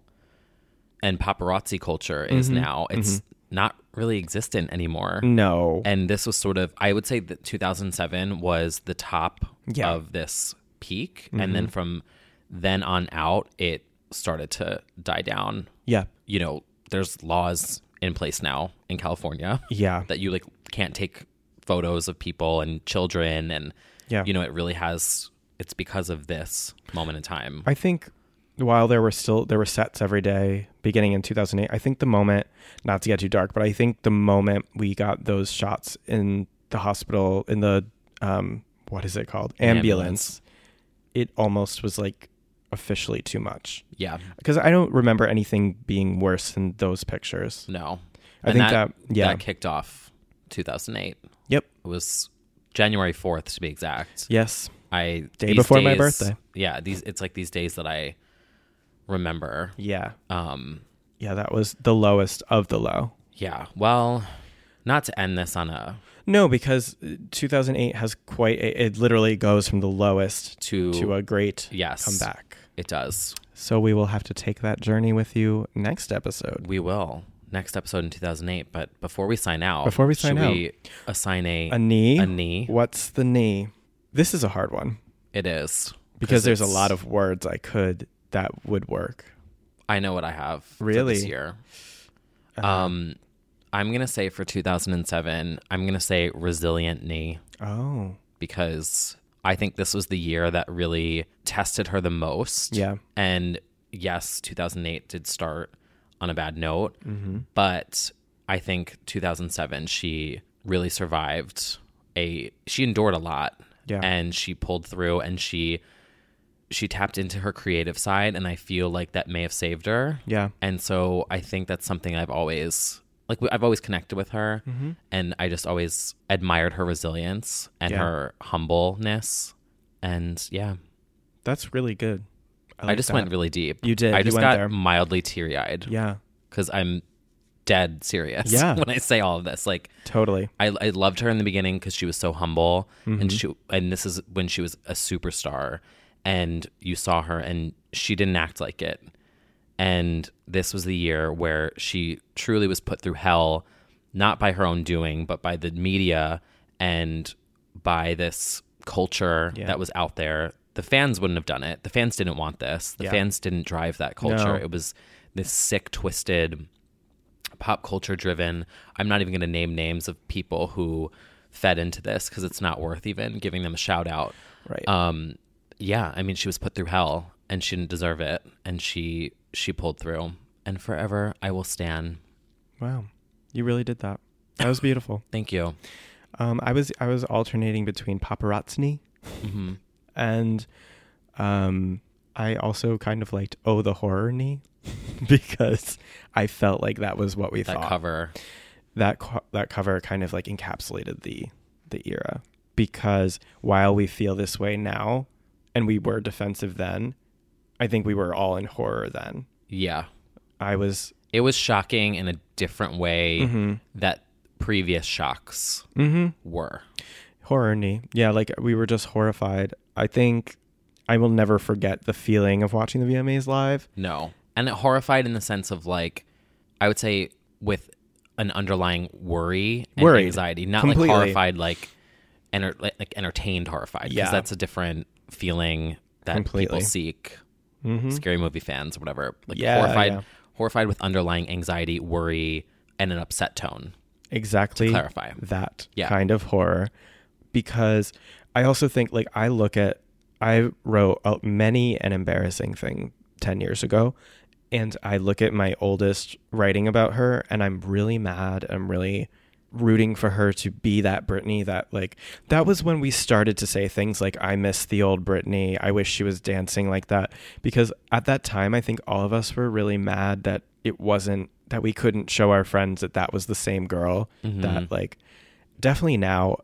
Speaker 1: and paparazzi culture is
Speaker 2: Mhm.
Speaker 1: now. It's not really existent anymore.
Speaker 2: Mm. No.
Speaker 1: And this was sort of I would say that 2007 was the top
Speaker 2: Yeah.
Speaker 1: of this peak and then
Speaker 2: Mhm.
Speaker 1: from then on out it started to die down.
Speaker 2: Yeah.
Speaker 1: You know, there's laws in place now in California.
Speaker 2: Yeah.
Speaker 1: That you like can't take photos of people and children and
Speaker 2: Yeah.
Speaker 1: you know, it really has it's because of this moment in time.
Speaker 2: I think while there were still there were sets every day beginning in 2008, I think the moment not to get too dark, but I think the moment we got those shots in the hospital in the um what is it called?
Speaker 1: An
Speaker 2: Ambulance. It almost was like officially too much.
Speaker 1: Yeah.
Speaker 2: Cuz I don't remember anything being worse than those pictures.
Speaker 1: No.
Speaker 2: I
Speaker 1: And
Speaker 2: think that, yeah.
Speaker 1: that kicked off 2008.
Speaker 2: Yep.
Speaker 1: It was January 4th to be exact.
Speaker 2: Yes.
Speaker 1: I
Speaker 2: Day
Speaker 1: these
Speaker 2: before my
Speaker 1: days-
Speaker 2: birthday.
Speaker 1: Yeah, these it's like these days that I remember.
Speaker 2: Yeah.
Speaker 1: Um
Speaker 2: yeah, that was the lowest of the low.
Speaker 1: yeah. Well, not to end this on a
Speaker 2: No, because uh, 2008 has quite it, it literally goes from the lowest
Speaker 1: to
Speaker 2: to a great
Speaker 1: yes.
Speaker 2: comeback.
Speaker 1: It does.
Speaker 2: So we will have to take that journey with you next episode.
Speaker 1: We will. next episode in 2008. But before we sign out,
Speaker 2: Before we sign
Speaker 1: should
Speaker 2: out.
Speaker 1: we assign a,
Speaker 2: A knee.
Speaker 1: A knee.
Speaker 2: What's the knee? This is a hard one
Speaker 1: It is
Speaker 2: because there's a
Speaker 1: it's-
Speaker 2: lot of words I could that would work.
Speaker 1: I know what I have. for
Speaker 2: Really? Uh-huh.
Speaker 1: this year. Um, I'm gonna say for 2007, I'm gonna say resilient knee
Speaker 2: Oh.
Speaker 1: because I think this was the year that really tested her the most.
Speaker 2: Yeah.
Speaker 1: And yes, 2008 did start on a bad note,
Speaker 2: Mhm.
Speaker 1: but I think 2007 she really survived a she endured a lot.
Speaker 2: Yeah.
Speaker 1: And she pulled through and she she tapped into her creative side and I feel like that may have saved her.
Speaker 2: Yeah.
Speaker 1: And so I think that's something I've always like I've always connected with her
Speaker 2: Mhm.
Speaker 1: and I just always admired her resilience and
Speaker 2: Yeah.
Speaker 1: her humbleness and yeah.
Speaker 2: That's really good.
Speaker 1: I,
Speaker 2: like
Speaker 1: just
Speaker 2: that.
Speaker 1: went really deep.
Speaker 2: You did.
Speaker 1: I
Speaker 2: You
Speaker 1: just
Speaker 2: went
Speaker 1: got
Speaker 2: there.
Speaker 1: mildly teary eyed.
Speaker 2: Yeah.
Speaker 1: Because I'm dead serious.
Speaker 2: Yeah.
Speaker 1: When I say all of this, like
Speaker 2: Totally.
Speaker 1: I, I loved her in the beginning because she was so humble, and
Speaker 2: Mhm.
Speaker 1: she and this is when she was a superstar, and you saw her, and she didn't act like it. And this was the year where she truly was put through hell, not by her own doing, but by the media and by this culture
Speaker 2: Yeah.
Speaker 1: that was out there. The fans wouldn't have done it. The fans didn't want this. The
Speaker 2: Yeah.
Speaker 1: fans didn't drive that culture.
Speaker 2: No.
Speaker 1: It was this sick, twisted pop culture driven. I'm not even going to name names of people who fed into this because it's not worth even giving them a shout out.
Speaker 2: Right.
Speaker 1: Um, yeah, I mean, she was put through hell and she didn't deserve it, and she she pulled through. And forever, I will stand.
Speaker 2: Wow. You really did that. That was beautiful.
Speaker 1: Thank you.
Speaker 2: Um, I was I was alternating between paparazzi
Speaker 1: Mhm.
Speaker 2: and um, I also kind of liked Oh the Horror Knee because I felt like that was what we
Speaker 1: That
Speaker 2: thought.
Speaker 1: cover.
Speaker 2: That co- that cover kind of like encapsulated the the era because while we feel this way now and we were defensive then, I think we were all in horror then.
Speaker 1: Yeah,
Speaker 2: I was
Speaker 1: it was shocking in a different way
Speaker 2: Mhm.
Speaker 1: that previous shocks
Speaker 2: Mhm.
Speaker 1: were.
Speaker 2: horror knee. Yeah, like we were just horrified. I think I will never forget the feeling of watching the VMAs live.
Speaker 1: No. And it horrified in the sense of like, I would say with an underlying worry and
Speaker 2: Worried.
Speaker 1: anxiety, not
Speaker 2: Completely.
Speaker 1: like horrified, like, enter- like like entertained horrified.
Speaker 2: Yeah.
Speaker 1: Because that's a different feeling that
Speaker 2: Completely.
Speaker 1: people seek.
Speaker 2: Mhm.
Speaker 1: Scary movie fans or whatever. Like
Speaker 2: Yeah,
Speaker 1: horrified,
Speaker 2: yeah.
Speaker 1: horrified with underlying anxiety, worry, and an upset tone.
Speaker 2: Exactly.
Speaker 1: To clarify.
Speaker 2: That
Speaker 1: Yeah.
Speaker 2: kind of horror. Because I also think like I look at I wrote out many an embarrassing thing 10 years ago and I look at my oldest writing about her and I'm really mad. I'm really rooting for her to be that Britney that like that was when we started to say things like I miss the old Britney. I wish she was dancing like that because at that time I think all of us were really mad that it wasn't that we couldn't show our friends that that was the same girl that
Speaker 1: Mhm.
Speaker 2: like definitely now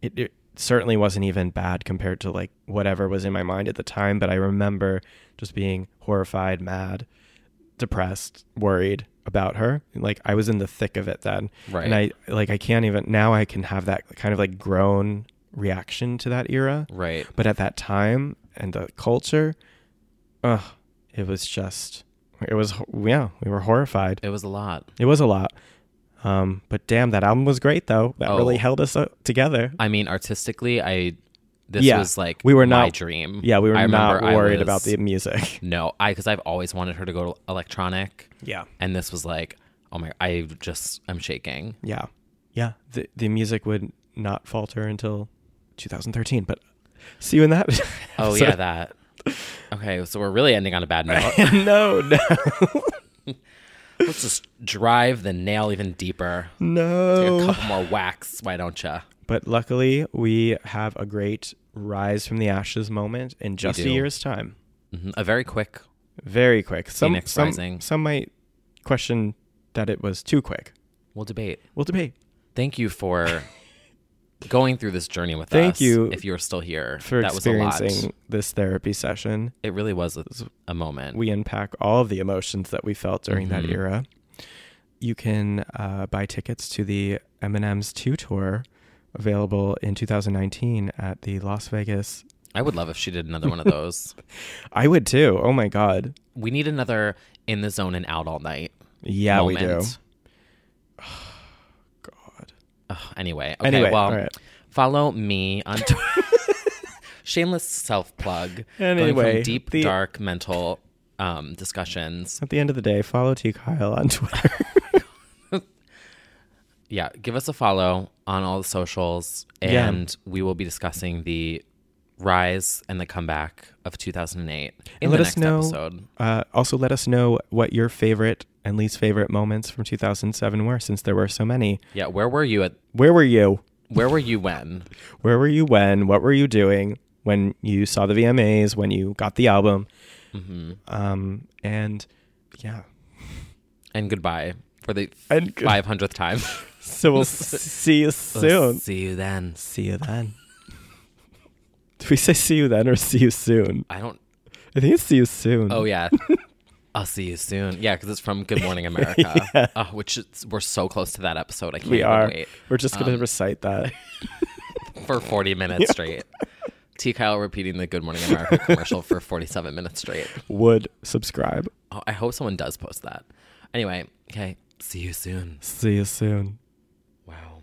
Speaker 2: it, it certainly wasn't even bad compared to like whatever was in my mind at the time but i remember just being horrified mad depressed worried about her like i was in the thick of it then
Speaker 1: Right.
Speaker 2: and i like i can't even now i can have that kind of like grown reaction to that era
Speaker 1: Right.
Speaker 2: but at that time and the culture ugh, it was just it was yeah we were horrified
Speaker 1: It was a lot.
Speaker 2: it was a lot. Um, but damn, that album was great though. That
Speaker 1: Oh.
Speaker 2: really held us uh, together.
Speaker 1: I mean, artistically, I this
Speaker 2: Yeah.
Speaker 1: was like
Speaker 2: We were
Speaker 1: my
Speaker 2: not-
Speaker 1: dream.
Speaker 2: yeah, we were
Speaker 1: I
Speaker 2: not
Speaker 1: remember I
Speaker 2: worried
Speaker 1: was-
Speaker 2: about the music.
Speaker 1: No, I because I've always wanted her to go to electronic.
Speaker 2: Yeah.
Speaker 1: and this was like, oh my, I just I'm shaking.
Speaker 2: Yeah, yeah. The the music would not falter until 2013. But see you in that.
Speaker 1: Oh
Speaker 2: episode.
Speaker 1: yeah, that. Okay, so we're really ending on a bad note.
Speaker 2: no, no,
Speaker 1: Let's just drive the nail even deeper. Take a
Speaker 2: no.
Speaker 1: couple more whacks, why don't you?
Speaker 2: But luckily, we have a great rise from the ashes moment in just a
Speaker 1: do.
Speaker 2: year's time.
Speaker 1: Mm-hmm. A very quick.
Speaker 2: Very quick. Some
Speaker 1: Phoenix
Speaker 2: some
Speaker 1: rising.
Speaker 2: some might question that it was too quick.
Speaker 1: We'll debate.
Speaker 2: We'll debate.
Speaker 1: Thank you for going through this journey with
Speaker 2: Thank
Speaker 1: us.
Speaker 2: you
Speaker 1: If you're still here,
Speaker 2: for
Speaker 1: that was a lot.
Speaker 2: experiencing this therapy session.
Speaker 1: It really was a, a moment.
Speaker 2: We unpack all of the emotions that we felt during that
Speaker 1: Mhm.
Speaker 2: era. You can uh, buy tickets to the Eminem's 2 tour available in 2019 at the Las Vegas.
Speaker 1: I would love if she did another one of those.
Speaker 2: I would too. Oh my God.
Speaker 1: We need another in the zone and out all night.
Speaker 2: Yeah, we do.
Speaker 1: moment. Ugh, anyway, okay,
Speaker 2: Anyway,
Speaker 1: well,
Speaker 2: all right.
Speaker 1: follow me on Twitter. Shameless self plug. going
Speaker 2: Anyway,
Speaker 1: from deep,
Speaker 2: the-
Speaker 1: dark mental um, discussions.
Speaker 2: At the end of the day, follow T Kyle on Twitter.
Speaker 1: Yeah, give us a follow on all the socials,
Speaker 2: Yeah.
Speaker 1: and we will be discussing the rise and the comeback of 2008 in
Speaker 2: and
Speaker 1: the
Speaker 2: let
Speaker 1: next
Speaker 2: us know.
Speaker 1: episode.
Speaker 2: Uh, also, let us know what your favorite and least favorite moments from 2007 were, since there were so many.
Speaker 1: Yeah, where were you at?
Speaker 2: Where were you?
Speaker 1: Where were you when?
Speaker 2: Where were you when? What were you doing when you saw the VMAs? When you got the album?
Speaker 1: Mhm.
Speaker 2: Um, and yeah,
Speaker 1: And goodbye for the
Speaker 2: And good-
Speaker 1: 500th time.
Speaker 2: so we'll s- see you
Speaker 1: We'll
Speaker 2: soon.
Speaker 1: see you then.
Speaker 2: See you then. Do we say see you then or see you soon?
Speaker 1: I don't.
Speaker 2: I think it's see you soon.
Speaker 1: Oh yeah. I'll see you soon. Yeah, because it's from Good Morning America, oh, which is, we're so close to that episode. I can't
Speaker 2: we
Speaker 1: even
Speaker 2: are.
Speaker 1: wait.
Speaker 2: We're just gonna
Speaker 1: Um,
Speaker 2: recite that.
Speaker 1: for 40 minutes straight. T. Kyle repeating the Good Morning America commercial for 47 minutes straight.
Speaker 2: Would subscribe.
Speaker 1: Oh, I hope someone does post that. Anyway, okay. See you soon.
Speaker 2: See you soon.
Speaker 1: Wow.